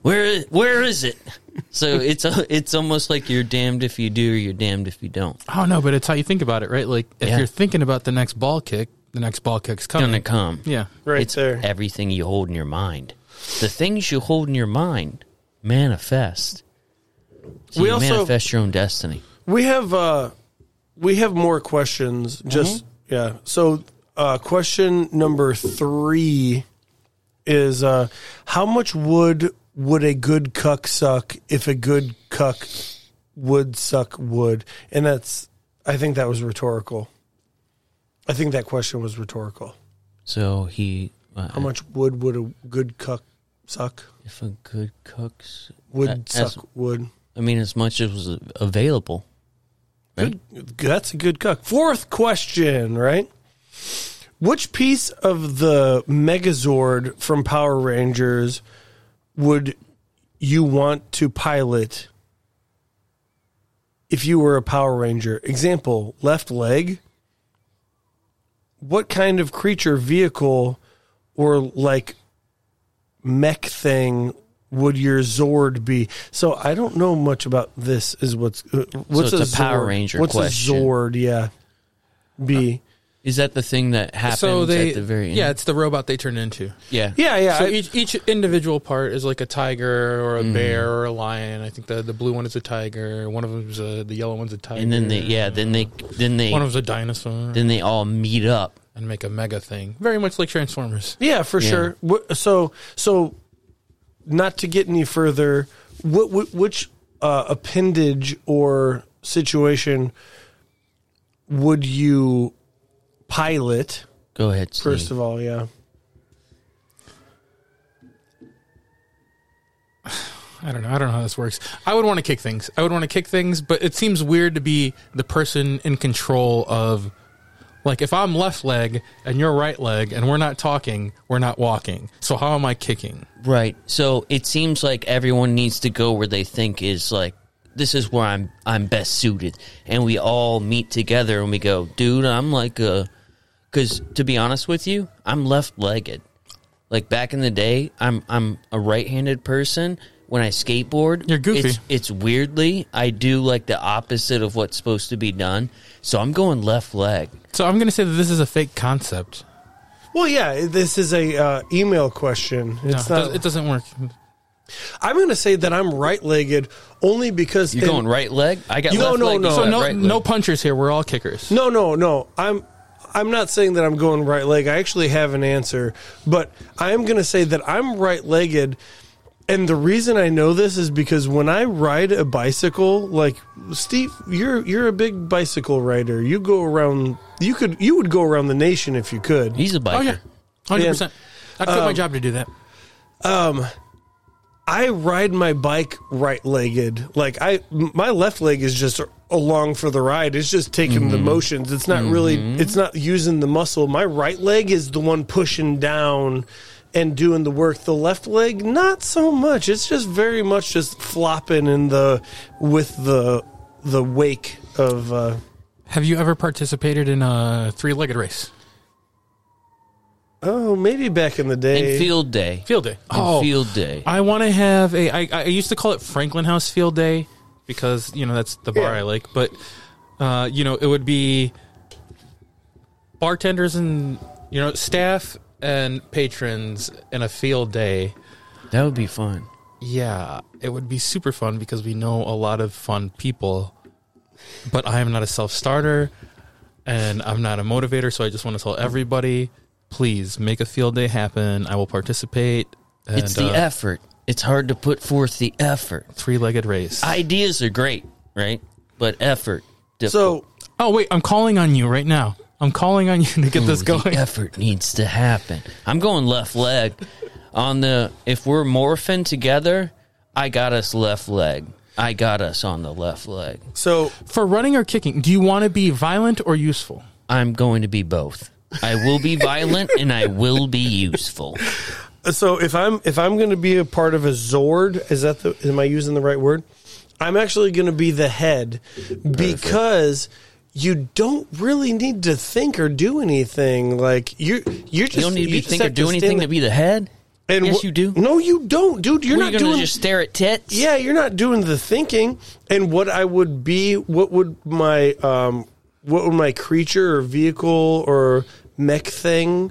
A: Where where is it? So it's it's almost like you're damned if you do or you're damned if you don't.
F: I don't know, Oh, but it's how you think about it, right? Like if
A: Yeah.
F: you're thinking about the next ball kick, the next ball kick's coming.
A: Gonna come.
F: Yeah.
B: right
A: it's
B: there.
A: everything you hold in your mind. The things you hold in your mind manifest. So
B: We
A: you
B: also-
A: manifest your own destiny.
B: We have uh we have more questions. Just
A: Mm-hmm.
B: yeah. So uh question number three is uh how much wood would a good cuck suck if a good cuck would suck wood? And that's I think that was rhetorical. I think that question was rhetorical.
A: So he, uh,
B: How much wood would a good cuck suck?
A: if a good cook's
B: Would
A: That- that's-
B: suck wood.
A: I mean, as much as was available. Right?
B: That's a good cook. Fourth question, right? Which piece of the Megazord from Power Rangers would you want to pilot if you were a Power Ranger? Example, left leg. What kind of creature, vehicle, or like mech thing would your Zord be? So I don't know much about this. Is what's uh, what's
A: it's a Power
B: Zord?
A: Ranger
B: What's
A: question. Uh,
B: a Zord? Yeah, be
A: Is that the thing that happens
F: So they,
A: at the very end?
F: yeah, it's the robot they turn into.
A: yeah.
B: yeah, yeah.
F: So
B: I-
F: each each individual part is like a tiger or a
A: Mm-hmm.
F: bear or a lion. I think the the blue one is a tiger. One of them's a the yellow one's a tiger.
A: And then they, yeah, then they, then they,
F: one of them's a dinosaur.
A: then they all meet up.
F: and make a mega thing, very much like Transformers.
B: Yeah, for sure. Wh- So, so not to get any further, what, what which uh, appendage or situation would you pilot
A: Go ahead. Steve.
B: first of all? Yeah,
F: I don't know. I don't know how this works. I would want to kick things. I would want to kick things, but it seems weird to be the person in control of. Like if I'm left leg and you're right leg and we're not talking, we're not walking. So how am I kicking?
A: Right. So it seems like everyone needs to go where they think is like this is where I'm I'm best suited, and we all meet together and we go, dude, I'm like a, because to be honest with you, I'm left legged. Like back in the day, I'm I'm a right handed person. When I skateboard,
F: You're goofy.
A: It's, it's weirdly I do like the opposite of what's supposed to be done. So I'm going left leg.
F: So I'm gonna say that this is a fake concept.
B: well, yeah. This is a uh, email question.
F: No,
B: It's
F: it does-
B: not.
F: it doesn't work.
B: I'm going to say that I'm right-legged only because
A: You're
B: and-
A: going right leg. I got
B: You-
A: left
B: no, no,
A: leg. you
B: no.
F: So
A: got
F: no
A: Oh, right
F: no
A: leg.
F: punchers here. We're all kickers.
B: No, no, no. I'm I'm not saying that I'm going right leg. I actually have an answer, but I am going to say that I'm right-legged and the reason I know this is because when I ride a bicycle, like Steve, you're you're a big bicycle rider. You go around you could you would go around the nation if you could.
A: He's a biker.
F: Oh yeah, hundred percent. I'd quit my job to do that.
B: I ride my bike right-legged. Like I m- my left leg is just along for the ride. It's just taking the motions. It's not really it's not using the muscle. My right leg is the one pushing down and doing the work. The left leg not so much. It's just very much just flopping in the with the the wake of uh
F: Have you ever participated in a three-legged race?
B: oh, maybe back in the
A: And
B: day.
A: field day.
F: Field day.
A: And Oh, field day.
F: Oh, I want to have a. I, I used to call it Franklin House Field Day because you know that's the bar
B: Yeah.
F: I like. But uh, you know, it would be bartenders and you know staff and patrons in a field day.
A: That would be fun.
F: Yeah, it would be super fun because we know a lot of fun people, but I am not a self starter and I'm not a motivator. So I just want to tell everybody please make a field day happen. I will participate. And, uh,
A: it's the effort. It's hard to put forth the effort.
F: three legged race.
A: Ideas are great, right? But effort.
B: So
A: Difficult.
F: oh, wait, I'm calling on you right now. I'm calling on you to get this
A: the
F: going.
A: effort needs to happen. I'm going left leg on the. If we're morphing together, I got us left leg. I got us on the left leg.
B: so
F: For running or kicking, do you want to be violent or useful?
A: I'm going to be both. I will be violent and I will be useful.
B: so if I'm if I'm going to be a part of a Zord, is that the am I using the right word? I'm actually going to be the head because you don't really need to think or do anything. Like you, you're just
A: You don't need to be
B: just
A: think or
B: have
A: do
B: stand
A: anything to
B: there-
A: be the head.
B: And
A: yes,
B: wh-
A: you do.
B: No, you don't, dude. You're
A: You're
B: not doing.
A: just stare at tits.
B: yeah, you're not doing the thinking. And what I would be, what would my, um, what would my creature or vehicle or mech thing?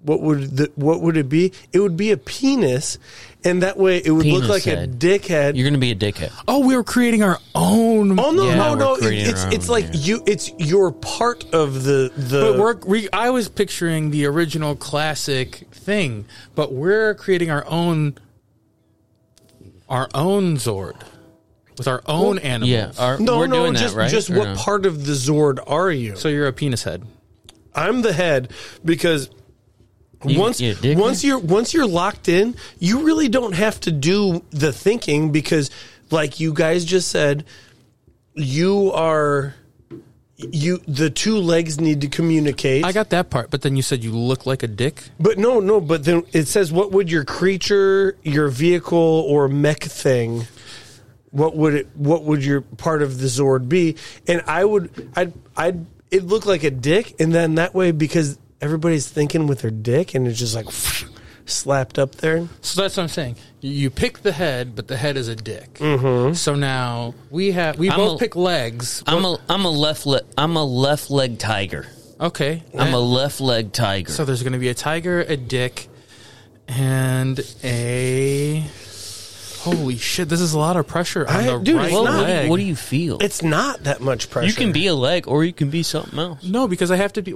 B: What would the, what would it be? It would be a penis, and that way it would
A: Penis
B: look like
A: head.
B: a dickhead.
A: You're going to be a dickhead.
F: Oh, we were creating our own.
B: oh no,
A: Yeah,
B: no,
A: we're
B: no! it-
A: creating
B: it's
A: our
B: it's
A: own,
B: like
A: yeah.
B: you. It's you're part of the the.
F: But we're, we, I was picturing the original classic thing, but we're creating our own, our own Zord with our own animals.
A: Yeah. Are,
B: no,
A: we're
B: no,
A: doing
B: just
A: that, right?
B: just
A: Or
B: what
A: no?
B: part of the Zord are you?
F: so you're a penis head.
B: I'm the head because
A: You-
B: once
A: you dickhead?
B: once you're once you're locked in, you really don't have to do the thinking because like you guys just said, you are you the two legs need to communicate.
F: I got that part, but then you said you look like a dick.
B: but no, no, but then it says what would your creature, your vehicle or mech thing what would it what would your part of the Zord be? And I would I'd I'd it look like a dick and then that way because everybody's thinking with their dick and it's just like slapped up there.
F: So that's what I'm saying. You- You pick the head, but the head is a dick.
B: Mm-hmm.
F: So now we have we
A: I'm
F: both
A: a-
F: pick legs.
A: I'm a I'm a left leg I'm a left leg tiger.
F: Okay, Eh,
A: I'm a left leg tiger.
F: So there's going to be a tiger, a dick, and a. Holy shit! This is a lot of pressure on
B: I-
F: the
B: dude,
F: right
B: it's
A: well,
B: not-
A: what do,
F: leg.
A: you, what do you feel?
B: It's not that much pressure.
A: you can be a leg or you can be something else.
F: no, because I have to be.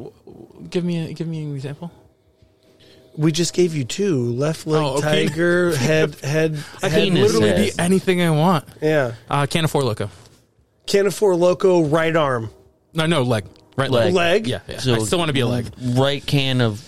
F: Give me a give me an example.
B: We just gave you two left leg
F: Oh, a penis.
B: tiger head head. I head
A: Penis
F: Literally
A: head.
F: be anything I want.
B: Yeah.
F: Uh, can't afford loco.
B: Can afford loco right arm.
F: No, no leg, right
A: Leg.
F: leg.
B: Leg.
F: Yeah, yeah.
A: So-
F: I still want to be a leg,
A: Right can of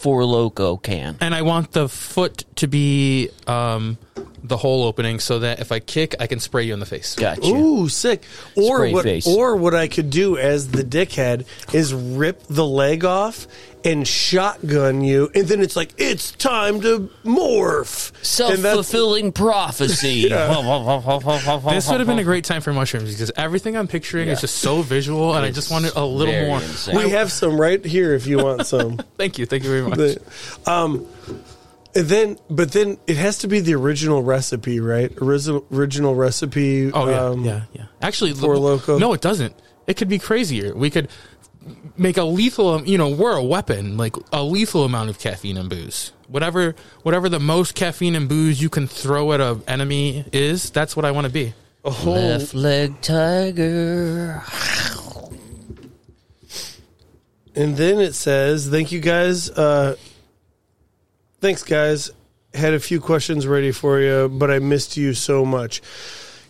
A: four loco can.
F: and I want the foot to be um, the hole opening, so that if I kick, I can spray you in the face.
A: Gotcha.
B: Ooh, sick! Or
A: Spray
B: what?
A: face.
B: Or what I could do as the dickhead is rip the leg off and shotgun you, and then it's like it's time to morph.
A: Self
B: And that's-
A: fulfilling prophecy.
F: This would have been a great time for mushrooms because everything I'm picturing is
A: Yeah.
F: just so visual, and I just wanted a little
A: very
F: more.
A: insane.
B: We have some right here if you want some.
F: Thank you, thank you very much.
B: The- um, and then, but then it has to be the original recipe, right? Original, original recipe.
F: Oh yeah,
B: um,
F: yeah, yeah. Actually,
B: Four Loko.
F: No, it doesn't. It could be crazier. We could make a lethal. um, You know, we're a weapon. Like a lethal amount of caffeine and booze. Whatever, whatever the most caffeine and booze you can throw at a enemy is, that's what I want to be.
B: A whole
A: Left leg tiger.
B: And then it says, "Thank you guys. Uh, thanks, guys. Had a few questions ready for you, but I missed you so much."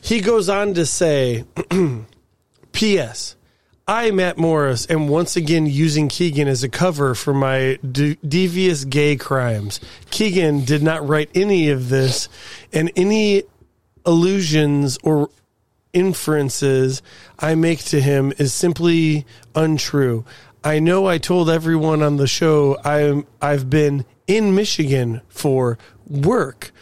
B: He goes on to say, "P.S. I, Matt Morris, am once again using Keegan as a cover for my de- devious gay crimes. Keegan did not write any of this, and any allusions or inferences I make to him is simply untrue. I know I told everyone on the show I'm I've been in Michigan for work,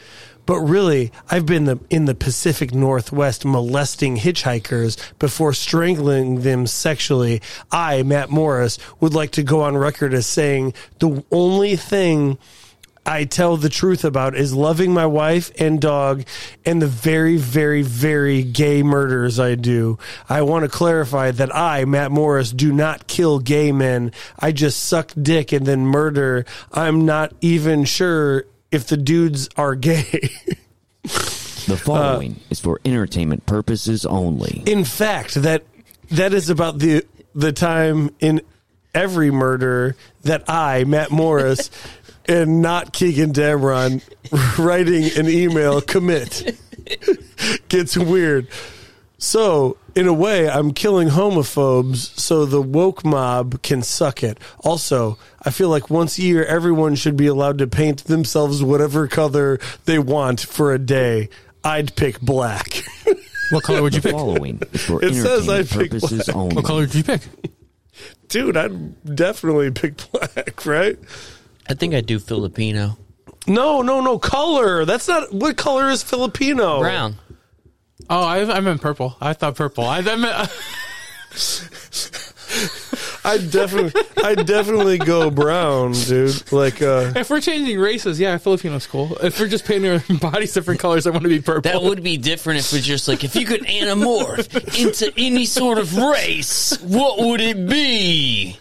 B: but really I've been the, in the Pacific Northwest molesting hitchhikers before strangling them sexually. I, Matt Morris, would like to go on record as saying the only thing I tell the truth about is loving my wife and dog and the very, very, very gay murders I do. I want to clarify that I, Matt Morris, do not kill gay men. I just suck dick and then murder. I'm not even sure if the dudes are gay.
G: The following is for entertainment purposes only.
B: In fact, that that is about the the time in every murder that I, Matt Morris, and not Keegan Damron writing an email commit gets weird. So, in a way, I'm killing homophobes so the woke mob can suck it. Also, I feel like once a year everyone should be allowed to paint themselves whatever color they want for a day. I'd pick black.
F: What color would you
G: The
F: pick?
G: following is for
B: It says I
G: entertainment
B: picked
G: purposes
F: What
G: only.
F: color would you pick?
B: Dude, I'd definitely pick black, right?
A: I think I do Filipino.
B: No, no, no, color. That's not what color is Filipino.
A: Brown.
F: Oh, I, I meant purple. I thought purple. I, I meant,
B: I definitely I definitely go brown, dude. Like uh
F: if we're changing races, yeah, Filipino's cool. If we're just painting our bodies different colors, I want to be purple.
A: That would be different if it's just like if you could anamorph into any sort of race, what would it be?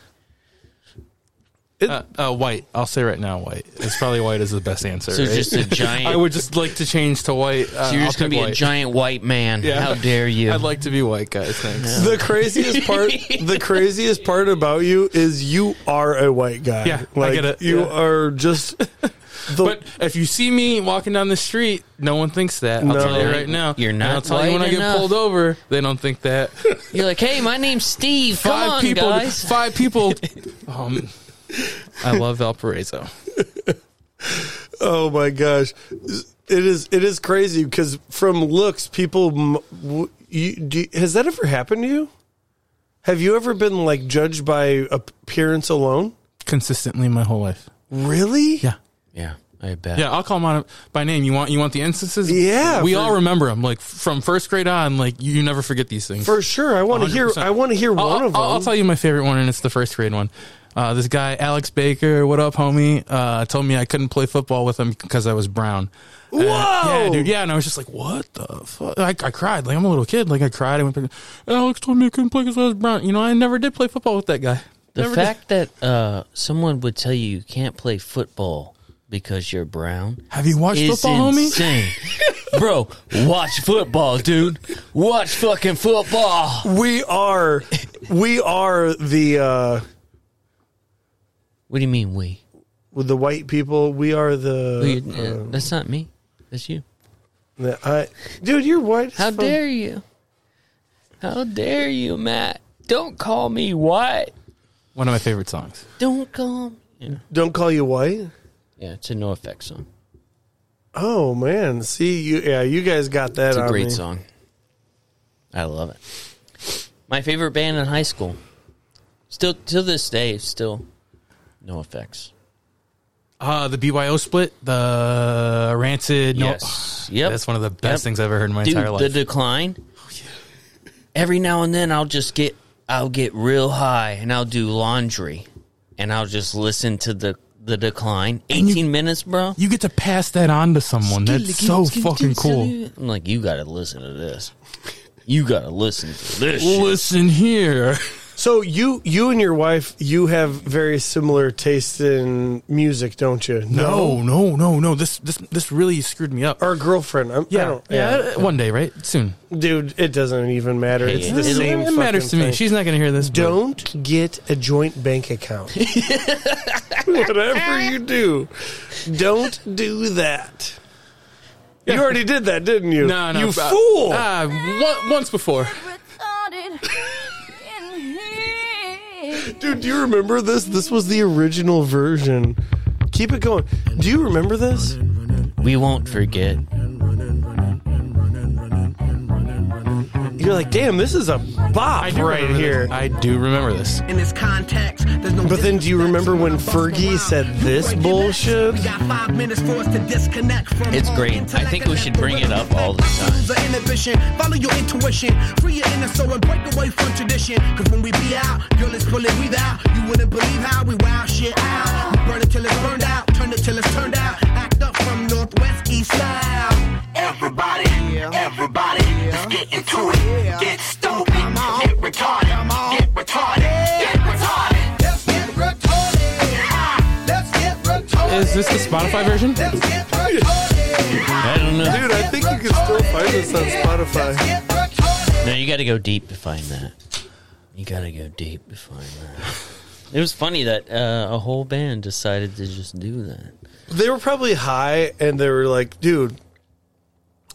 F: uh, uh, white. I'll say right now, white. It's probably white is the best answer.
A: So
F: right?
A: just a giant.
F: I would just like to change to white. Uh,
A: so you're
F: I'll
A: just gonna
F: pick
A: be a
F: white.
A: giant white man. How dare you?
F: I'd like to be white, guys. Thanks.
B: the craziest part the craziest part about you is you are a white guy.
F: Yeah, I
B: like
F: get it.
B: you
F: Yeah.
B: are just the
F: But if you see me walking down the street, no one thinks that. I'll
B: No.
F: tell you right now.
A: You're
F: And
A: not
F: I'll tell you when
A: white
F: I get
A: enough.
F: pulled over, they don't think that.
A: You're like, hey, my name's Steve. Come
F: five
A: on,
F: people.
A: guys.
F: Five people. Um, I love Valparaiso.
B: Oh my gosh, it is it is crazy because from looks, people. m- w- You, do, has that ever happened to you? Have you ever been like judged by appearance alone?
F: Consistently, my whole life.
B: Really?
F: Yeah.
A: yeah, I bet.
F: Yeah, I'll call them on by name. You want you want the instances?
B: Yeah,
F: we
B: for-
F: all remember them. Like from first grade on, like you, you never forget these things.
B: for sure. I want to hear.
F: 100%.
B: I want to hear
F: I'll,
B: one of them.
F: I'll, I'll tell you my favorite one, and it's the first grade one. Uh, this guy, Alex Baker, what up, homie? Uh, told me I couldn't play football with him because I was brown. And-
B: Whoa!
F: yeah, dude. Yeah, and I was just like, what the fuck? I, I cried. Like, I'm a little kid. Like, I cried. I went, back, Alex told me I couldn't play because I was brown. You know, I never did play football with that guy.
A: The
F: Never did.
A: fact that uh, someone would tell you you can't play football because you're brown
F: Have you watched
A: is
F: football, homie?
A: insane. Bro, watch football, dude. Watch fucking football.
B: we are, we are the uh,
A: What do you mean we?
B: with the white people. We are the.
A: We- uh, that's not me. That's you.
B: the I, dude, you're white. as
A: How
B: fuck.
A: dare you? How dare you, Matt? Don't call me white.
F: One of my favorite songs.
A: Don't call me. Yeah,
B: don't call you white?
A: yeah it's a no effect song.
B: Oh man, see you. Yeah, you guys got that.
A: It's a
B: on
A: great
B: me.
A: song. I love it. My favorite band in high school. Still to this day, still no effects.
F: Uh, the BYO split, the Rancid. No,
A: Yes. Yep.
F: That's one of the
A: Yep.
F: best things I've ever heard in my
A: Dude,
F: entire
A: the
F: life.
A: decline. Every now and then, I'll just get, I'll get real high, and I'll do laundry, and I'll just listen to the the decline. Eighteen minutes, bro.
F: you get to pass that on to someone. That's so fucking cool.
A: I'm like, you gotta listen to this. You gotta listen to this. shit.
F: Listen here.
B: So you you and your wife you have very similar tastes in music, don't you?
F: No, no, no, no. This this this really screwed me up.
B: Our girlfriend. I'm, Er, I
F: yeah,
B: don't,
F: yeah,
B: yeah.
F: One day, right? Soon.
B: Dude, it doesn't even matter.
A: Hey,
B: it's
A: it-
B: the
A: it-
B: same.
F: it matters to
B: fucking
F: me.
B: thing.
F: She's not going to hear this. but-
B: don't get a joint bank account. Whatever you do, don't do that. You already did that, didn't you?
F: No, no.
B: You
F: but-
B: fool!
F: Uh, one- once before.
B: Dude, do you remember this? This was the original version. Keep it going. Do you remember this?
A: We won't forget.
B: You're like, damn, this is a bop right
F: remember
B: here.
F: this. I do remember this.
C: In this context, there's no
B: But then do you remember when Fergie said this bullshit?
C: We got five minutes for us to disconnect from
A: It's
C: all
A: great. I
C: intellect
A: think
C: and
A: we should bring it up all the
C: respect.
A: time.
C: Lose the inhibition, follow your intuition, free your inner soul and break away from tradition. Cause when we be out, girl, let's pull it, breathe out. You wouldn't believe how we wow shit out. We burn it till it's burned out, turn it till it's turned out. Act up from Northwest East Side. Everybody, everybody, just get into it. Get stupid, get retarded, get retarded, get retarded. Let's get retarded. Let's get retarded.
F: Is this the Spotify version?
C: Let's get retarded.
A: I don't know.
B: Dude, I think you can still find this on Spotify.
A: No, you got to go deep to find that. You got to go deep to find that. It was funny that uh, a whole band decided to just do that.
B: They were probably high and they were like, dude,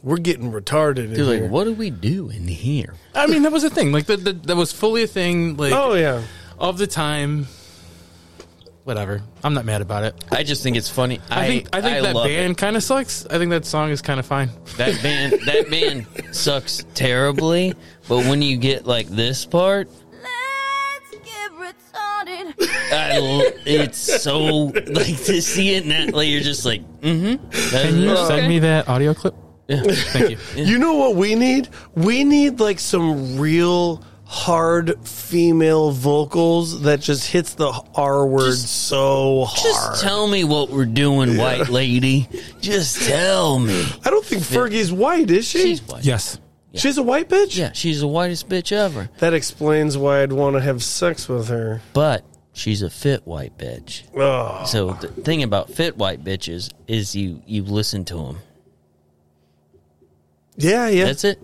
B: we're getting retarded. In
A: They're
B: here.
A: like, what do we do in here?
F: I mean, that was a thing. Like that, that, that was fully a thing. Like
B: Oh, yeah.
F: of the time. Whatever. I'm not mad about it.
A: I just think it's funny. I,
F: I think I think that
A: love
F: band kind of sucks. I think that song is kind of fine.
A: it. that band that band sucks terribly. But when you get like this part,
H: Let's get retarded.
A: I l- it's so like to see it in that like you're just like
F: Can
A: mm-hmm.
F: you send me that audio clip? Yeah. Thank you.
B: You know what we need? We need like some real hard female vocals that just hits the R word so hard.
A: Just tell me what we're doing, white lady. Just tell me.
B: I don't think Fergie's white, is she?
A: She's
B: She's,
A: white.
F: Yes.
B: a white bitch?
A: Yeah, she's the whitest bitch ever.
B: That explains why I'd want to have sex with her.
A: But she's a fit white bitch.
B: Oh.
A: So the thing about fit white bitches is you you listen to them.
B: Yeah, yeah.
A: That's it.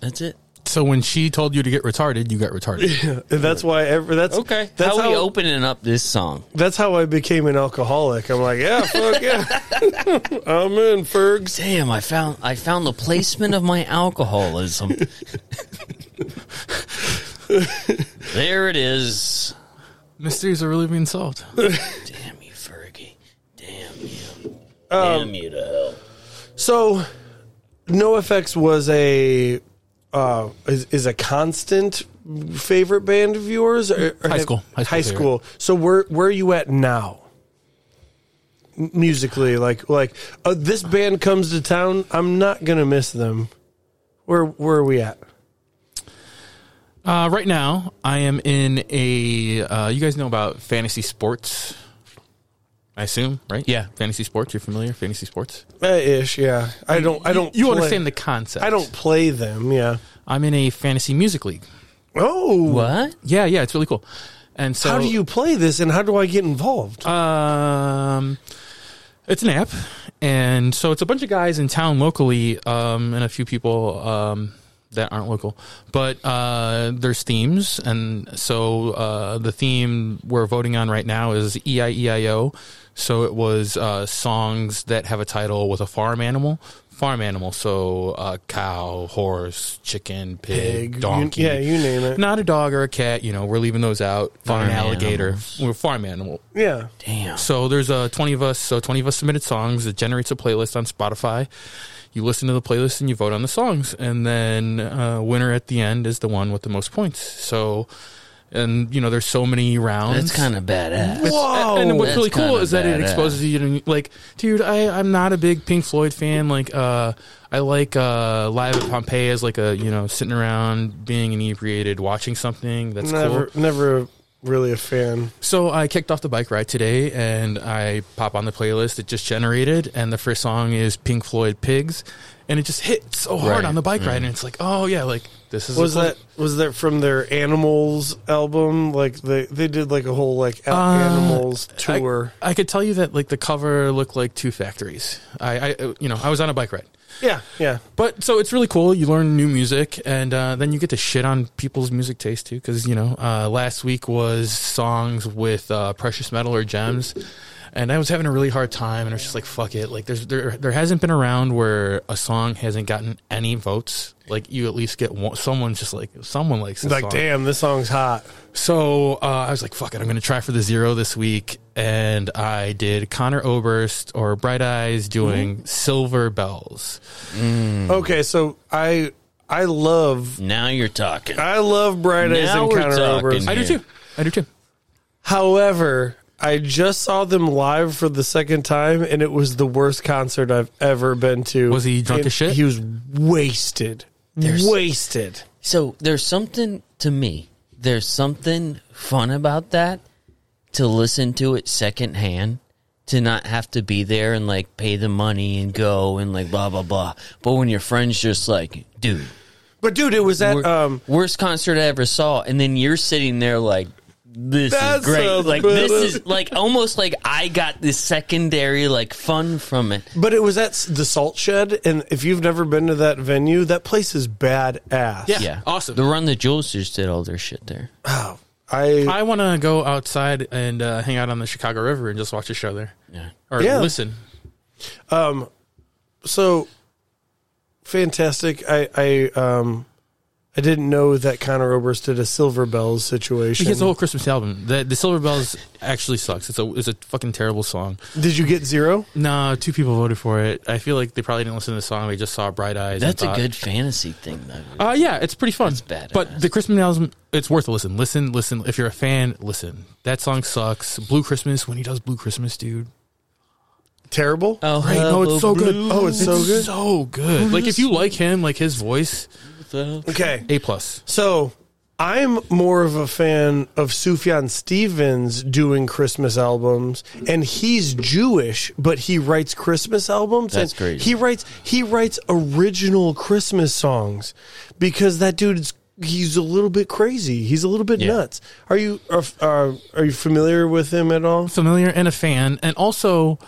A: That's it.
F: So when she told you to get retarded, you got retarded.
B: And that's why ever that's That's
A: how,
B: how,
A: we opening up this song?
B: that's how I became an alcoholic. I'm like, yeah, fuck yeah. I'm in Fergs.
A: Damn, I found I found the placement of my alcoholism. there it is.
F: Mysteries are really being solved.
A: Damn you, Fergie. Damn you. Damn you to hell.
B: So, NoFX was a uh, is, is a constant favorite band of yours. Or, or
F: High school.
B: high
F: High
B: school.
F: school
B: So where where are you at now? M- Musically, like like uh, this band comes to town, I'm not gonna miss them. Where where are we at?
F: Uh, right now, I am in a. Uh, you guys know about fantasy sports, I assume, right? Yeah, fantasy sports. You're familiar, fantasy sports.
B: Uh, ish, yeah. I don't I don't.
F: You
B: play-
F: understand the concept.
B: I don't play them. Yeah.
F: I'm in a fantasy music league.
B: Oh,
A: What?
F: Yeah, yeah, it's really cool. And so,
B: how do you play this, and how do I get involved?
F: Um, it's an app, and so it's a bunch of guys in town locally, um, and a few people um, that aren't local. But uh, there's themes, and so uh, the theme we're voting on right now is E EIEIO. So it was uh, songs that have a title with a farm animal. Farm animal, so uh, cow, horse, chicken, pig,
B: Pig.
F: donkey.
B: You- yeah, you name it.
F: Not a dog or a cat. You know, we're leaving those out. Farm
A: Farm
F: alligator.
A: animals.
F: We're farm animal.
B: yeah.
A: Damn.
F: So there's uh, 20 of us. So 20 of us submitted songs. It generates a playlist on Spotify. You listen to the playlist and you vote on the songs. And then uh, winner at the end is the one with the most points. So, and you know, there's so many rounds.
A: That's kind of badass.
B: Whoa.
F: And what's
A: That's
F: really cool
A: kinda
F: is that it
A: badass.
F: exposes you to like, dude. I I'm not a big Pink Floyd fan. Like, uh, I like uh, live at Pompeii as like a you know sitting around being inebriated, watching something. That's cool.
B: never never really a fan.
F: So I kicked off the bike ride today, and I pop on the playlist it just generated, and the first song is Pink Floyd "Pigs," and it just hit so hard
A: Right.
F: on the bike ride, and it's like, oh yeah, like this is a
B: Was
F: cool-
B: that was that from their Animals album? Like they they did like a whole like al- Animals
F: I-
B: tour.
F: I, could tell you that like the cover looked like two factories. I, I you know I was on a bike ride,
B: yeah, yeah.
F: but so it's really cool. You learn new music, and uh, then you get to shit on people's music taste too, because you know uh, last week was songs with uh, precious metal or gems, and I was having a really hard time, and I was just like, fuck it. Like there's there there hasn't been a round where a song hasn't gotten any votes. Like you at least get one, someone's just like someone likes this
B: Like
F: song.
B: damn, this song's hot.
F: So uh, I was like, fuck it, I'm going to try for the zero this week. And I did Connor Oberst or Bright Eyes doing Silver Bells.
B: Okay, so I I love
A: Now you're talking.
B: I love Bright Eyes
A: Now
B: and
A: we're
B: Counter
A: talking.
B: Overs.
F: I do
A: Yeah.
F: too. I do too.
B: However, I just saw them live for the second time, and it was the worst concert I've ever been to.
F: Was he drunk
B: And
F: as shit?
B: He was wasted. wasted.
A: So there's something to me. There's something fun about that to listen to it secondhand, to not have to be there and like pay the money and go and like blah blah blah. But when your friends just like, dude,
B: But dude, it was at
A: wor-
B: um
A: worst concert I ever saw, and then you're sitting there like, this
B: That
A: is great.
B: sounds
A: Like this
B: better.
A: is like almost like I got this secondary like fun from it.
B: But it was at s- the Salt Shed, and if you've never been to that venue, that place is badass.
F: Yeah.
A: Yeah,
F: Awesome.
A: The Run the Jewelsters did all their shit there.
B: I
F: I want to go outside and uh, hang out on the Chicago River and just watch a show there.
A: Yeah.
F: Or
B: Yeah.
F: listen.
B: so fantastic. I I um I didn't know that Conor Oberst did a Silver Bells situation.
F: He gets the whole Christmas album. The, the Silver Bells actually sucks. It's a it's a fucking terrible song.
B: Did you get zero?
F: No, two people voted for it. I feel like they probably didn't listen to the song. They just saw Bright Eyes. and
A: That's a
F: thought-
A: good fantasy thing though.
F: Uh, yeah, it's pretty fun.
A: That's badass.
F: But the Christmas album, it's worth a listen. Listen, listen. If you're a fan, listen. That song sucks. Blue Christmas, when he does Blue Christmas, dude.
B: Terrible.
A: Oh,
F: Right? No, it's so good.
B: Oh, it's so good.
F: So good. Like if you like him, like his voice,
B: Uh, Okay.
F: A plus.
B: So I'm more of a fan of Sufjan Stevens doing Christmas albums, and he's Jewish, but he writes Christmas albums.
A: That's
B: and
A: crazy.
B: He writes he writes original Christmas songs because that dude's he's a little bit crazy. He's a little bit
A: Yeah.
B: nuts. Are you are, are are you familiar with him at all?
F: Familiar and a fan, and also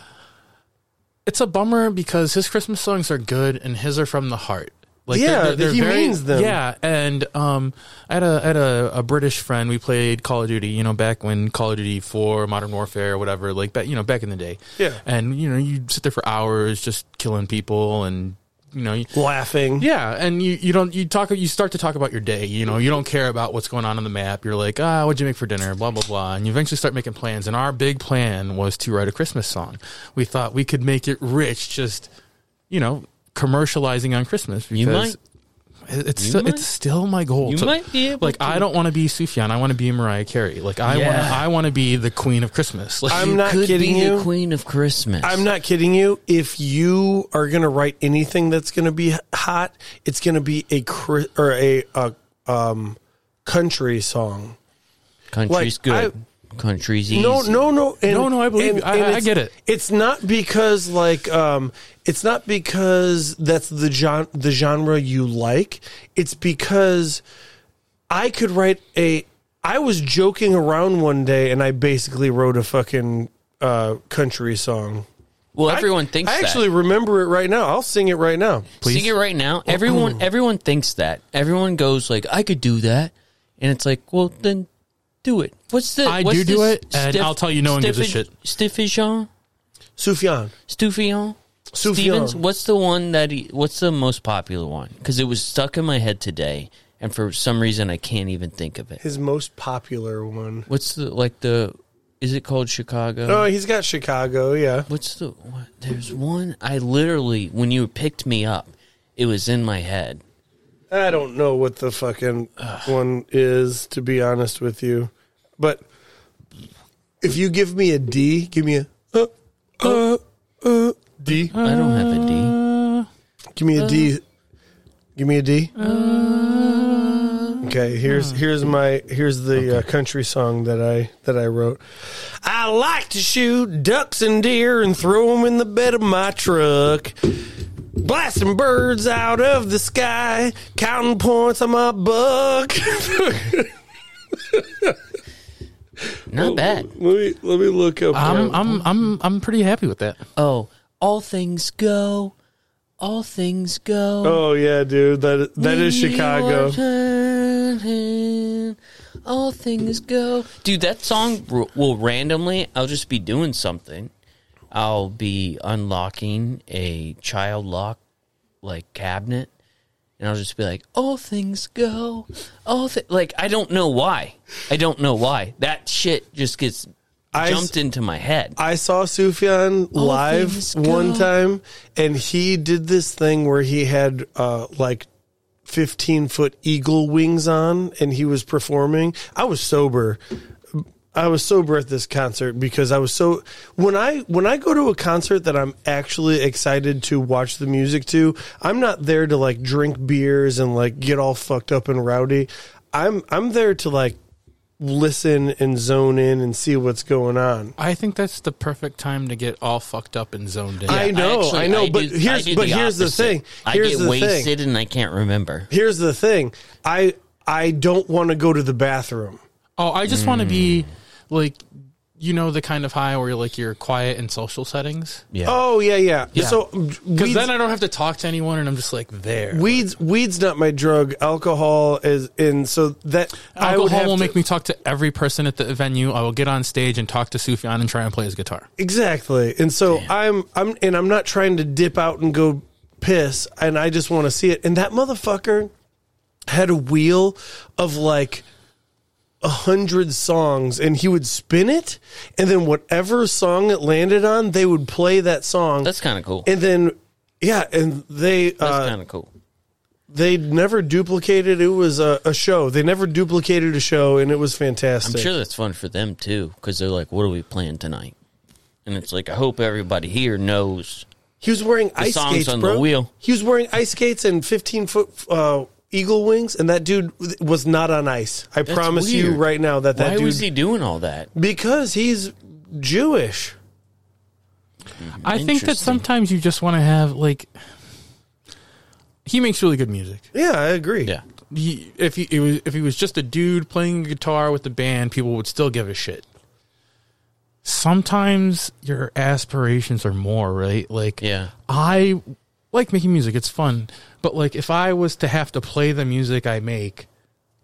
F: it's a bummer because his Christmas songs are good and his are from the heart. Like
B: Yeah, he means them.
F: Yeah, and um, I had a I had a, a British friend. We played Call of Duty, you know, back when Call of Duty Four, Modern Warfare, or whatever, like back you know back in the day.
B: Yeah.
F: and you know you sit there for hours just killing people, and you know you,
B: Laughing.
F: yeah, and you, you don't you talk you start to talk about your day. You know, you don't care about what's going on on the map. You're like, ah, what'd you make for dinner? Blah blah blah. And you eventually start making plans. And our big plan was to write a Christmas song. We thought we could make it rich, just you know, commercializing on Christmas. Because
A: You might.
F: it- It's
A: you
F: still,
A: might.
F: it's still my goal.
A: You
F: to-
A: might be able
F: like
A: to.
F: I don't want to be Sufjan. I want to be Mariah Carey. Like I want
A: Yeah.
F: to I want to be the queen of Christmas. Like
B: I'm not
A: Could
B: kidding
A: be
B: you.
A: the Queen of Christmas.
B: I'm not kidding you. If you are going to write anything that's going to be hot, it's going to be a cri- or a, a um, country song.
A: Country's
B: like,
A: good. Country's easy.
B: No, no, no, and-
F: No, no, I believe you. I- I
B: it's-
F: get it.
B: It's not because like um, it's not because that's the gen- the genre you like. It's because I could write a. I was joking around one day, and I basically wrote a fucking uh, country song.
A: Well, everyone
B: I,
A: thinks
B: I
A: that.
B: actually remember it right now. I'll sing it right now.
A: Sing it right now.
F: Oh.
A: Everyone, everyone thinks that. Everyone goes like, "I could do that," and it's like, "Well, then do it." What's the?
F: I
A: what's
F: do do
A: this
F: it, and I'll tell you no one gives a shit.
A: Stiffijan,
B: Sufjan.
A: Stufion,
B: Sufjan.
A: Stevens. What's the one that? He, what's the most popular one? Because it was stuck in my head today, and for some reason, I can't even think of it.
B: His most popular one.
A: What's the like the? Is it called Chicago?
F: Uh,
B: Oh, he's got Chicago, yeah.
A: What's the what, there's one I literally when you picked me up, it was in my head.
B: I don't know what the fucking one is, to be honest with you. But if you give me a D, give me a uh, uh, uh, D.
A: I don't have a D.
B: Give me a D. Give me a D. Okay, here's here's my here's the uh, country song that I that I wrote. I like to shoot ducks and deer and throw them in the bed of my truck. Blasting birds out of the sky, counting points on my buck.
A: Not bad.
B: let me let me look up.
F: I'm I'm I'm I'm pretty happy with that.
A: Oh, all things go. All things go.
B: oh yeah, dude, that that is
A: We
B: Chicago.
A: were turning, All things go. Dude, that song r- will randomly, I'll just be doing something. I'll be unlocking a child lock like cabinet and I'll just be like, "All things go." All thi-. like I don't know why. I don't know why. That shit just gets
B: I s-
A: jumped into my head.
B: I saw Sufjan live
A: things
B: one
A: go.
B: time, and he did this thing where he had uh, like 15 foot eagle wings on and he was performing. I was sober. I was sober at this concert because I was so when I when I go to a concert that I'm actually excited to watch the music to, I'm not there to like drink beers and like get all fucked up and rowdy. I'm I'm there to like listen and zone in and see what's going on.
F: I think that's the perfect time to get all fucked up and zoned in.
B: I know, I,
A: actually-
B: know,
A: do-
B: but
A: I
B: here's
A: do
B: but here's the
A: opposite.
B: thing.
A: I
B: Here's
A: get
B: the
A: wasted
B: thing.
A: and I can't remember.
B: Here's the thing. I I don't want to go to the bathroom.
F: Oh, I just want to be
A: Hmm.
F: like you know the kind of high where like you're quiet in social settings.
A: Yeah.
B: Oh yeah, yeah.
F: Yeah.
B: So
F: Because
B: weeds,
F: then I don't have to talk to anyone, and I'm just like there.
B: weeds weeds not my drug. Alcohol is, and so that I would
F: Alcohol
B: have
F: will
B: to,
F: make me talk to every person at the venue. I will get on stage and talk to Sufjan and try and play his guitar.
B: exactly. And so I'm I'm and I'm not trying to dip out and go piss, and I just want to see it. And that motherfucker had a wheel of like a hundred songs and he would spin it and then whatever song it landed on they would play that song
A: That's kind of cool.
B: and then yeah and they uh,
A: That's kind of cool.
B: they never duplicated it was a, a show they never duplicated a show and it was
A: I'm
B: fantastic
A: sure that's fun for them too because they're like, "What are we playing tonight?" And it's like, I hope everybody here knows.
B: he was wearing ice
A: songs
B: skates
A: on the
B: bro
A: wheel.
B: he was wearing ice skates and 15 foot uh, eagle wings and that dude was not on ice i
A: That's
B: promise you
A: weird.
B: right now that that
A: Why
B: dude
A: was he doing all that?
B: because he's jewish
F: I think that
A: Interesting.
F: sometimes you just want to have like. He makes really good music.
B: yeah i agree
A: Yeah,
F: He, if he it was if he was just a dude playing guitar with the band, people would still give a shit. Sometimes your aspirations are more right. Like
A: yeah.
F: I like making music; it's fun. But like, if I was to have to play the music I make,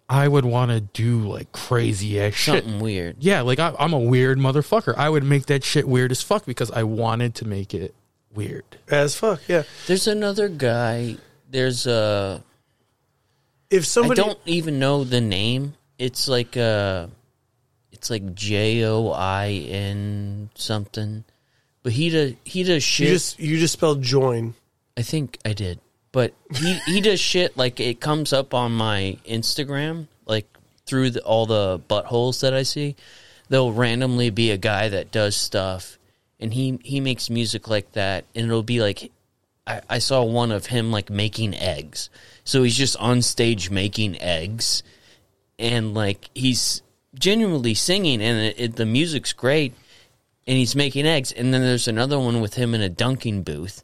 F: I would want to do like crazy ass shit.
A: Something weird.
F: Yeah, like I, I'm a weird motherfucker. I would make that shit weird as fuck because I wanted to make it weird.
B: as fuck yeah
A: There's another guy. There's a.
B: if
A: I
B: somebody
A: don't even know the name. It's like uh It's like J O I N something. But he does he does
B: you
A: shit.
B: just you just spelled join
A: I think I did. But he he does shit like it comes up on my Instagram like through the, all the buttholes that I see. There'll randomly be a guy that does stuff, and he he makes music like that, and it'll be like. I, I saw one of him like making eggs, so he's just on stage making eggs, and like he's genuinely singing, and it, it, the music's great, and he's making eggs, and then there's another one with him in a dunking booth,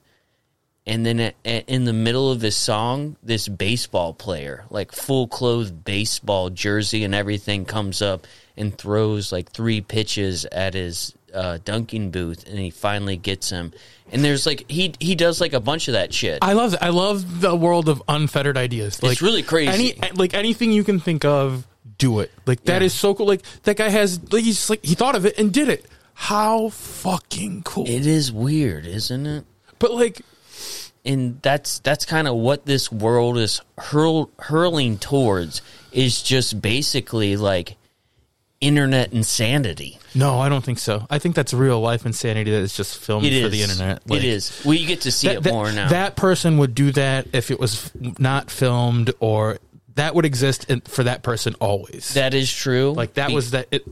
A: and then a- a- in the middle of this song, this baseball player, like full clothed baseball jersey and everything, comes up and throws like three pitches at his uh, dunking booth, and he finally gets him. And there's like he he does like a bunch of that shit.
F: I love that. I love the world of unfettered ideas. Like
A: really crazy.
F: Any like anything you can think of, do it. Like that is
A: Yeah.
F: so cool. Like that guy has like he's just, like he thought of it and did it. How fucking cool.
A: it is weird, isn't it?
F: but like
A: And that's that's kind of what this world is hurl, hurling towards is just basically like internet insanity.
F: no, I don't think so. I think that's real life insanity that is just filmed
A: It is
F: Hmm. for the internet. Like,
A: it is. Well, you get to see
F: That,
A: it
F: that-
A: more now.
F: that person would do that if it was f- not filmed or that would exist in, for that person always.
A: That is true.
F: like that
A: Be-
F: was that it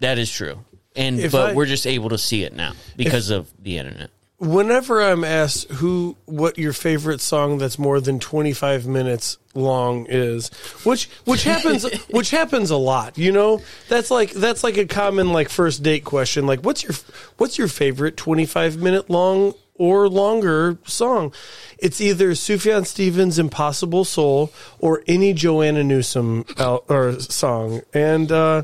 A: that is true. And
B: If
A: but
B: I-
A: we're just able to see it now because of the internet.
B: whenever I'm asked who what your favorite song that's more than 25 minutes long is, which which happens which happens a lot, you know? That's like that's like a common like first date question like what's your what's your favorite 25 minute long or longer song? It's either Sufjan Stevens' Impossible Soul or any Joanna Newsom al- or song. And uh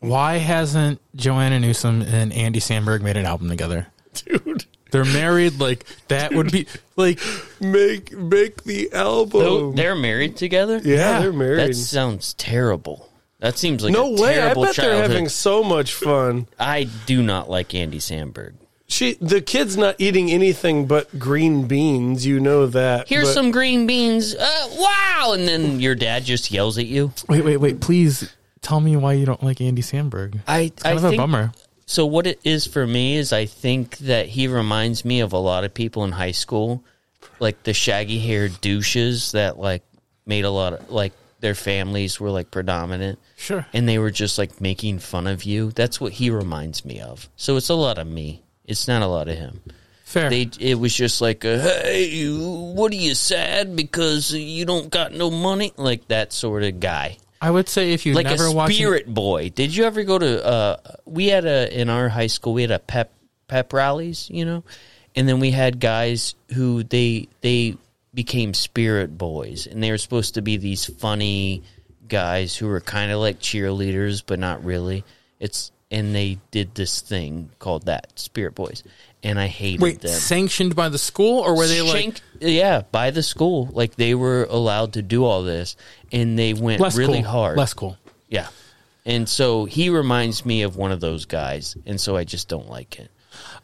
F: Why hasn't Joanna Newsom and Andy Sandberg made an album together?
B: dude,
F: They're married. Like that would be like
B: make make the
A: Though
B: album.
A: Oh, they're married together.
B: Oh. yeah, they're married.
A: that sounds terrible. That seems like
B: No
A: a
B: way! I
A: Terrible
B: bet they're
A: childhood.
B: having so much fun.
A: I do not like Andy Sandberg.
B: She, the kid's not eating anything but green beans. You know that.
A: Here's
B: but-
A: some green beans. Uh, wow! And then your dad just yells at you.
F: wait, wait, wait. Please tell me why you don't like Andy Sandberg.
A: I
F: Kind
A: I
F: of a
A: think-
F: bummer.
A: So what it is for me is I think that he reminds me of a lot of people in high school, like the shaggy haired douches that like made a lot of like their families were like predominant.
F: Sure.
A: And they were just like making fun of you. That's what he reminds me of. So it's a lot of me. It's not a lot of him.
F: Fair.
A: They it was just like, a, "Hey, what are you sad because you don't got no money?" like that sort of guy
F: I would say if you
A: like
F: never
A: a
F: watched
A: spirit boy. Did you ever go to? Uh, we had a in our high school. We had a pep pep rallies, you know, and then we had guys who they they became spirit boys, and they were supposed to be these funny guys who were kind of like cheerleaders, but not really. It's and they did this thing called that Spirit Boys, and I hated
F: Wait,
A: them.
F: sanctioned by the school, or were they like?
A: Shank- yeah, by the school, like they were allowed to do all this, and they went
F: Less
A: really
F: cool.
A: hard.
F: Less cool.
A: Yeah. And so he reminds me of one of those guys, and so I just don't like it.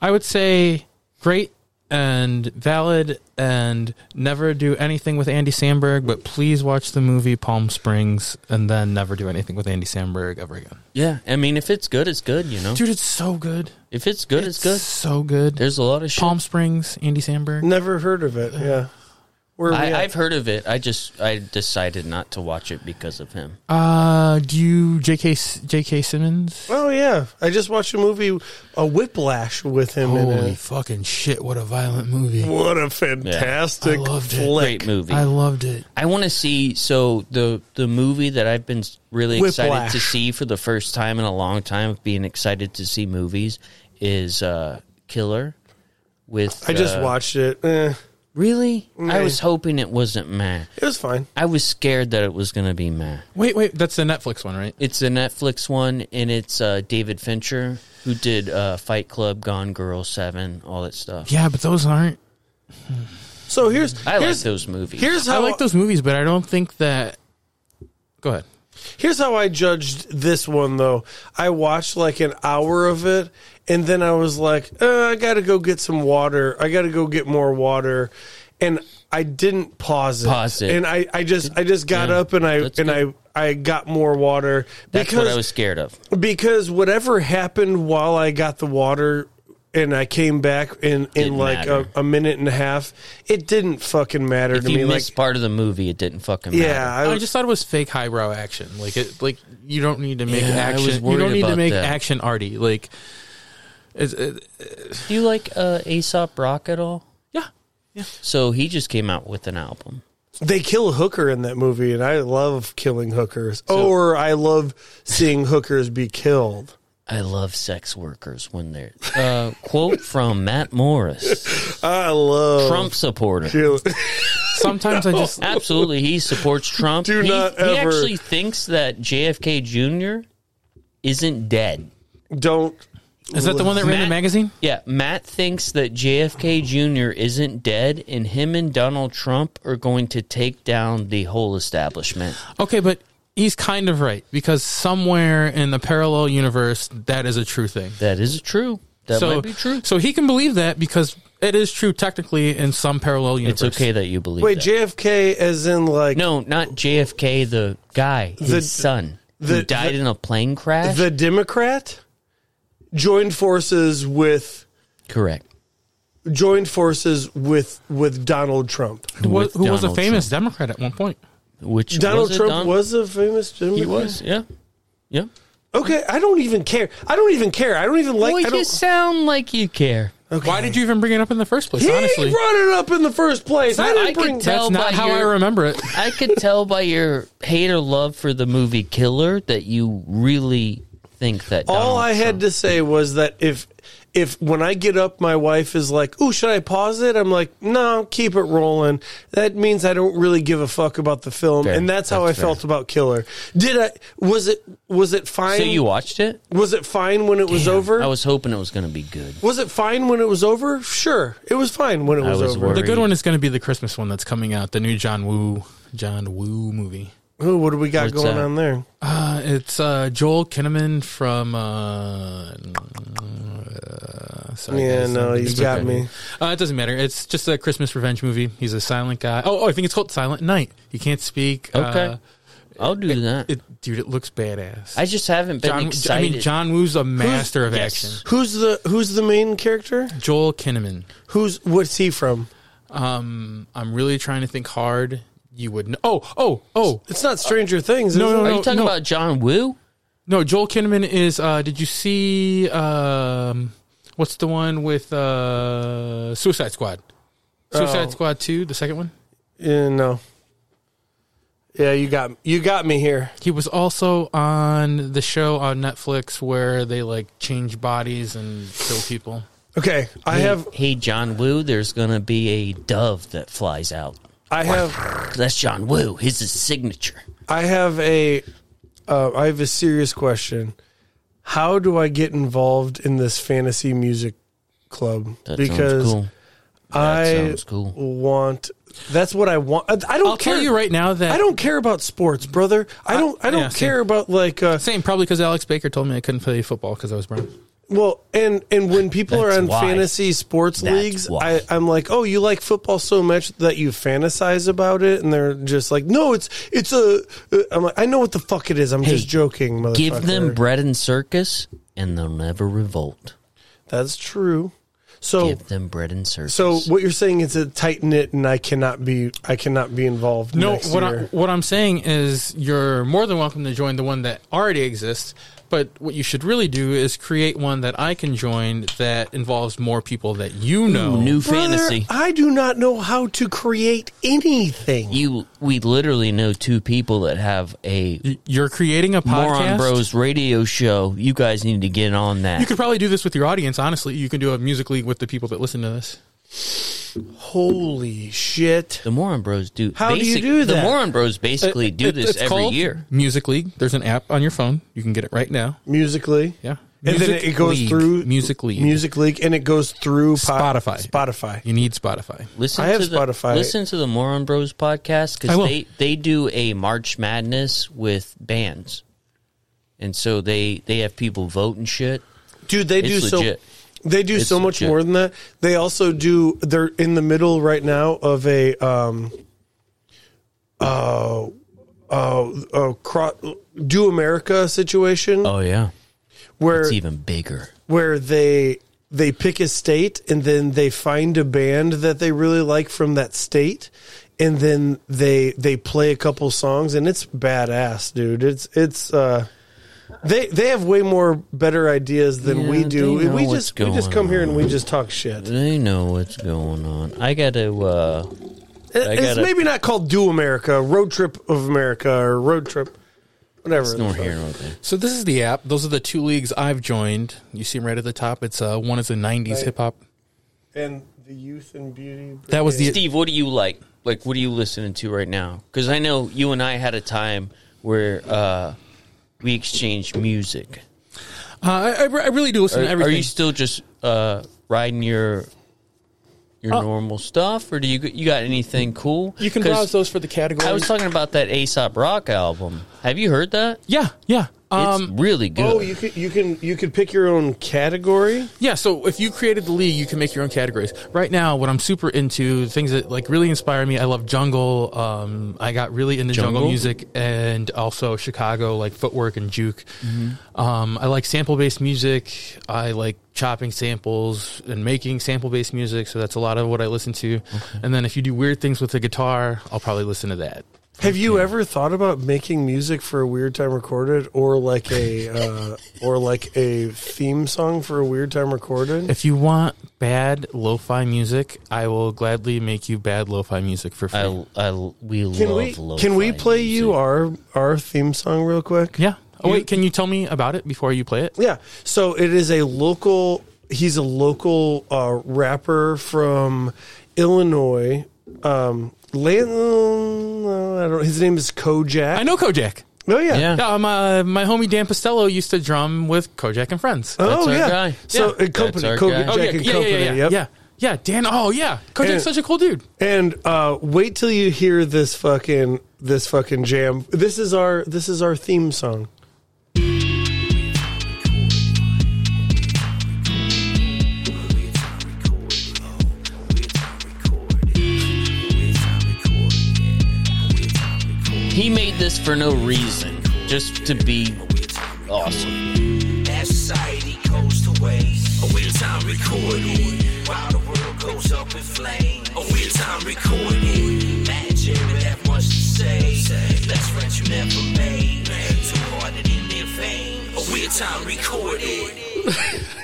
F: I would say great and valid and never do anything with Andy Samberg, but please watch the movie Palm Springs and then never do anything with Andy Samberg ever again.
A: Yeah, I mean, if it's good, it's good, you know.
F: Dude, it's so good.
A: if it's good, it's, good.
F: So good.
A: There's a lot of shit.
F: Palm Springs, Andy Samberg.
B: Never heard of it. Yeah. Where are
A: I,
B: we at?
A: I've heard of it. I just I decided not to watch it because of him.
F: Uh, do you J.K. S- J.K. Simmons?
B: oh yeah, I just watched a movie, a Whiplash, with him in
F: Holy
B: it.
F: fucking shit! What a violent movie.
B: What a fantastic
F: I loved it.
B: flick!
A: Great movie.
F: I
A: I,
F: loved it.
A: want to see. So the the movie that I've been really excited to
B: Whiplash.
A: see for the first time in a long time of being excited to see movies is uh, Killer. With
B: I just
A: uh,
B: watched it. Eh,
A: Really, I
B: Yeah.
A: was hoping it wasn't meh.
B: it was fine.
A: I was scared that it was going to be meh.
F: Wait, wait, that's the Netflix one, right?
A: It's a Netflix one, and it's uh, David Fincher who did uh, Fight Club, Gone Girl, Seven, all that stuff.
F: Yeah, but those aren't.
B: So here's
A: I like
B: here's,
A: those movies.
B: here's how
F: I like those movies, but I don't think that. Go ahead.
B: Here's how I judged this one though. I watched like an hour of it and then I was like, uh, I got to go get some water. I got to go get more water. And I didn't pause it.
A: Pause it.
B: And I, I just I just got
A: Yeah,
B: up and I
A: that's
B: and
A: good.
B: I I got more water
A: That's
B: because
A: what I was scared of.
B: because whatever happened while I got the water and I came back in in
A: Didn't
B: like a,
A: matter.
B: a minute and a half, it didn't fucking matter
A: If
B: to
A: you
B: me
A: missed
B: like
A: part of the movie, it didn't fucking matter.
B: yeah,
F: I, just thought it was fake highbrow action. Like it, like you don't need to make
A: Yeah, I
F: action.
A: was
F: you
A: worried
F: don't need to
A: about
F: make
A: that.
F: action arty. Like, it's, it,
A: Do you like uh, Aesop Rock at all?
F: yeah,
A: So he just came out with an album.
B: They kill Hooker in that movie, and I love killing hookers. or I love seeing hookers be killed.
A: I love sex workers when they're uh, quote from Matt Morris,
B: I love
A: Trump supporter.
B: kill-
F: Sometimes I just
A: Absolutely, he supports Trump.
B: Do
A: he,
B: not
A: he
B: ever-
A: actually thinks that JFK Jr. isn't dead.
B: Don't.
F: is that the one that ran the
A: Matt-
F: magazine.
A: Yeah, Matt thinks that JFK Jr. isn't dead, and him and Donald Trump are going to take down the whole establishment.
F: Okay, but he's kind of right because somewhere in the parallel universe, that is a true thing.
A: That is true. That
F: so
A: might be true.
F: So he can believe that because it is true technically in some parallel
A: It's
F: universe.
A: okay that you believe.
B: Wait,
A: that.
B: JFK as in like
A: No, not JFK, the guy, his
B: The-
A: son, who
B: the-
A: died
B: the-
A: in a plane crash.
B: the Democrat joined forces with
A: Correct.
B: joined forces with with Donald Trump.
F: Who was,
A: With
F: who was a
A: Donald
F: famous Democrat at one point?
A: Which
B: Donald
A: was it
B: Trump
A: Don-
B: was a famous Democrat.
A: He was. Yeah. Yeah.
B: Okay, I don't even care. I don't even care. I don't even like.
A: well,
B: I don't,
A: you sound like you care.
F: Why did you even bring it up in the first place?
B: he
F: honestly,
B: brought it up in the first place. I
A: No,
B: didn't
A: I could
B: bring
A: tell-
F: that's not
A: by
F: how I
A: your-
F: remember it.
A: I could tell by your hate or love for the movie Killer that you really think that.
B: All
A: Donald
B: I had
A: Trump-
B: to say was that if if when I get up, my wife is like, "Ooh, should I pause it?" I'm like, "No, keep it rolling." That means I don't really give a fuck about the film,
A: Fair.
B: and that's how I
A: That's fair.
B: felt about Killer. Did I? Was it? Was it fine?
A: So you watched it?
B: was it fine when it was over?
A: I was hoping it was going to be good.
B: was it fine when it was over? Sure, it was fine when it
A: I
B: was,
A: was
B: over.
A: worried.
F: The good one is going to be the Christmas one that's coming out, the new John Woo John Woo movie.
B: Ooh, what do we got
A: What's
B: going
A: that?
B: on there?
F: Uh, it's uh, Joel Kinnaman from. Uh, uh, sorry,
B: Yeah,
F: guys.
B: no, you
F: It's
B: got
F: okay.
B: me.
F: Uh, it doesn't matter. It's just a Christmas revenge movie. He's a silent guy. Oh, oh I think it's called Silent Night. He can't speak.
A: Okay.
F: Uh,
A: I'll do that.
F: it, dude, it looks badass.
A: I just haven't been
F: John, I
A: excited.
F: mean, John Woo's a master of
A: Yes.
F: action.
B: Who's the Who's the main character?
F: Joel Kinnaman.
B: Who's what's he from?
F: Um, I'm really trying to think hard. You would know. Oh, oh, oh.
B: It's not Stranger Things. is
F: No,
B: it?
F: no,
A: Are
F: no.
A: you talking about John Woo?
F: No, Joel Kinnaman is. Uh, did you see? Um, what's the one with uh, Suicide Squad? Suicide
B: Oh.
F: Squad Two, the second one.
B: Yeah, no. Yeah, you got you got me here.
F: He was also on the show on Netflix where they like change bodies and kill people.
B: Okay, I have
A: Hey, John Woo, there's going to be a dove that flies out.
B: I have
A: That's John Woo. His is signature.
B: I have a uh, I have a serious question. How do I get involved in this fantasy music club?
A: That
B: because
A: sounds cool.
B: I
A: sounds cool.
B: want. That's what I want. I, I don't
F: I'll
B: care.
F: tell you right now that
B: I don't care about sports, brother. I don't. I don't
F: yeah, same.
B: care about like. Uh,
F: Same, probably because Alex Baker told me I couldn't play football because I was brown.
B: well, and and when people are
A: That's
B: on
A: why.
B: fantasy sports
A: That's
B: leagues,
A: why.
B: I, I'm like, oh, you like football so much that you fantasize about it, and they're just like, no, it's it's a. uh, I'm like, I know what the fuck it is. I'm
A: Hey,
B: just joking, motherfucker.
A: Give them bread and circus, and they'll never revolt.
B: That's true. So
A: Give them bread and circus. Oh,
B: so what you're saying is a tight knit, and I cannot be I cannot be involved.
F: No,
B: next
F: what
B: year.
F: I, what I'm saying is you're more than welcome to join the one that already exists. But what you should really do is create one that I can join that involves more people that you know.
A: new
B: Brother,
A: fantasy.
B: I do not know how to create anything.
A: You, we literally know two people that have a
F: You're creating a podcast.
A: Moron Bros radio show. You guys need to get on that.
F: You could probably do this with your audience. Honestly, you can do a music league with the people that listen to this.
B: Holy shit!
A: the Moron Bros do.
B: How do you do
A: The
B: that? Uh,
A: Moron Bros basically
F: It-
A: do
F: it-
A: this
F: it's
A: every
F: called
A: year.
F: Music League. There's an app on your phone. You can get it right now.
B: Musically,
F: Yeah.
B: and then
F: Music
B: it goes
F: League.
B: through
F: Music League.
B: Music League, and it goes through po-
F: Spotify.
B: Spotify.
F: You need Spotify.
A: Listen
B: I have
A: to the,
B: Spotify.
A: Listen to the Moron Bros podcast
F: I
A: because
F: will.
A: they they do a March Madness with bands, and so they they have people vote and shit.
B: Dude, they do
A: It's
B: so.
A: legit.
B: They do
A: It's
B: so much
A: legit.
B: more than that. They also do. They're in the middle right now of a um, oh, oh, cro- do America situation
A: Oh yeah,
B: where
A: it's even bigger.
B: where they they pick a state and then they find a band that they really like from that state and then they they play a couple songs and it's badass dude it's it's uh they they have way more better ideas than we
A: Yeah,
B: do
A: they know
B: we
A: what's
B: just we just
A: going
B: come here and
A: on.
B: we just talk shit
A: They know what's going on. I got to. uh
B: it's
A: gotta-
B: maybe not called do america road trip of america or road trip whatever
A: Nor here nor there.
F: So this is the app. Those are the two leagues I've joined. You see them right at the top. It's uh, one is the '90s hip hop.
B: and the youth and beauty
F: That was the
A: Steve, what do you like? Like, what are you listening to right now? Because I know you and I had a time where uh, we exchanged music.
F: uh, I, I re- I really do listen
A: Are,
F: to
A: are
F: everything.
A: you still just uh, riding your your normal stuff, or do you you got anything cool?
F: Oh. you can
A: 'Cause
F: browse those for the categories.
A: I was talking about that Aesop Rock album. Have you heard that?
F: yeah, yeah,
A: It's
F: um,
A: really good.
B: oh you could you can you could pick your own category
F: yeah. So if you created the league, you can make your own categories. Right now, what I'm super into, things that like really inspire me. I love jungle. Um, I got really into jungle,
A: Jungle?
F: music and also Chicago, like footwork and juke. Um, I like sample based music. I like chopping samples and making sample based music. So that's a lot of what I listen to. And then if you do weird things with the guitar, I'll probably listen to that.
B: Have you ever thought about making music for a Weird Time Recorded, or like a, uh, or like a theme song for a Weird Time Recorded?
F: If you want bad lo-fi music, I will gladly make you bad lo-fi music for free.
A: I, I we
B: Can
A: love
B: we
A: lo-fi
B: can we play you
A: music.
B: our our theme song real quick?
F: yeah. Oh wait, can you tell me about it before you play it?
B: Yeah. So it is a local. He's a local uh, rapper from Illinois. Um, Lan- uh, I don't. His name is Kojak.
F: I know Kojak.
B: Oh yeah.
A: Yeah.
F: Yeah, my my homie Dan Pastello used to drum with Kojak and Friends.
B: Oh
A: our
B: yeah.
A: guy.
B: So
A: Yeah.
B: a company,
A: That's our
B: Kojak
A: guy.
F: Oh, yeah,
B: and
F: yeah, yeah,
B: Company.
F: yeah, yeah,
B: yep.
F: yeah, yeah. Dan. Oh yeah, Kojak's
B: And-
F: such a cool dude.
B: And uh, wait till you hear this fucking this fucking jam. This is our this is our theme song.
A: He made this for no reason, just to be awesome.
C: As society goes to waste, a real time recording. While the world goes up in flames, a real time recording. Imagine with that much to say. That's friends you never made. Too hard and in their vein. A real time recording.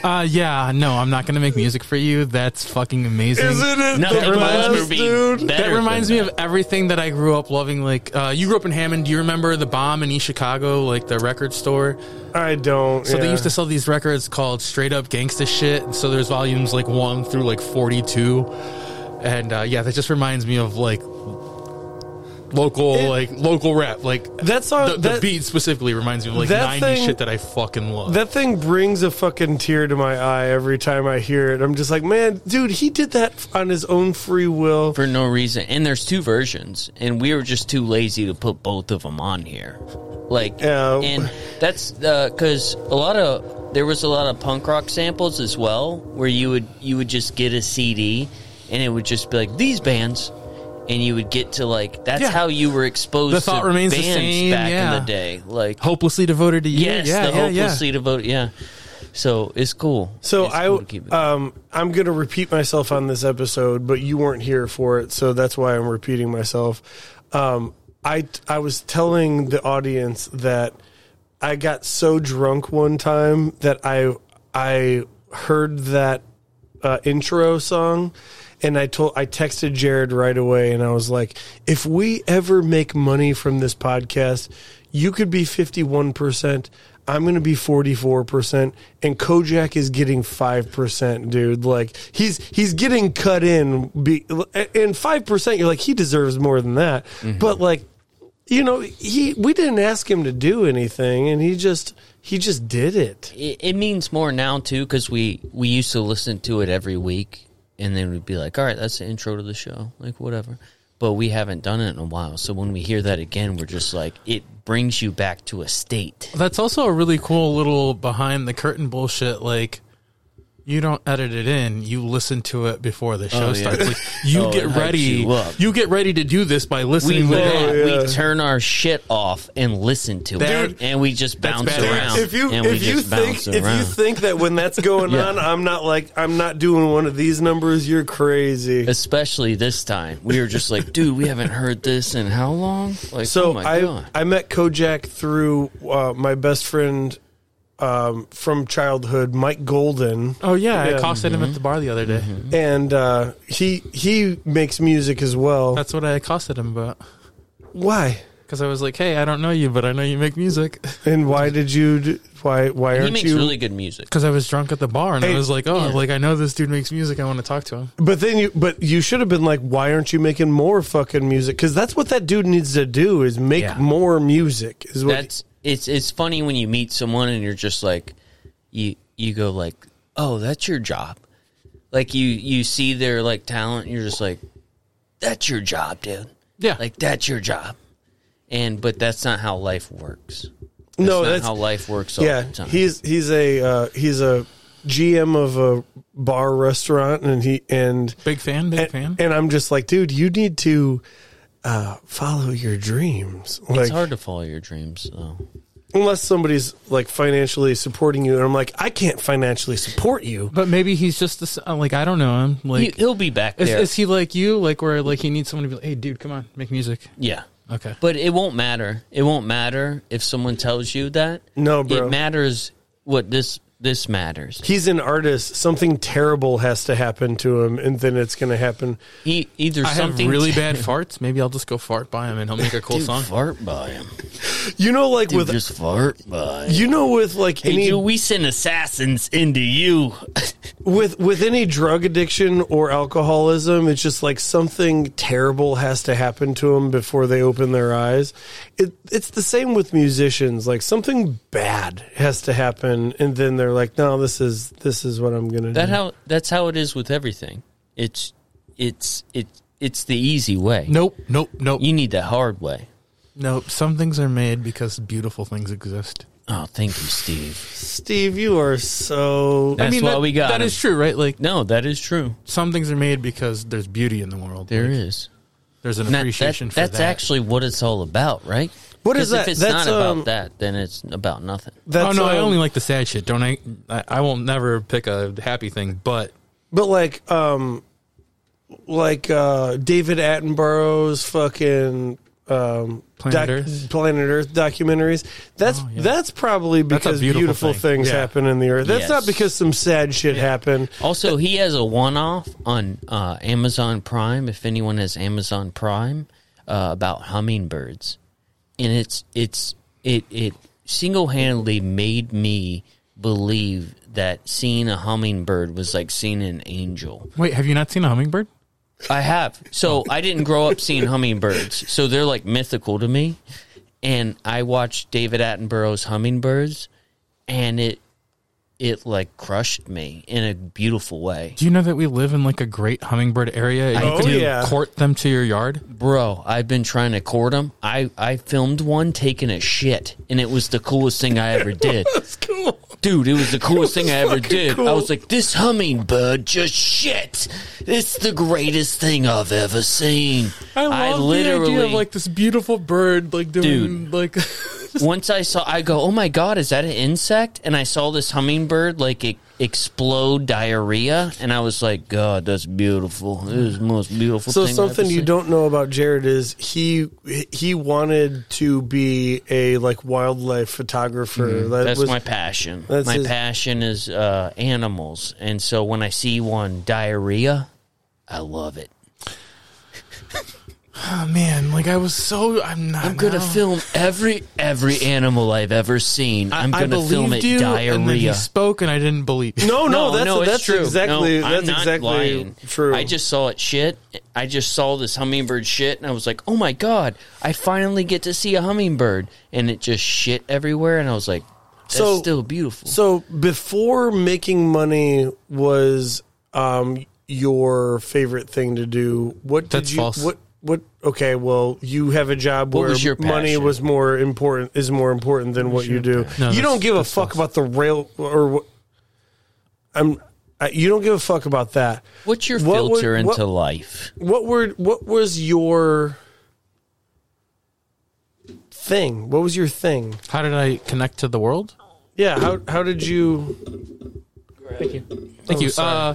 F: Uh, yeah. No, I'm not gonna make music for you. That's fucking amazing.
B: it
A: Nothing
F: That reminds
A: much would be better
F: That reminds
A: than
F: me
A: that.
F: of everything that I grew up loving. Like, uh, you grew up in Hammond. Do you remember the bomb in East Chicago, like the record store?
B: I don't.
F: So
B: yeah.
F: they used to sell these records called straight up gangsta shit. And so there's volumes like one through like 42. And uh, yeah, that just reminds me of like local
B: It-
F: like local rap like
B: That song-
F: the, the
B: that-
F: beat specifically reminds me of like
B: that
F: 90s
B: thing-
F: shit that I fucking love.
B: That thing brings a fucking tear to my eye every time I hear it. I'm just like, man, dude, he did that on his own free will.
A: for no reason. And there's two versions, and we were just too lazy to put both of them on here. Like,
B: Yeah.
A: and that's because a lot of there was a lot of punk rock samples as well, where you would you would just get a CD, and it would just be like these bands, and you would get to like that's
F: Yeah.
A: how you were exposed.
F: The thought
A: to
F: remains the
A: bands
F: same,
A: back
F: yeah.
A: in the day, like
F: hopelessly devoted to you.
A: yes,
F: yeah,
A: the
F: yeah, yeah.
A: hopelessly devoted, yeah. So it's cool.
B: So
A: It's
B: I,
A: cool to keep it.
B: um, I'm going to repeat myself on this episode, but you weren't here for it, so that's why I'm repeating myself. Um, I I was telling the audience that I got so drunk one time that I I heard that uh, intro song. And I told I texted Jared right away, and I was like, "If we ever make money from this podcast, you could be fifty one percent. I'm going to be forty four percent, and Kojak is getting five percent, dude. Like he's he's getting cut in. Be, and five percent, you're like he deserves more than that. But like you know, he we didn't ask him to do anything, and he just he just did it.
A: it, it means more now too because we we used to listen to it every week and then we'd be like all right that's the intro to the show like whatever but we haven't done it in a while so when we hear that again we're just like it brings you back to a state
F: That's also a really cool little behind the curtain bullshit. Like, you don't edit it in; you listen to it before the show
A: yeah.
F: starts. Like, you
A: Oh,
F: get
A: it hypes
F: ready,
A: you
F: you,
A: up.
F: get ready to do this by
A: we,
F: listening. to
A: literally-
F: that.
B: yeah.
A: we turn our shit off and listen to
F: Dude,
A: it and we just
F: that's
A: bounce
F: badass.
A: around
B: if you
A: and we
B: if you
A: just
B: think
A: bounce
B: if
A: around
B: you think that when that's going
A: Yeah.
B: on, I'm not like I'm not doing one of these numbers, you're crazy.
A: especially this time we were just like dude we haven't heard this in how long like
B: So
A: oh my
B: I
A: god
B: I met Kojak through uh, my best friend um, from childhood, Mike Golden.
F: Oh yeah,
B: Yeah.
F: I accosted him at the bar the other day.
A: Mm-hmm.
B: and uh, he he makes music as well.
F: That's what I accosted him about.
B: why
F: Because I was like, "Hey, I don't know you, but I know you make music."
B: and why did you d- why why
A: he
B: aren't
A: makes
B: you?
A: really good music
F: Because I was drunk at the bar, and
B: Hey,
F: I was like, "Oh,
A: yeah.
F: like I know this dude makes music. I want to talk to him."
B: but then you but you should have been like, why aren't you making more fucking music? Because that's what that dude needs to do is make
F: Yeah.
B: more music. Is what
A: that's it's it's funny when you meet someone and you're just like you you go like oh that's your job like you you see their like talent and you're just like that's your job dude
F: Yeah,
A: like that's your job and but that's not how life works that's
B: no
A: not
B: that's
A: how life works all
B: yeah
A: the time.
B: he's he's a uh, he's a GM of a bar restaurant and he and
F: big fan, big
B: and,
F: fan.
B: and I'm just like dude you need to uh, follow your dreams
A: it's
B: like
A: hard to follow your dreams though
B: unless somebody's like financially supporting you and I'm like I can't financially support you
F: but maybe he's just the s- uh, like I don't know him.
A: he,
F: Like
A: he'll be back
F: Is,
A: there
F: is he like you? Like where like he needs someone to be like, hey, dude, come on, make music.
A: yeah
F: Okay.
A: But it won't matter. It won't matter if someone tells you that.
B: No, bro.
A: It matters what this this matters.
B: he's an artist something terrible has to happen to him and then it's going to happen
A: He either
F: I have
A: something
F: really bad farts. Maybe I'll just go fart by him and he'll make a cool
A: Dude,
F: song.
A: fart by him.
B: you know like
A: Dude,
B: with
A: just fart by.
B: you know with like
A: Hey,
B: any
A: dude, we send assassins into you.
B: with with any drug addiction or alcoholism it's just like something terrible has to happen to them before they open their eyes it it's the same with musicians like something bad has to happen and then they're like no this is this is what i'm gonna
A: That
B: do
A: how that's how it is with everything. It's it's it it's the easy way.
F: Nope, nope, nope,
A: You need the hard way.
F: nope. Some things are made because beautiful things exist.
A: Oh, thank you, Steve.
B: steve you are so
A: That's why
F: that,
A: we got
F: That
A: him.
F: is true, right? Like
A: No, that is true.
F: some things are made because there's beauty in the world.
A: There
F: Like,
A: is.
F: There's an
A: And that-
F: appreciation
A: that-
F: for
A: that's
F: that.
A: actually what it's all about, right?
B: What is
A: 'Cause
B: that?
A: If it's not
B: That's,
A: about
B: um,
A: that, then it's about nothing.
B: that's
F: oh no, I
B: um,
F: only like the sad shit. Don't I? I, I won't never pick a happy thing, but
B: But like, um, like uh, David Attenborough's fucking um,
F: Planet Earth?
B: Planet Earth documentaries. That's
F: Oh, yeah.
B: that's probably
F: That's a
B: because beautiful,
F: beautiful thing.
B: things
F: Yeah.
B: happen in the earth. That's
A: Yes.
B: not because some sad shit happened.
A: Also, he has a one-off on uh, Amazon Prime. If anyone has Amazon Prime, uh, about hummingbirds, and it's it's it it single-handedly made me believe that seeing a hummingbird was like seeing an angel.
F: wait, have you not seen a hummingbird?
A: I have. So I didn't grow up seeing hummingbirds, so they're like mythical to me. And I watched David Attenborough's Hummingbirds, and it it like crushed me in a beautiful way,
F: Do you know that we live in like a great hummingbird area? and
B: Oh,
F: you can
B: yeah.
F: court them to your yard.
A: bro. I've been trying to court them. I I filmed one taking a shit, and it was the coolest thing I ever did.
B: cool.
A: Dude, it was the coolest thing I ever
B: fucking
A: did. I
B: cool.
A: was like, this hummingbird just shit. It's the greatest thing I've ever seen.
F: this beautiful bird, like
A: Dude.
F: like.
A: once I saw, I go, oh my god, is that an insect? And I saw this hummingbird like it explode diarrhea, and I was like, God, that's beautiful. It is the most beautiful.
B: So
A: thing I've
B: something
A: ever
B: you
A: seen."
B: don't know about Jared is he he wanted to be a like wildlife photographer.
F: Mm-hmm.
B: That
A: That's
B: was
A: my passion.
B: that's
A: my
B: his-
A: passion is uh, animals, and so when I see one diarrhea, I love it.
F: oh man, like I was so I'm not.
A: I'm gonna
F: now.
A: film every every animal I've ever seen. I'm
F: I
A: gonna film it
F: believed you, And then he
A: diarrhea.
F: spoke, and I didn't believe.
B: no, Oh, no, that's
A: it's
B: that's
A: true.
B: exactly
A: No, I'm
B: that's
A: not
B: exactly
A: lying.
B: true.
A: I just saw it shit. I just saw this hummingbird shit, and I was like, "Oh my god! I finally get to see a hummingbird!" And it just shit everywhere, and I was like, "That's
B: So-
A: still beautiful."
B: so before making money was um your favorite thing to do. What did
F: That's
B: you
F: false.
B: what what okay, well, you have a job
A: What
B: where
A: was your
B: money
A: passion?
B: was more important is more important than what you do.
F: No,
B: you
F: that's-
B: don't give a fuck about the rail or what I'm I, you don't give a fuck about that.
A: What's your
B: what would-
A: filter
B: what-
A: into life?
B: what were what was your thing? What was your thing?
F: How did I connect to the world?
B: Yeah, how how did you
F: Thank
A: Oh,
F: you.
B: sorry.
F: Uh,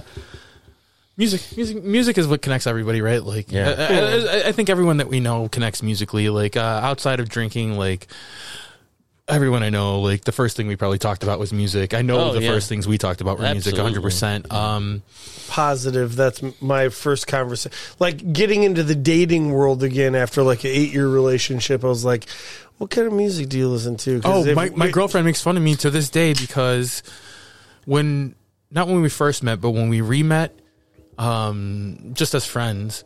F: music, music, music is what connects everybody, right? Like,
A: Yeah.
F: I- I, I, I think everyone that we know connects musically. Like, uh, outside of drinking, like everyone I know, like the first thing we probably talked about was music. I know
A: Oh,
F: the
A: yeah.
F: first things we talked about were music,
A: Absolutely.
F: 100. percent Um,
B: positive? That's m- my first conversation. Like getting into the dating world again after like an 8-year relationship, I was like, what kind of music do you listen to? 'Cause
F: Oh,
B: if-
F: my, my girlfriend makes fun of me to this day because when not when we first met, but when we re-met, um, just as friends,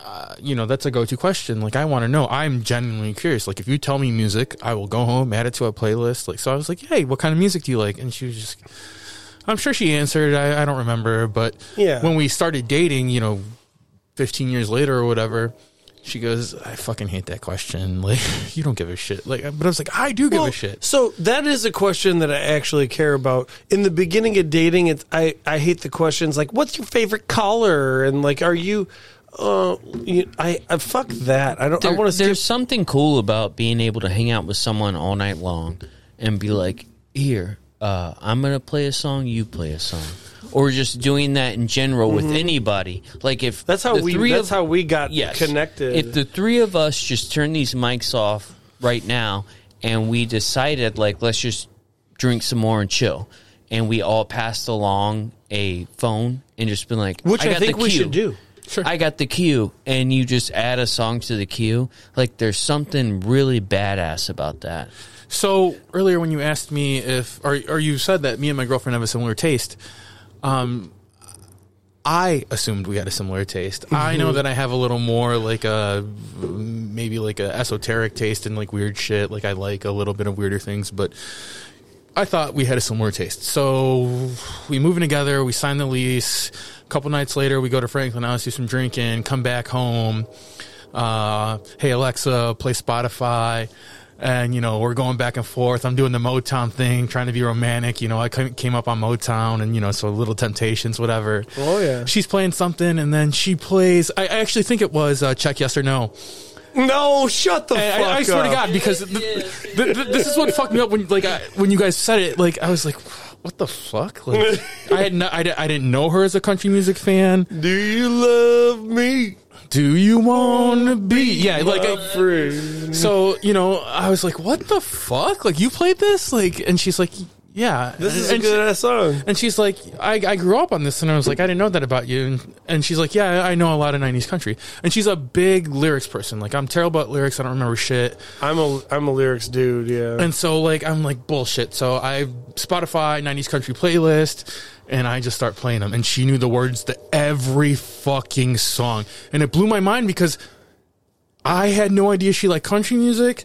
F: uh, you know, that's a go-to question. Like, I want to know. I'm genuinely curious. Like, if you tell me music, I will go home, add it to a playlist. Like, so I was like, "Hey, what kind of music do you like?" And she was just, I'm sure she answered. I, I don't remember, but
B: Yeah.
F: when we started dating, you know, 15 years later or whatever. She goes, I fucking hate that question. Like, you don't give a shit. Like, but I was like, I do give
B: Well,
F: a shit.
B: So that is a question that I actually care about. In the beginning of dating, it's I, I hate the questions like, "What's your favorite color?" and like, "Are you?" Uh, you, I, I fuck that. I don't. I
A: There-
B: want to.
A: there's something cool about being able to hang out with someone all night long and be like, here, uh, I'm gonna play a song, you play a song, or just doing that in general with anybody. Like if
B: Mm-hmm. That's how
A: the
B: we.
A: three
B: That's
A: of-
B: how we got
A: yes.
B: connected.
A: If the three of us just turn these mics off right now and we decided like let's just drink some more and chill and we all passed along a phone and just been like
B: which I,
A: got the
B: think we
A: cue.
B: should do.
A: I got the cue, and you just add a song to the cue. Like there's something really badass about that.
F: So earlier, when you asked me if, or, or you said that me and my girlfriend have a similar taste, um, I assumed we had a similar taste. I know that I have a little more like a maybe like a esoteric taste and like weird shit. Like I like a little bit of weirder things, but I thought we had a similar taste. So we move in together. We sign the lease. A couple nights later, we go to Franklin House, do some drinking, come back home uh, hey Alexa, play Spotify. And you know we're going back and forth. I'm doing the Motown thing, trying to be romantic. You know I came came up on Motown, and you know so little temptations, whatever.
B: Oh, yeah.
F: She's playing something, and then she plays. I, I actually think it was uh, Check Yes or No.
B: No, shut the
F: I, I, I swear to God, because th- th- th- this is what fucked me up when like I, when you guys said it. Like I was like, what the fuck? Like I had no, I, di- I didn't know her as a country music fan.
B: Do you love me?
F: Do you want to be? Yeah, like I,
B: My friend?
F: So, you know, I was like, what the fuck? Like, you played this? Like, and she's like, Yeah,
B: This is a
F: And she-
B: good ass song.
F: and she's like, I, I grew up on this, and I was like, I didn't know that about you. And, and she's like, Yeah, I know a lot of '90s country. And she's a big lyrics person. Like, I'm terrible at lyrics. I don't remember shit.
B: I'm a I'm a lyrics dude. Yeah.
F: And so, like, I'm like bullshit. So I Spotify '90s country playlist, and I just start playing them. And she knew the words to every fucking song, and it blew my mind because I had no idea she liked country music.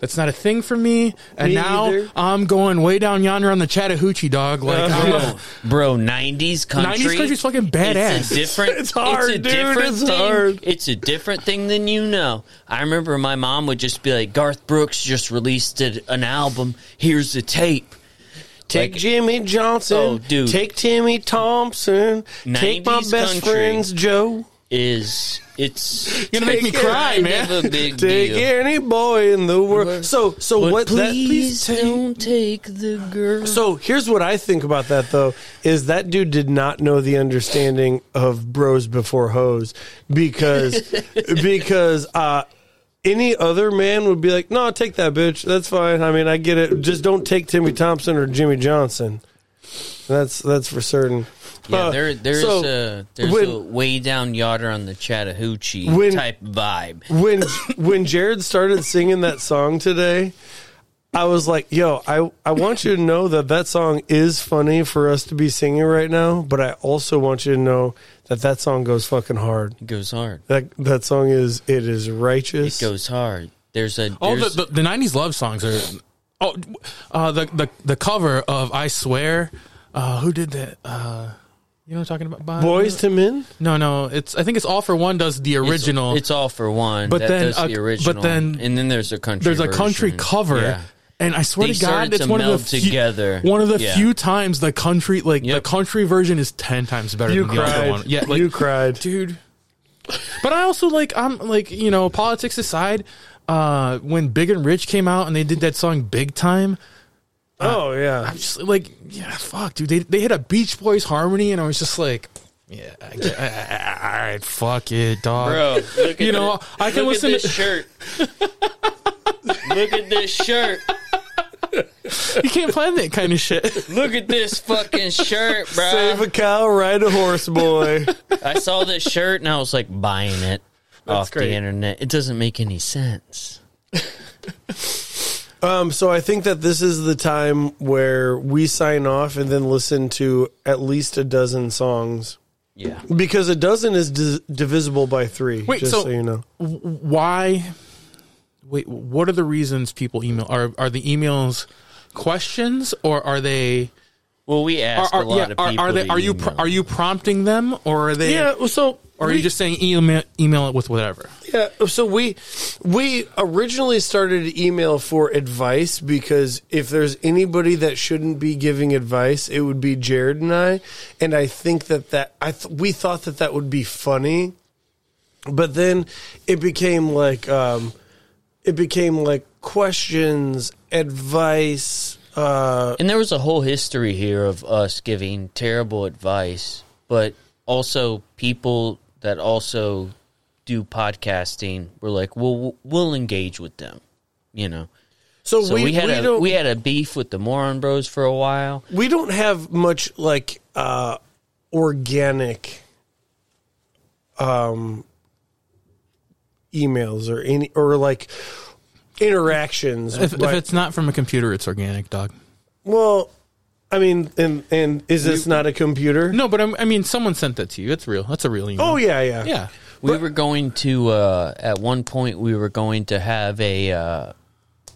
F: That's not a thing for me. And
B: Me
F: now
B: either. Uh-huh.
F: I'm going way down yonder on the Chattahoochee dog. Like, I'm a-
A: Bro, nineties country.
F: 90s country's fucking
A: It's
F: badass.
A: a different.
B: It's hard,
A: a
B: dude,
A: different
B: it's
A: thing.
B: hard.
A: It's a different thing than you know. I remember my mom would just be like, "Garth Brooks just released a- an album. Here's the tape."
B: Take
A: Like-
B: Jimmy Johnson.
A: Oh, dude.
B: Take Timmy Thompson. Take my
A: 90s
B: best
A: country.
B: friends, Joe.
A: Is it's
F: You're gonna make me
A: it's
F: cry,
A: kind
F: man.
A: of a big
B: Take
A: deal.
B: any boy in the world. So, so
A: But
B: what? that-
A: please, don't take the girl.
B: So here's what I think about that though is that dude did not know the understanding of bros before hoes because because uh any other man would be like, "No, take that bitch. That's fine. I mean, I get it. Just don't take Timmy Thompson or Jimmy Johnson." That's that's for certain.
A: yeah,
B: Uh,
A: there, there's
B: so
A: a there's
B: when-
A: a way down yonder on the Chattahoochee
B: When-
A: type vibe.
B: when when Jared started singing that song today, I was like, "Yo, I I want you to know that that song is funny for us to be singing right now, but I also want you to know that that song goes fucking hard.
A: It goes hard.
B: That that song is it is righteous.
A: It goes hard. There's a
F: all Oh, the,
A: there's-
F: the, the '90s love songs are. Oh, uh, the the the cover of "I Swear," uh, who did that? Uh, you know what I'm talking about? By-
B: Boys to men.
F: No, no. It's I think it's all for one does the
A: it's-
F: original.
A: It's, all for one.
F: But
A: But that
F: then
A: does
F: a-
A: the original.
F: but then
A: and then there's a country.
F: there's a country
A: version.
F: cover,
A: Yeah.
F: and I swear
A: They
F: to God,
A: started
F: it's
A: to
F: one of the
A: meld
F: few,
A: together.
F: one of the
A: Yeah.
F: few times the country like
A: Yep.
F: the country version is ten times better
B: You
F: than the other one.
B: cried.
F: Yeah, like
B: you cried.
F: dude. But I also like I'm like you know politics aside. Uh, when Big and Rich came out and they did that song "Big Time,"
B: oh yeah.
F: I'm just like, yeah, fuck, dude. They they hit a Beach Boys harmony, and I was just like, yeah, I get- I- I- I- all right, fuck it, dog.
A: Bro, look at
F: You know,
A: thi-
F: I can
A: look
F: listen
A: at this
F: to-
A: shirt. look at this shirt.
F: You can't plan that kind of shit.
A: Look at this fucking shirt, bro.
B: Save a cow, ride a horse, boy.
A: I saw this shirt and I was like buying it off
F: great.
A: the internet. It doesn't make any sense.
B: Um, so I think that this is the time where we sign off and then listen to at least a dozen songs
A: Yeah.
B: because a dozen is dis- divisible by three.
F: Wait,
B: just so,
F: so-
B: you know,
F: Why? Wait, what are the reasons people email? Are are the emails questions, or are they?
A: Well, we
F: Are,
A: asked
F: are,
A: a lot
F: yeah,
A: of
F: are,
A: people.
F: are they?
A: to
F: Are you
A: email.
F: pr- are you prompting them, or are they?
B: yeah. well, So
F: Or are you just saying email email it with whatever?
B: Yeah, so we we originally started to email for advice because if there's anybody that shouldn't be giving advice, it would be Jared and I, and I think that that I th- we thought that that would be funny, but then it became like um, it became like questions, advice. Uh,
A: And there was a whole history here of us giving terrible advice, but also people that also do podcasting were like, "Well, we'll engage with them," you know.
B: so,
A: So we,
B: we,
A: had
B: we
A: a
B: don't
A: we had a beef with the Moron Bros for a while.
B: we don't have much like uh organic um emails or any or like interactions
F: If, if
B: like-
F: it's not from a computer, it's organic, dog.
B: well i mean and and is this not a computer
F: No, but I'm, I mean, someone sent that to you. It's real. That's a real email.
B: oh yeah yeah
F: yeah.
A: We were going to uh, at one point we were going to have a uh,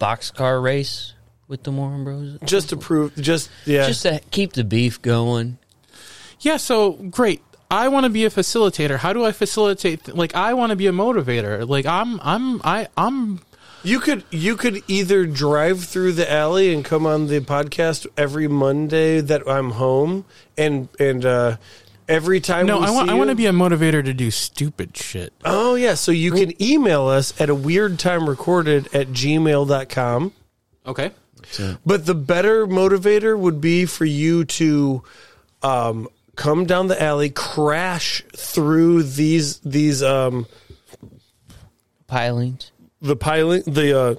A: boxcar race with the Moron Bros.
B: just to prove just yeah
A: Just to keep the beef going.
F: Yeah, so great. I want to be a facilitator. How do I facilitate? th- Like I want to be a motivator. Like I'm I'm I I'm
B: you could you could either drive through the alley and come on the podcast every monday that i'm home and and uh every time
F: No,
B: we
F: I want
B: see
F: I want
B: you-
F: to be a motivator to do stupid shit.
B: Oh, yeah. So you can email us at a weird time recorded at gmail.com.
F: Okay.
B: But the better motivator would be for you to um, come down the alley, crash through these, these, um,
A: Pilings.
B: the piling, the, uh,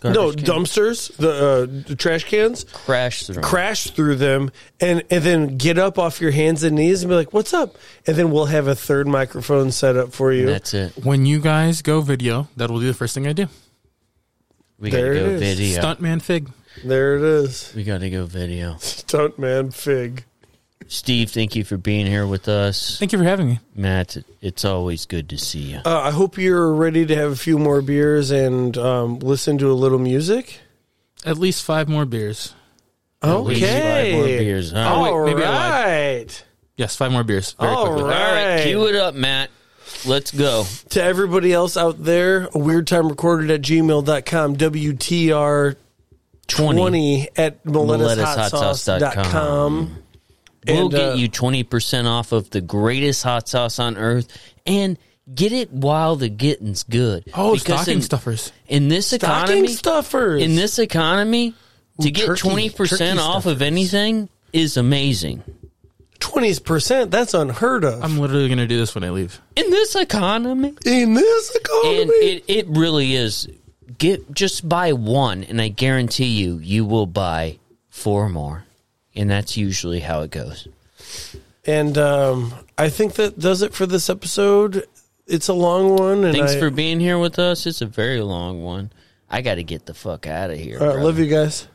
A: garbage
B: no
A: can?
B: dumpsters, the, uh, the trash cans,
A: Crash through.
B: crash through them, and and then get up off your hands and knees and be like, "What's up?" And then we'll have a third microphone set up for you.
A: That's it.
F: When you guys go video, that'll be the first thing I do.
A: We gotta
B: There it
A: go
B: is.
A: video.
F: Stuntman fig.
B: there it is,
A: We gotta go video.
B: stuntman fig.
A: Steve, thank you for being here with us.
F: Thank you for having me.
A: Matt, it's always good to see you.
B: Uh, I hope you're ready to have a few more beers and um, listen to a little music.
F: At least five more beers.
A: least five more beers, huh?
B: All
F: Wait, maybe I
B: right.
F: Yes, five more beers. Very
B: All
F: quickly.
A: All right,
B: right.
A: cue it up, Matt. Let's go.
B: to everybody else out there, a weird time recorded at gmail.com, WTR
A: 20.
B: 20 at
A: MiletushotSauce.com.
B: millenniumhotsauce.com.
A: We'll
B: And,
A: get
B: uh,
A: you 20% off of the greatest hot sauce on earth and get it while the getting's good.
F: Oh,
A: Because
F: stocking
A: in,
F: stuffers.
A: In this
B: Stocking
A: economy,
B: stuffers.
A: in this economy, to get
B: turkey-
A: 20%
B: turkey
A: off of anything is amazing.
B: 20%, that's unheard of.
A: Um,
F: I'm literally going to do this when I leave.
A: In this economy,
B: in this economy.
A: and it, it really is. Get just buy one, and I guarantee you, you will buy four more, and that's usually how it goes.
B: And, um, I think that does it for this episode. It's a long one. And
A: Thanks
B: I,
A: for being here with us. It's a very long one. I got to get the fuck out of here.
B: All right,
A: brother.
B: uh, love you guys.